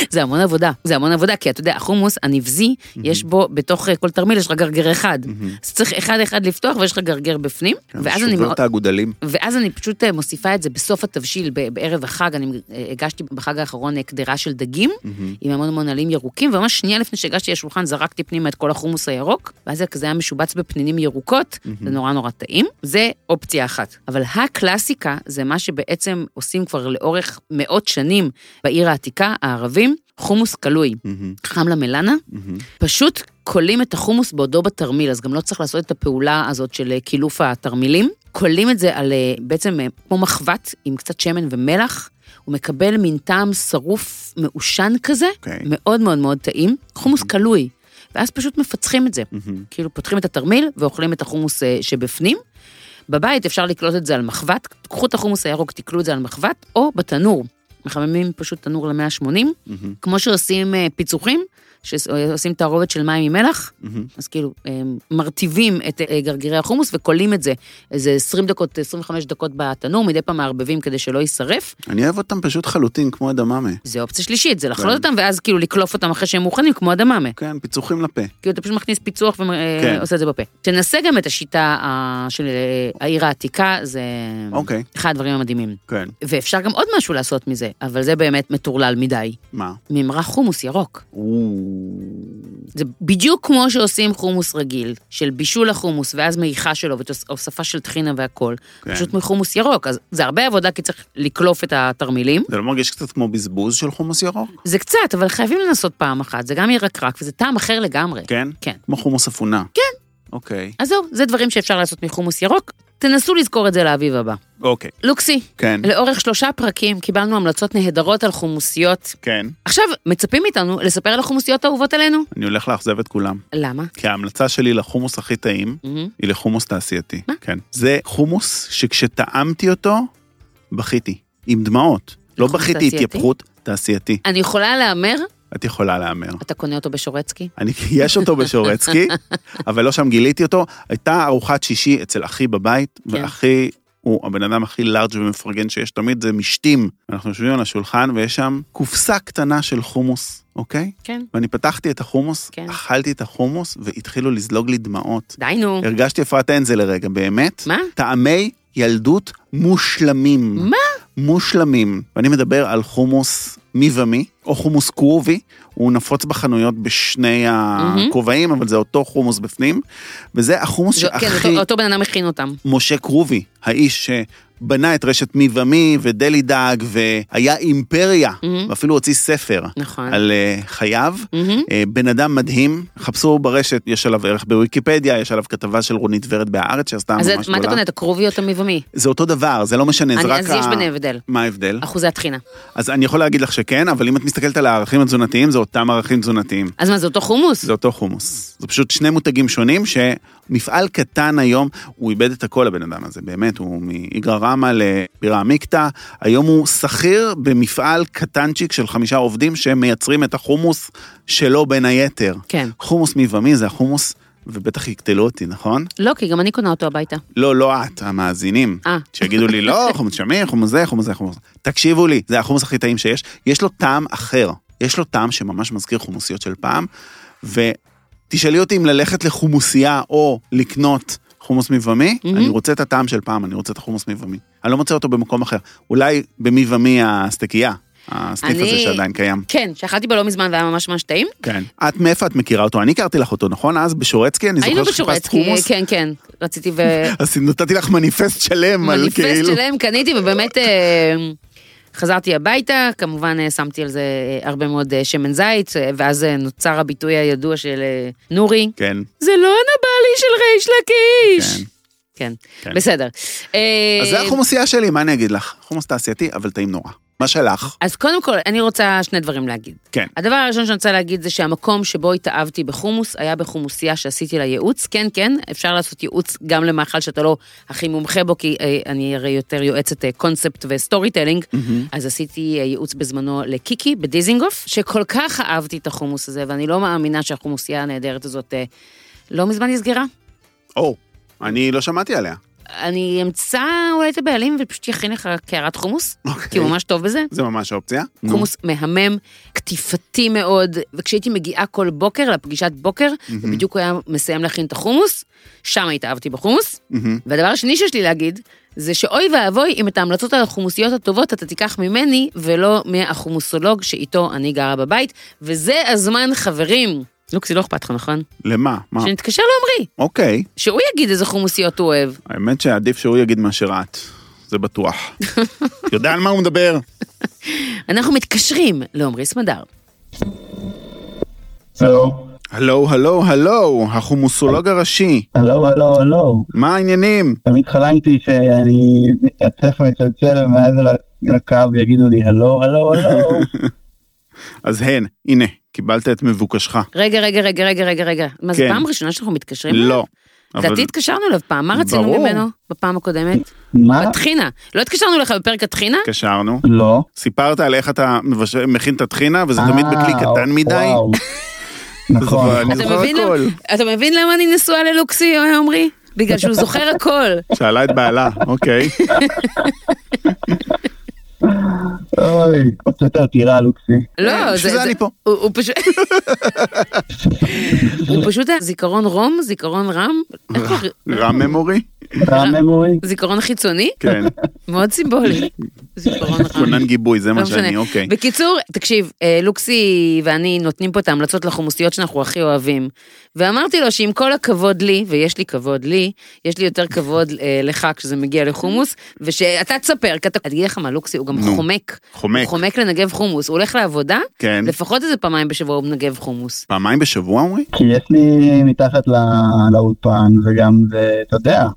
Speaker 1: זה המון עבודה, זה המון עבודה, כי אתה יודע, החומוס הנבזי, יש בו, בתוך אה, כל תרמיל יש לך גרגר אחד. אז צריך אחד-אחד לפתוח ויש לך גרגר בפנים, ואז אני
Speaker 2: שובר
Speaker 1: מאוד...
Speaker 2: את האגודלים.
Speaker 1: ואז אני פשוט אה, מוסיפה את זה בסוף התבשיל, ב- בערב החג, אני אה, הגשתי בחג האחרון אה, קדרה של דגים, עם המון המון עלים ירוקים, וממש שנייה לפני שהגשתי לשולחן זרקתי פנימה את כל החומוס הירוק, ואז זה כזה היה משובץ בפנינים ירוקות, זה נורא נורא טעים, זה אופציה אחת. אבל הקלאסיקה זה מה שבעצם עושים כבר לאורך מאות שנים בעיר העתיקה, הערבים, חומוס קלוי. חמלה מלנה, פשוט כולים את החומוס בעודו בתרמיל, אז גם לא צריך לעשות את הפעולה הזאת של אה, קילוף התרמילים. כולים את זה על אה, בעצם אה, כמו מחבת עם קצת שמן ומלח. הוא מקבל מין טעם שרוף מעושן כזה,
Speaker 2: אוקיי.
Speaker 1: מאוד מאוד מאוד טעים, חומוס קלוי. ואז פשוט מפצחים את זה. כאילו פותחים את התרמיל ואוכלים את החומוס אה, שבפנים. בבית אפשר לקלוט את זה על מחבת, קחו את החומוס הירוק, תקלו את זה על מחבת, או בתנור. מחממים פשוט תנור ל-180, כמו שעושים אה, פיצוחים, שעושים תערובת של מים עם מלח, אז כאילו אה, מרטיבים את אה, גרגירי החומוס וכולים את זה איזה 20 דקות, 25 דקות בתנור, מדי פעם מערבבים כדי שלא יישרף.
Speaker 2: אני אוהב אותם פשוט חלוטין, כמו אדממה.
Speaker 1: זה אופציה שלישית, זה לחלוט אותם ואז כאילו לקלוף אותם אחרי שהם מוכנים, כמו אדממה.
Speaker 2: כן, פיצוחים לפה.
Speaker 1: כאילו אתה פשוט מכניס פיצוח
Speaker 2: כן.
Speaker 1: ועושה את זה בפה. תנסה גם את השיטה אה, של אה, העיר העתיקה, זה
Speaker 2: אוקיי.
Speaker 1: אחד הדברים המדהימים.
Speaker 2: כן.
Speaker 1: ואפשר גם עוד משהו לעשות מזה, אבל זה באמת מטורלל מדי.
Speaker 2: מה?
Speaker 1: ממרח חומוס ירוק.
Speaker 2: או,
Speaker 1: זה בדיוק כמו שעושים חומוס רגיל, של בישול החומוס ואז מעיכה שלו והוספה של טחינה והכול.
Speaker 2: כן.
Speaker 1: פשוט מחומוס ירוק, אז זה הרבה עבודה כי צריך לקלוף את התרמילים.
Speaker 2: זה לא מרגיש קצת כמו בזבוז של חומוס ירוק?
Speaker 1: זה קצת, אבל חייבים לנסות פעם אחת, זה גם ירקרק וזה טעם אחר לגמרי.
Speaker 2: כן?
Speaker 1: כן.
Speaker 2: כמו חומוס אפונה. כן. אוקיי.
Speaker 1: אז זהו, זה דברים שאפשר לעשות מחומוס ירוק, תנסו לזכור את זה לאביב הבא.
Speaker 2: אוקיי.
Speaker 1: לוקסי,
Speaker 2: כן.
Speaker 1: לאורך שלושה פרקים קיבלנו המלצות נהדרות על חומוסיות.
Speaker 2: כן.
Speaker 1: עכשיו, מצפים מאיתנו לספר על החומוסיות האהובות עלינו.
Speaker 2: אני הולך לאכזב את כולם.
Speaker 1: למה?
Speaker 2: כי ההמלצה שלי לחומוס הכי טעים,
Speaker 1: מהמם.
Speaker 2: היא לחומוס תעשייתי.
Speaker 1: מה?
Speaker 2: כן. זה חומוס שכשטעמתי אותו, בכיתי. עם דמעות. לא
Speaker 1: חומוס
Speaker 2: בכיתי
Speaker 1: תעשייתי?
Speaker 2: התייפחות, תעשייתי.
Speaker 1: אני יכולה להמר
Speaker 2: את יכולה להמר.
Speaker 1: אתה קונה אותו בשורצקי?
Speaker 2: אני, יש
Speaker 1: [laughs]
Speaker 2: אותו בשורצקי, אבל לא שם גיליתי אותו. הייתה ארוחת שישי אצל אחי בבית,
Speaker 1: כן.
Speaker 2: ואחי הוא הבן אדם הכי לארג' ומפרגן שיש תמיד, זה משתים. אנחנו יושבים על השולחן ויש שם קופסה קטנה של חומוס, אוקיי?
Speaker 1: כן.
Speaker 2: ואני פתחתי את החומוס,
Speaker 1: כן.
Speaker 2: אכלתי את החומוס, והתחילו לזלוג לי דמעות.
Speaker 1: די נו.
Speaker 2: הרגשתי אפרת אנזל לרגע, באמת.
Speaker 1: מה?
Speaker 2: טעמי ילדות מושלמים.
Speaker 1: מה?
Speaker 2: מושלמים. ואני מדבר על חומוס מי ומי, או חומוס כרובי, הוא נפוץ בחנויות בשני הכובעים, אבל זה אותו חומוס בפנים, וזה החומוס
Speaker 1: זה- כן,
Speaker 2: שהכי...
Speaker 1: אותו- אותו בן אדם הכין אותם.
Speaker 2: משה כרובי, האיש שבנה את רשת מי ומי ודלי דג, והיה אימפריה,
Speaker 1: מהמם.
Speaker 2: ואפילו הוציא ספר
Speaker 1: נכון.
Speaker 2: על אה, חייו.
Speaker 1: מהמם.
Speaker 2: אה, בן אדם מדהים, חפשו ברשת, יש עליו ערך בוויקיפדיה, יש עליו כתבה של רונית ורד בהארץ שעשתה ממש
Speaker 1: אז
Speaker 2: גדולה.
Speaker 1: את- מה אתה קונה? את הכרובי או את המי ומי?
Speaker 2: זה אותו דבר, זה לא משנה, זה
Speaker 1: אני-
Speaker 2: רק
Speaker 1: אז יש ביניהם הבדל.
Speaker 2: מה ההבדל?
Speaker 1: אחוזי הטחינה.
Speaker 2: אז אני יכול להגיד לך שכן, אבל אם את מסתכלת על הערכים התזונתיים, זה אותם ערכים תזונתיים.
Speaker 1: אז מה, זה אותו חומוס?
Speaker 2: זה אותו חומוס. זה פשוט שני מותגים שונים שמפעל קטן היום, הוא איבד את הכל הבן אדם הזה, באמת, הוא מאיגרא רמא לבירה עמיקתא, היום הוא שכיר במפעל קטנצ'יק של חמישה עובדים שמייצרים את החומוס שלו בין היתר.
Speaker 1: כן.
Speaker 2: חומוס מי ומי זה החומוס, ובטח יקטלו אותי, נכון?
Speaker 1: לא, כי גם אני קונה אותו הביתה.
Speaker 2: לא, לא את, המאזינים.
Speaker 1: אה.
Speaker 2: שיגידו לי, לא, חומוס שמיר, חומוס זה, חומוס זה, חומוס. תקשיבו לי, זה החומוס הכי טעים שיש. יש לו טעם אחר. יש לו טעם שממש מזכיר חומוסיות של פעם, ותשאלי אותי אם ללכת לחומוסייה או לקנות חומוס מבמי,
Speaker 1: מהמם.
Speaker 2: אני רוצה את הטעם של פעם, אני רוצה את החומוס מבמי. אני לא מוצא אותו במקום אחר. אולי במבמי הסטקייה, הסניף
Speaker 1: אני-
Speaker 2: הזה שעדיין קיים.
Speaker 1: כן, שאכלתי בו לא מזמן והיה ממש ממש טעים.
Speaker 2: כן. את מאיפה את מכירה אותו? אני הכרתי לך אותו, נכון? אז בשורצקי, אני
Speaker 1: היינו
Speaker 2: זוכר שחיפשת
Speaker 1: בשורצקי,
Speaker 2: חומוס.
Speaker 1: כן, כן. רציתי ו...
Speaker 2: אז נתתי לך מניפסט שלם על
Speaker 1: מניפסט
Speaker 2: כאילו...
Speaker 1: שלהם קניתי, ובאמת אה, חזרתי הביתה, כמובן אה, שמתי על זה אה, הרבה מאוד אה, שמן זית, אה, ואז אה, נוצר הביטוי הידוע של אה, נורי,
Speaker 2: כן.
Speaker 1: זה לא הנבלי של ריש לקיש.
Speaker 2: כן.
Speaker 1: כן,
Speaker 2: כן.
Speaker 1: בסדר. אה,
Speaker 2: אז זה החומוסייה שלי, מה אני אגיד לך? חומוס תעשייתי, אבל טעים נורא. מה שלך?
Speaker 1: אז קודם כל, אני רוצה שני דברים להגיד.
Speaker 2: כן.
Speaker 1: הדבר הראשון שאני רוצה להגיד זה שהמקום שבו התאהבתי בחומוס היה בחומוסייה שעשיתי לה ייעוץ. כן, כן, אפשר לעשות ייעוץ גם למאכל שאתה לא הכי מומחה בו, כי אה, אני הרי יותר יועצת אה, קונספט וסטורי טלינג. אז עשיתי אה, ייעוץ בזמנו לקיקי בדיזינגוף, שכל כך אהבתי את החומוס הזה, ואני לא מאמינה שהחומוסייה הנהדרת הזאת אה, לא מזמן נסגרה.
Speaker 2: או, אני לא שמעתי עליה.
Speaker 1: אני אמצא אולי את הבעלים ופשוט יכין לך קערת חומוס,
Speaker 2: אוקיי.
Speaker 1: כי הוא ממש טוב בזה.
Speaker 2: זה ממש אופציה. נו.
Speaker 1: חומוס מהמם, קטיפתי מאוד, וכשהייתי מגיעה כל בוקר לפגישת בוקר, ובדיוק הוא היה מסיים להכין את החומוס, שם התאהבתי בחומוס.
Speaker 2: מהמם.
Speaker 1: והדבר השני שיש לי להגיד, זה שאוי ואבוי אם את ההמלצות על החומוסיות הטובות אתה תיקח ממני, ולא מהחומוסולוג שאיתו אני גרה בבית, וזה הזמן, חברים. לוקסי, לא אכפת לך, נכון?
Speaker 2: למה? מה?
Speaker 1: שנתקשר לעמרי,
Speaker 2: אוהב. אוקיי,
Speaker 1: שהוא יגיד איזה חומוסיות הוא אוהב.
Speaker 2: האמת שעדיף שהוא יגיד מאשר את. זה
Speaker 1: [laughs]
Speaker 2: בטוח. יודע על מה הוא מדבר?
Speaker 1: אנחנו מתקשרים לעמרי סמדר.
Speaker 5: הלו,
Speaker 2: הלו, הלו, הלו, החומוסולוג הראשי.
Speaker 5: הלו, הלו, הלו.
Speaker 2: מה העניינים?
Speaker 5: תמיד חלמתי שאני אצליח לצלצל מעבר לקו ויגידו לי הלו, הלו,
Speaker 2: [laughs]
Speaker 5: הלו.
Speaker 2: אז הן, הנה, קיבלת את מבוקשך.
Speaker 1: רגע, רגע, רגע, רגע, רגע, רגע. מה, זו
Speaker 2: כן.
Speaker 1: פעם ראשונה שאנחנו מתקשרים? אליו?
Speaker 2: לא. אבל-
Speaker 1: לדעתי התקשרנו אליו פעם, מה רצינו
Speaker 2: ברור. אה.
Speaker 1: ממנו בפעם הקודמת?
Speaker 5: מה?
Speaker 1: בטחינה. לא התקשרנו לך בפרק הטחינה?
Speaker 2: התקשרנו.
Speaker 5: לא.
Speaker 2: סיפרת על איך אתה מבש- מכין את הטחינה, וזה תמיד בכלי
Speaker 5: אה,
Speaker 2: קטן מדי. [laughs]
Speaker 5: וואו. נכון.
Speaker 2: אבל אני
Speaker 1: אתה
Speaker 2: זוכר
Speaker 1: מבין
Speaker 2: הכל.
Speaker 1: למ- אתה מבין למה אני נשואה ללוקסי, עמרי? בגלל שהוא זוכר
Speaker 2: [laughs]
Speaker 1: הכל.
Speaker 2: שאלה את בעלה, אוקיי.
Speaker 5: אוי, הוצאת עתירה
Speaker 1: [laughs]
Speaker 5: לוקסי.
Speaker 2: אה,
Speaker 1: לא,
Speaker 2: בשביל זה אני פה.
Speaker 1: הוא הוא פשוט... [laughs] הוא פשוט היה זיכרון רום, זיכרון רם, איך
Speaker 2: [laughs]
Speaker 1: קוראים?
Speaker 2: רם ממורי?
Speaker 5: רם ממורי?
Speaker 1: זיכרון חיצוני?
Speaker 2: כן.
Speaker 1: מאוד
Speaker 2: [laughs]
Speaker 1: סימבולי. זיכרון רם.
Speaker 2: כונן גיבוי, זה מה
Speaker 1: לא משנה.
Speaker 2: שאני, אוקיי.
Speaker 1: בקיצור, תקשיב, אה, לוקסי ואני נותנים פה את ההמלצות לחומוסיות שאנחנו הכי אוהבים. ואמרתי לו שעם כל הכבוד לי, ויש לי כבוד לי, יש לי יותר כבוד אה, לך כשזה מגיע לחומוס, ושאתה תספר, כי אתה... אני אגיד לך מה, לוקסי הוא גם
Speaker 2: נו.
Speaker 1: חומק. הוא
Speaker 2: חומק,
Speaker 1: חומק לנגב חומוס, הוא הולך לעבודה,
Speaker 2: כן.
Speaker 1: לפחות איזה פעמיים בשבוע הוא מנגב חומוס.
Speaker 2: פעמיים בשבוע, אומרי?
Speaker 5: כי יש לי מתחת לא- לאולפן, וגם זה, אתה יודע,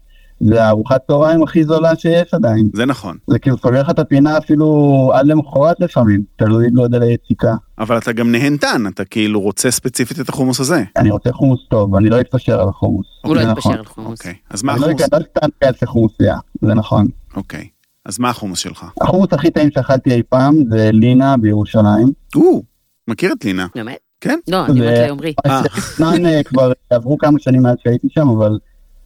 Speaker 5: זה הארוחת צהריים הכי זולה שיש עדיין.
Speaker 2: זה נכון.
Speaker 5: זה כאילו סוגר לך את הפינה אפילו עד למחרת לפעמים, תלוי לא גודל היציקה.
Speaker 2: אבל אתה גם נהנתן, אתה כאילו רוצה ספציפית את החומוס הזה.
Speaker 5: אני רוצה חומוס טוב, אני לא אתפשר על החומוס.
Speaker 1: הוא לא
Speaker 5: זה
Speaker 1: יתפשר
Speaker 5: נכון.
Speaker 1: על חומוס.
Speaker 2: אוקיי. אז מה
Speaker 5: אני לא
Speaker 2: החומוס?
Speaker 5: אכנס סתם כאלה חומוסייה, זה נכון.
Speaker 2: אוקיי. אז מה החומוס שלך?
Speaker 5: החומוס הכי טעים שאכלתי אי פעם זה לינה בירושלים.
Speaker 2: או, מכיר את לינה.
Speaker 1: באמת?
Speaker 2: כן?
Speaker 1: לא, אני אומרת לעומרי.
Speaker 5: [laughs]
Speaker 2: אה.
Speaker 4: זמן אה, כבר עברו כמה שנים מאז שהייתי שם, אבל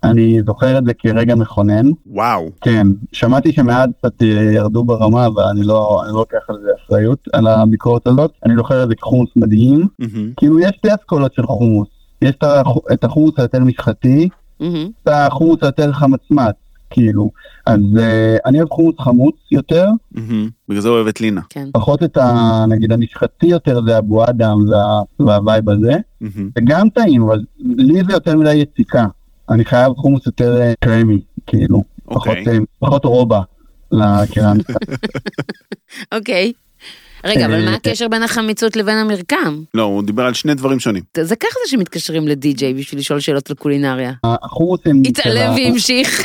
Speaker 4: אני זוכר את זה כרגע מכונן.
Speaker 2: וואו.
Speaker 4: כן, שמעתי שמעט קצת אה, ירדו ברמה, אבל אני לא אני לא לוקח על זה אחריות, על הביקורת הזאת. אני זוכר את זה כחומוס מדהים.
Speaker 2: מהמם.
Speaker 4: כאילו, יש שתי אסכולות של חומוס. יש את הח- את החומוס היותר משחטי,
Speaker 1: מהמם.
Speaker 4: את החומוס היותר חמצמץ, כאילו. אז אה, אני אוהב חומוס חמוץ יותר,
Speaker 2: מהמם. בגלל זה אוהב את לינה.
Speaker 1: כן.
Speaker 4: פחות את ה... נגיד המשחטי יותר זה אבו אדם וה- והווייב הזה.
Speaker 2: מהמם.
Speaker 4: זה גם טעים, אבל לי זה יותר מדי יציקה. אני חייב חומוס יותר אה, קרמי, כאילו. פחות,
Speaker 2: אוקיי.
Speaker 4: אה, פחות רובע לקרמיקה.
Speaker 1: אוקיי. רגע, אבל מה
Speaker 4: אה,
Speaker 1: הקשר בין החמיצות לבין המרקם?
Speaker 2: לא, הוא דיבר על שני דברים שונים.
Speaker 1: זה ככה זה שמתקשרים לדי-ג'יי בשביל לשאול שאלות על קולינריה.
Speaker 4: החומוס הם... אה,
Speaker 1: התעלם
Speaker 4: [laughs]
Speaker 1: והמשיך.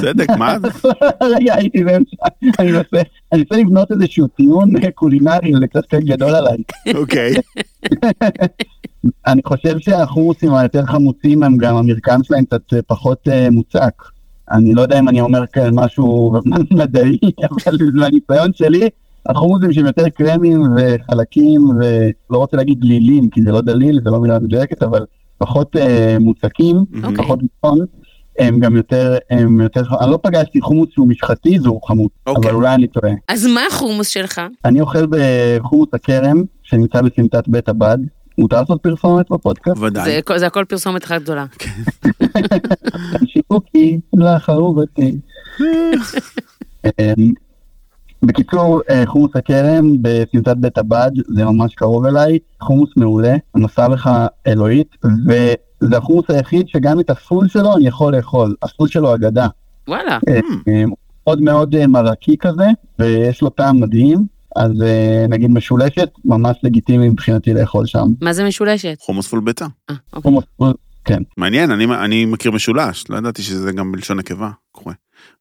Speaker 2: צדק, מה
Speaker 1: [laughs]
Speaker 2: זה?
Speaker 4: לא, רגע, הייתי באמצע. אני מנסה אני מנסה לבנות איזשהו טיעון אה, קולינרי, זה קצת גדול עליי.
Speaker 2: אוקיי.
Speaker 4: אני חושב שהחומוסים היותר חמוצים הם גם המרקם שלהם קצת אה, פחות אה, מוצק. אני לא יודע אם אני אומר כאן משהו [laughs] מדעי, אבל מהניסיון שלי, החומוסים שהם יותר קרמים וחלקים ולא רוצה להגיד דלילים, כי זה לא דליל, זה לא מילה מדויקת, אבל פחות אה, מוצקים,
Speaker 2: מהמם.
Speaker 1: אוקיי.
Speaker 4: פחות מוצון. הם גם יותר, הם יותר, אני לא פגשתי חומוס שהוא משחטי, זהו חמוץ,
Speaker 2: אוקיי.
Speaker 4: אבל אולי אני טועה.
Speaker 1: אז מה החומוס שלך?
Speaker 2: אה.
Speaker 4: אני אוכל בחומוס הכרם, שנמצא בסמטת בית הבד, מותר לעשות פרסומת
Speaker 2: [laughs]
Speaker 4: בפודקאסט?
Speaker 2: ודאי.
Speaker 1: זה הכל- זה הכל פרסומת אחת גדולה.
Speaker 4: שיווקי לחרובתי. אמ, בקיצור, אה, חומוס הכרם בסמטת בית הבד, זה ממש קרוב אליי, חומוס מעולה, מסר לך אלוהית, וזה החומוס היחיד שגם את הסול שלו אני יכול לאכול, הסול שלו אגדה.
Speaker 1: וואלה.
Speaker 4: אמ, מאוד מאוד אה, מרקי כזה, ויש לו טעם מדהים, אז אה, נגיד משולשת, ממש לגיטימי מבחינתי לאכול שם.
Speaker 1: מה זה משולשת?
Speaker 2: [laughs] חומוס פול ביצה.
Speaker 1: אה, אוקיי.
Speaker 4: חומוס, כן.
Speaker 2: מעניין, אני, אני מכיר משולש, לא ידעתי שזה גם בלשון נקבה קורה.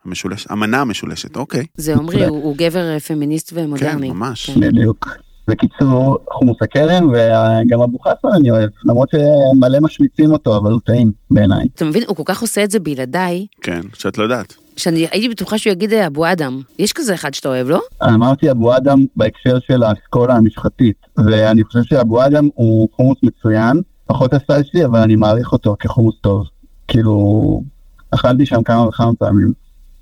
Speaker 2: המשולש, המנה המשולשת, אוקיי.
Speaker 1: זה עומרי, הוא הוא גבר אה, פמיניסט ומודרני.
Speaker 2: כן, ממש.
Speaker 1: כן.
Speaker 4: בדיוק. בקיצור, חומוס הכרם וגם אבו חסן אני אוהב, למרות שמלא משמיצים אותו, אבל הוא טעים בעיניי.
Speaker 1: אתה מבין, הוא כל כך עושה את זה בלעדיי,
Speaker 2: כן, שאת לא יודעת.
Speaker 1: שאני הייתי בטוחה שהוא יגיד אה, אבו אדם. יש כזה אחד שאתה אוהב, לא?
Speaker 4: אמרתי אבו אדם בהקשר של האסכולה המשחטית, ואני חושב שאבו אדם הוא חומוס מצוין, פחות הסטייל שלי, אבל אני מעריך אותו כחומוס טוב. כאילו, אכלתי שם כמה וכמה פעמים.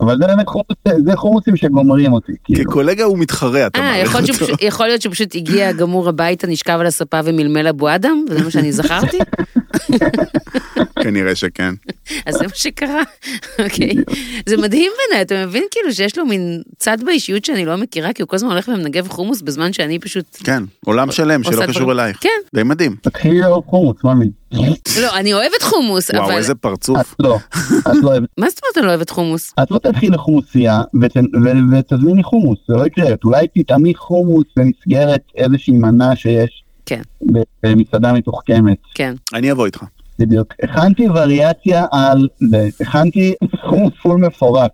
Speaker 4: אבל זה באמת חומוס, זה חומוסים שגומרים אותי, כאילו.
Speaker 2: כקולגה הוא מתחרה, אתה
Speaker 1: אה,
Speaker 2: מעריך
Speaker 1: יכול להיות שהוא
Speaker 2: אותו.
Speaker 1: פשוט- יכול להיות שהוא פשוט הגיע גמור הביתה, נשכב על הספה ומלמל אבו אדם? זה מה שאני זכרתי?
Speaker 2: [laughs] כנראה שכן.
Speaker 1: אז זה מה שקרה, [laughs] אוקיי. זה מדהים בעיניי, אתה מבין כאילו שיש לו מין צד באישיות שאני לא מכירה, כי הוא כל הזמן הולך ומנגב חומוס בזמן שאני פשוט...
Speaker 2: כן,
Speaker 1: [laughs]
Speaker 2: עולם שלם
Speaker 1: עושה
Speaker 2: שלא קשור
Speaker 1: דברים-
Speaker 2: אלייך.
Speaker 1: כן.
Speaker 2: די מדהים.
Speaker 4: תתחילי לאהוב חומוס, מאמי.
Speaker 1: לא, אני אוהבת חומוס,
Speaker 2: וואו,
Speaker 1: אבל...
Speaker 2: איזה פרצוף.
Speaker 4: את לא, את לא אוהבת.
Speaker 1: מה זאת אומרת אני לא אוהבת חומוס?
Speaker 4: את לא תלכי לחומוסייה ות, ו, ותזמיני חומוס, זה לא יקרה, את אולי תטעמי חומוס במסגרת איזושהי מנה שיש
Speaker 1: כן.
Speaker 4: ב- במסעדה מתוחכמת,
Speaker 1: כן.
Speaker 2: אני אבוא איתך.
Speaker 4: בדיוק. הכנתי וריאציה על, זה. הכנתי חומוס פול מפורק.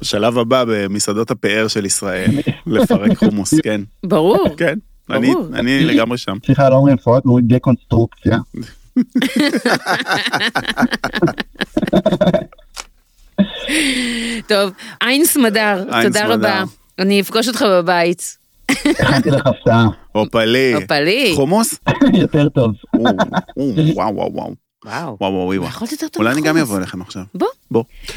Speaker 2: בשלב הבא במסעדות הפאר של
Speaker 1: [laughs]
Speaker 2: ישראל, לפרק חומוס, כן.
Speaker 1: ברור.
Speaker 2: [laughs] כן. אני,
Speaker 1: ברור.
Speaker 2: אני לגמרי שם.
Speaker 4: סליחה, לא אומרים מפורק, אומרים דקונסטרוקציה.
Speaker 1: טוב, איינס מדר,
Speaker 2: כן. איינס
Speaker 1: תודה רבה.
Speaker 2: מדר.
Speaker 1: אני אפגוש אותך בבית.
Speaker 4: הכנתי לך הפתעה, [laughs]
Speaker 2: הופלי.
Speaker 1: הופלי.
Speaker 2: אה, חומוס?
Speaker 4: יותר טוב.
Speaker 2: או, או, וואו, וואו, וואו.
Speaker 1: וואו.
Speaker 2: וואו, וואו, וואו.
Speaker 1: יכול להיות יותר טוב
Speaker 2: אולי אני גם
Speaker 1: מחומוס.
Speaker 2: אבוא אליכם עכשיו.
Speaker 1: בוא.
Speaker 2: בוא.
Speaker 1: ת-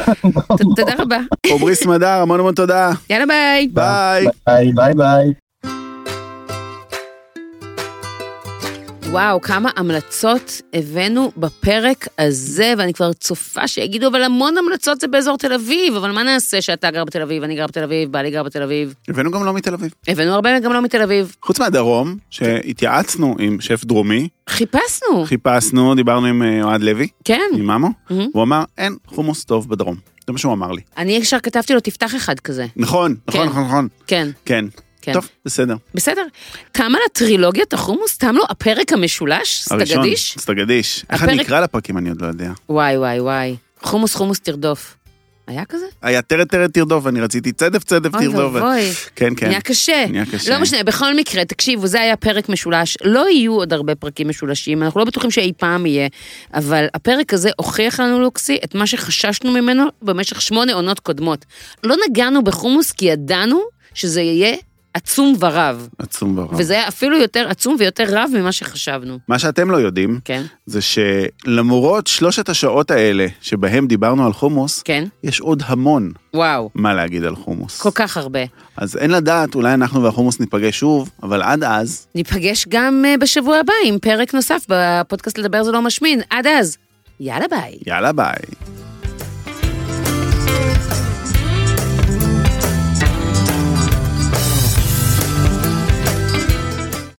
Speaker 1: תודה רבה.
Speaker 2: עמרי סמדר, המון המון תודה.
Speaker 1: יאללה ביי.
Speaker 2: ביי.
Speaker 4: ביי ביי ביי.
Speaker 1: וואו, כמה המלצות הבאנו בפרק הזה, ואני כבר צופה שיגידו, אבל המון המלצות זה באזור תל אביב, אבל מה נעשה שאתה גר בתל אביב, אני גר בתל אביב, בעלי גר בתל אביב.
Speaker 2: הבאנו גם לא מתל אביב.
Speaker 1: הבאנו הרבה גם לא מתל אביב.
Speaker 2: חוץ מהדרום, שהתייעצנו עם שף דרומי,
Speaker 1: חיפשנו,
Speaker 2: חיפשנו, דיברנו עם אה, אוהד לוי,
Speaker 1: כן.
Speaker 2: עם ממו,
Speaker 1: מהמם.
Speaker 2: והוא אמר, אין חומוס טוב בדרום. זה מה שהוא אמר לי.
Speaker 1: אני ישר כתבתי לו, תפתח אחד כזה.
Speaker 2: נכון, נכון,
Speaker 1: כן.
Speaker 2: נכון, נכון.
Speaker 1: כן,
Speaker 2: כן.
Speaker 1: כן.
Speaker 2: טוב, בסדר.
Speaker 1: בסדר. תם על הטרילוגיית החומוס, תם לו לא, הפרק המשולש,
Speaker 2: הראשון,
Speaker 1: סטגדיש.
Speaker 2: סטגדיש. איך
Speaker 1: הפרק-
Speaker 2: אני אקרא לפרקים אני עוד לא יודע.
Speaker 1: וואי, וואי, וואי. חומוס חומוס תרדוף. היה כזה?
Speaker 2: היה טרד טרד תרדוף, אני רציתי צדף צדף
Speaker 1: אוי
Speaker 2: תרדוף.
Speaker 1: ואבוי.
Speaker 2: כן, כן.
Speaker 1: נהיה קשה.
Speaker 2: נהיה קשה.
Speaker 1: לא משנה, בכל מקרה, תקשיבו, זה היה פרק משולש. לא יהיו עוד הרבה פרקים משולשים, אנחנו לא בטוחים שאי פעם יהיה, אבל הפרק הזה הוכיח לנו, לוקסי, את מה שחששנו ממנו במשך שמונה עונות קודמות. לא נגענו בחומוס כי ידענו שזה יהיה עצום ורב,
Speaker 2: עצום ברור.
Speaker 1: וזה היה אפילו יותר עצום ויותר רב ממה שחשבנו.
Speaker 2: מה שאתם לא יודעים,
Speaker 1: כן,
Speaker 2: זה שלמרות שלושת השעות האלה שבהם דיברנו על חומוס,
Speaker 1: כן,
Speaker 2: יש עוד המון
Speaker 1: וואו,
Speaker 2: מה להגיד על חומוס.
Speaker 1: כל כך הרבה.
Speaker 2: אז אין לדעת, אולי אנחנו והחומוס ניפגש שוב, אבל עד אז,
Speaker 1: ניפגש גם אה, בשבוע הבא עם פרק נוסף בפודקאסט לדבר זה לא משמין. עד אז, יאללה ביי.
Speaker 2: יאללה ביי.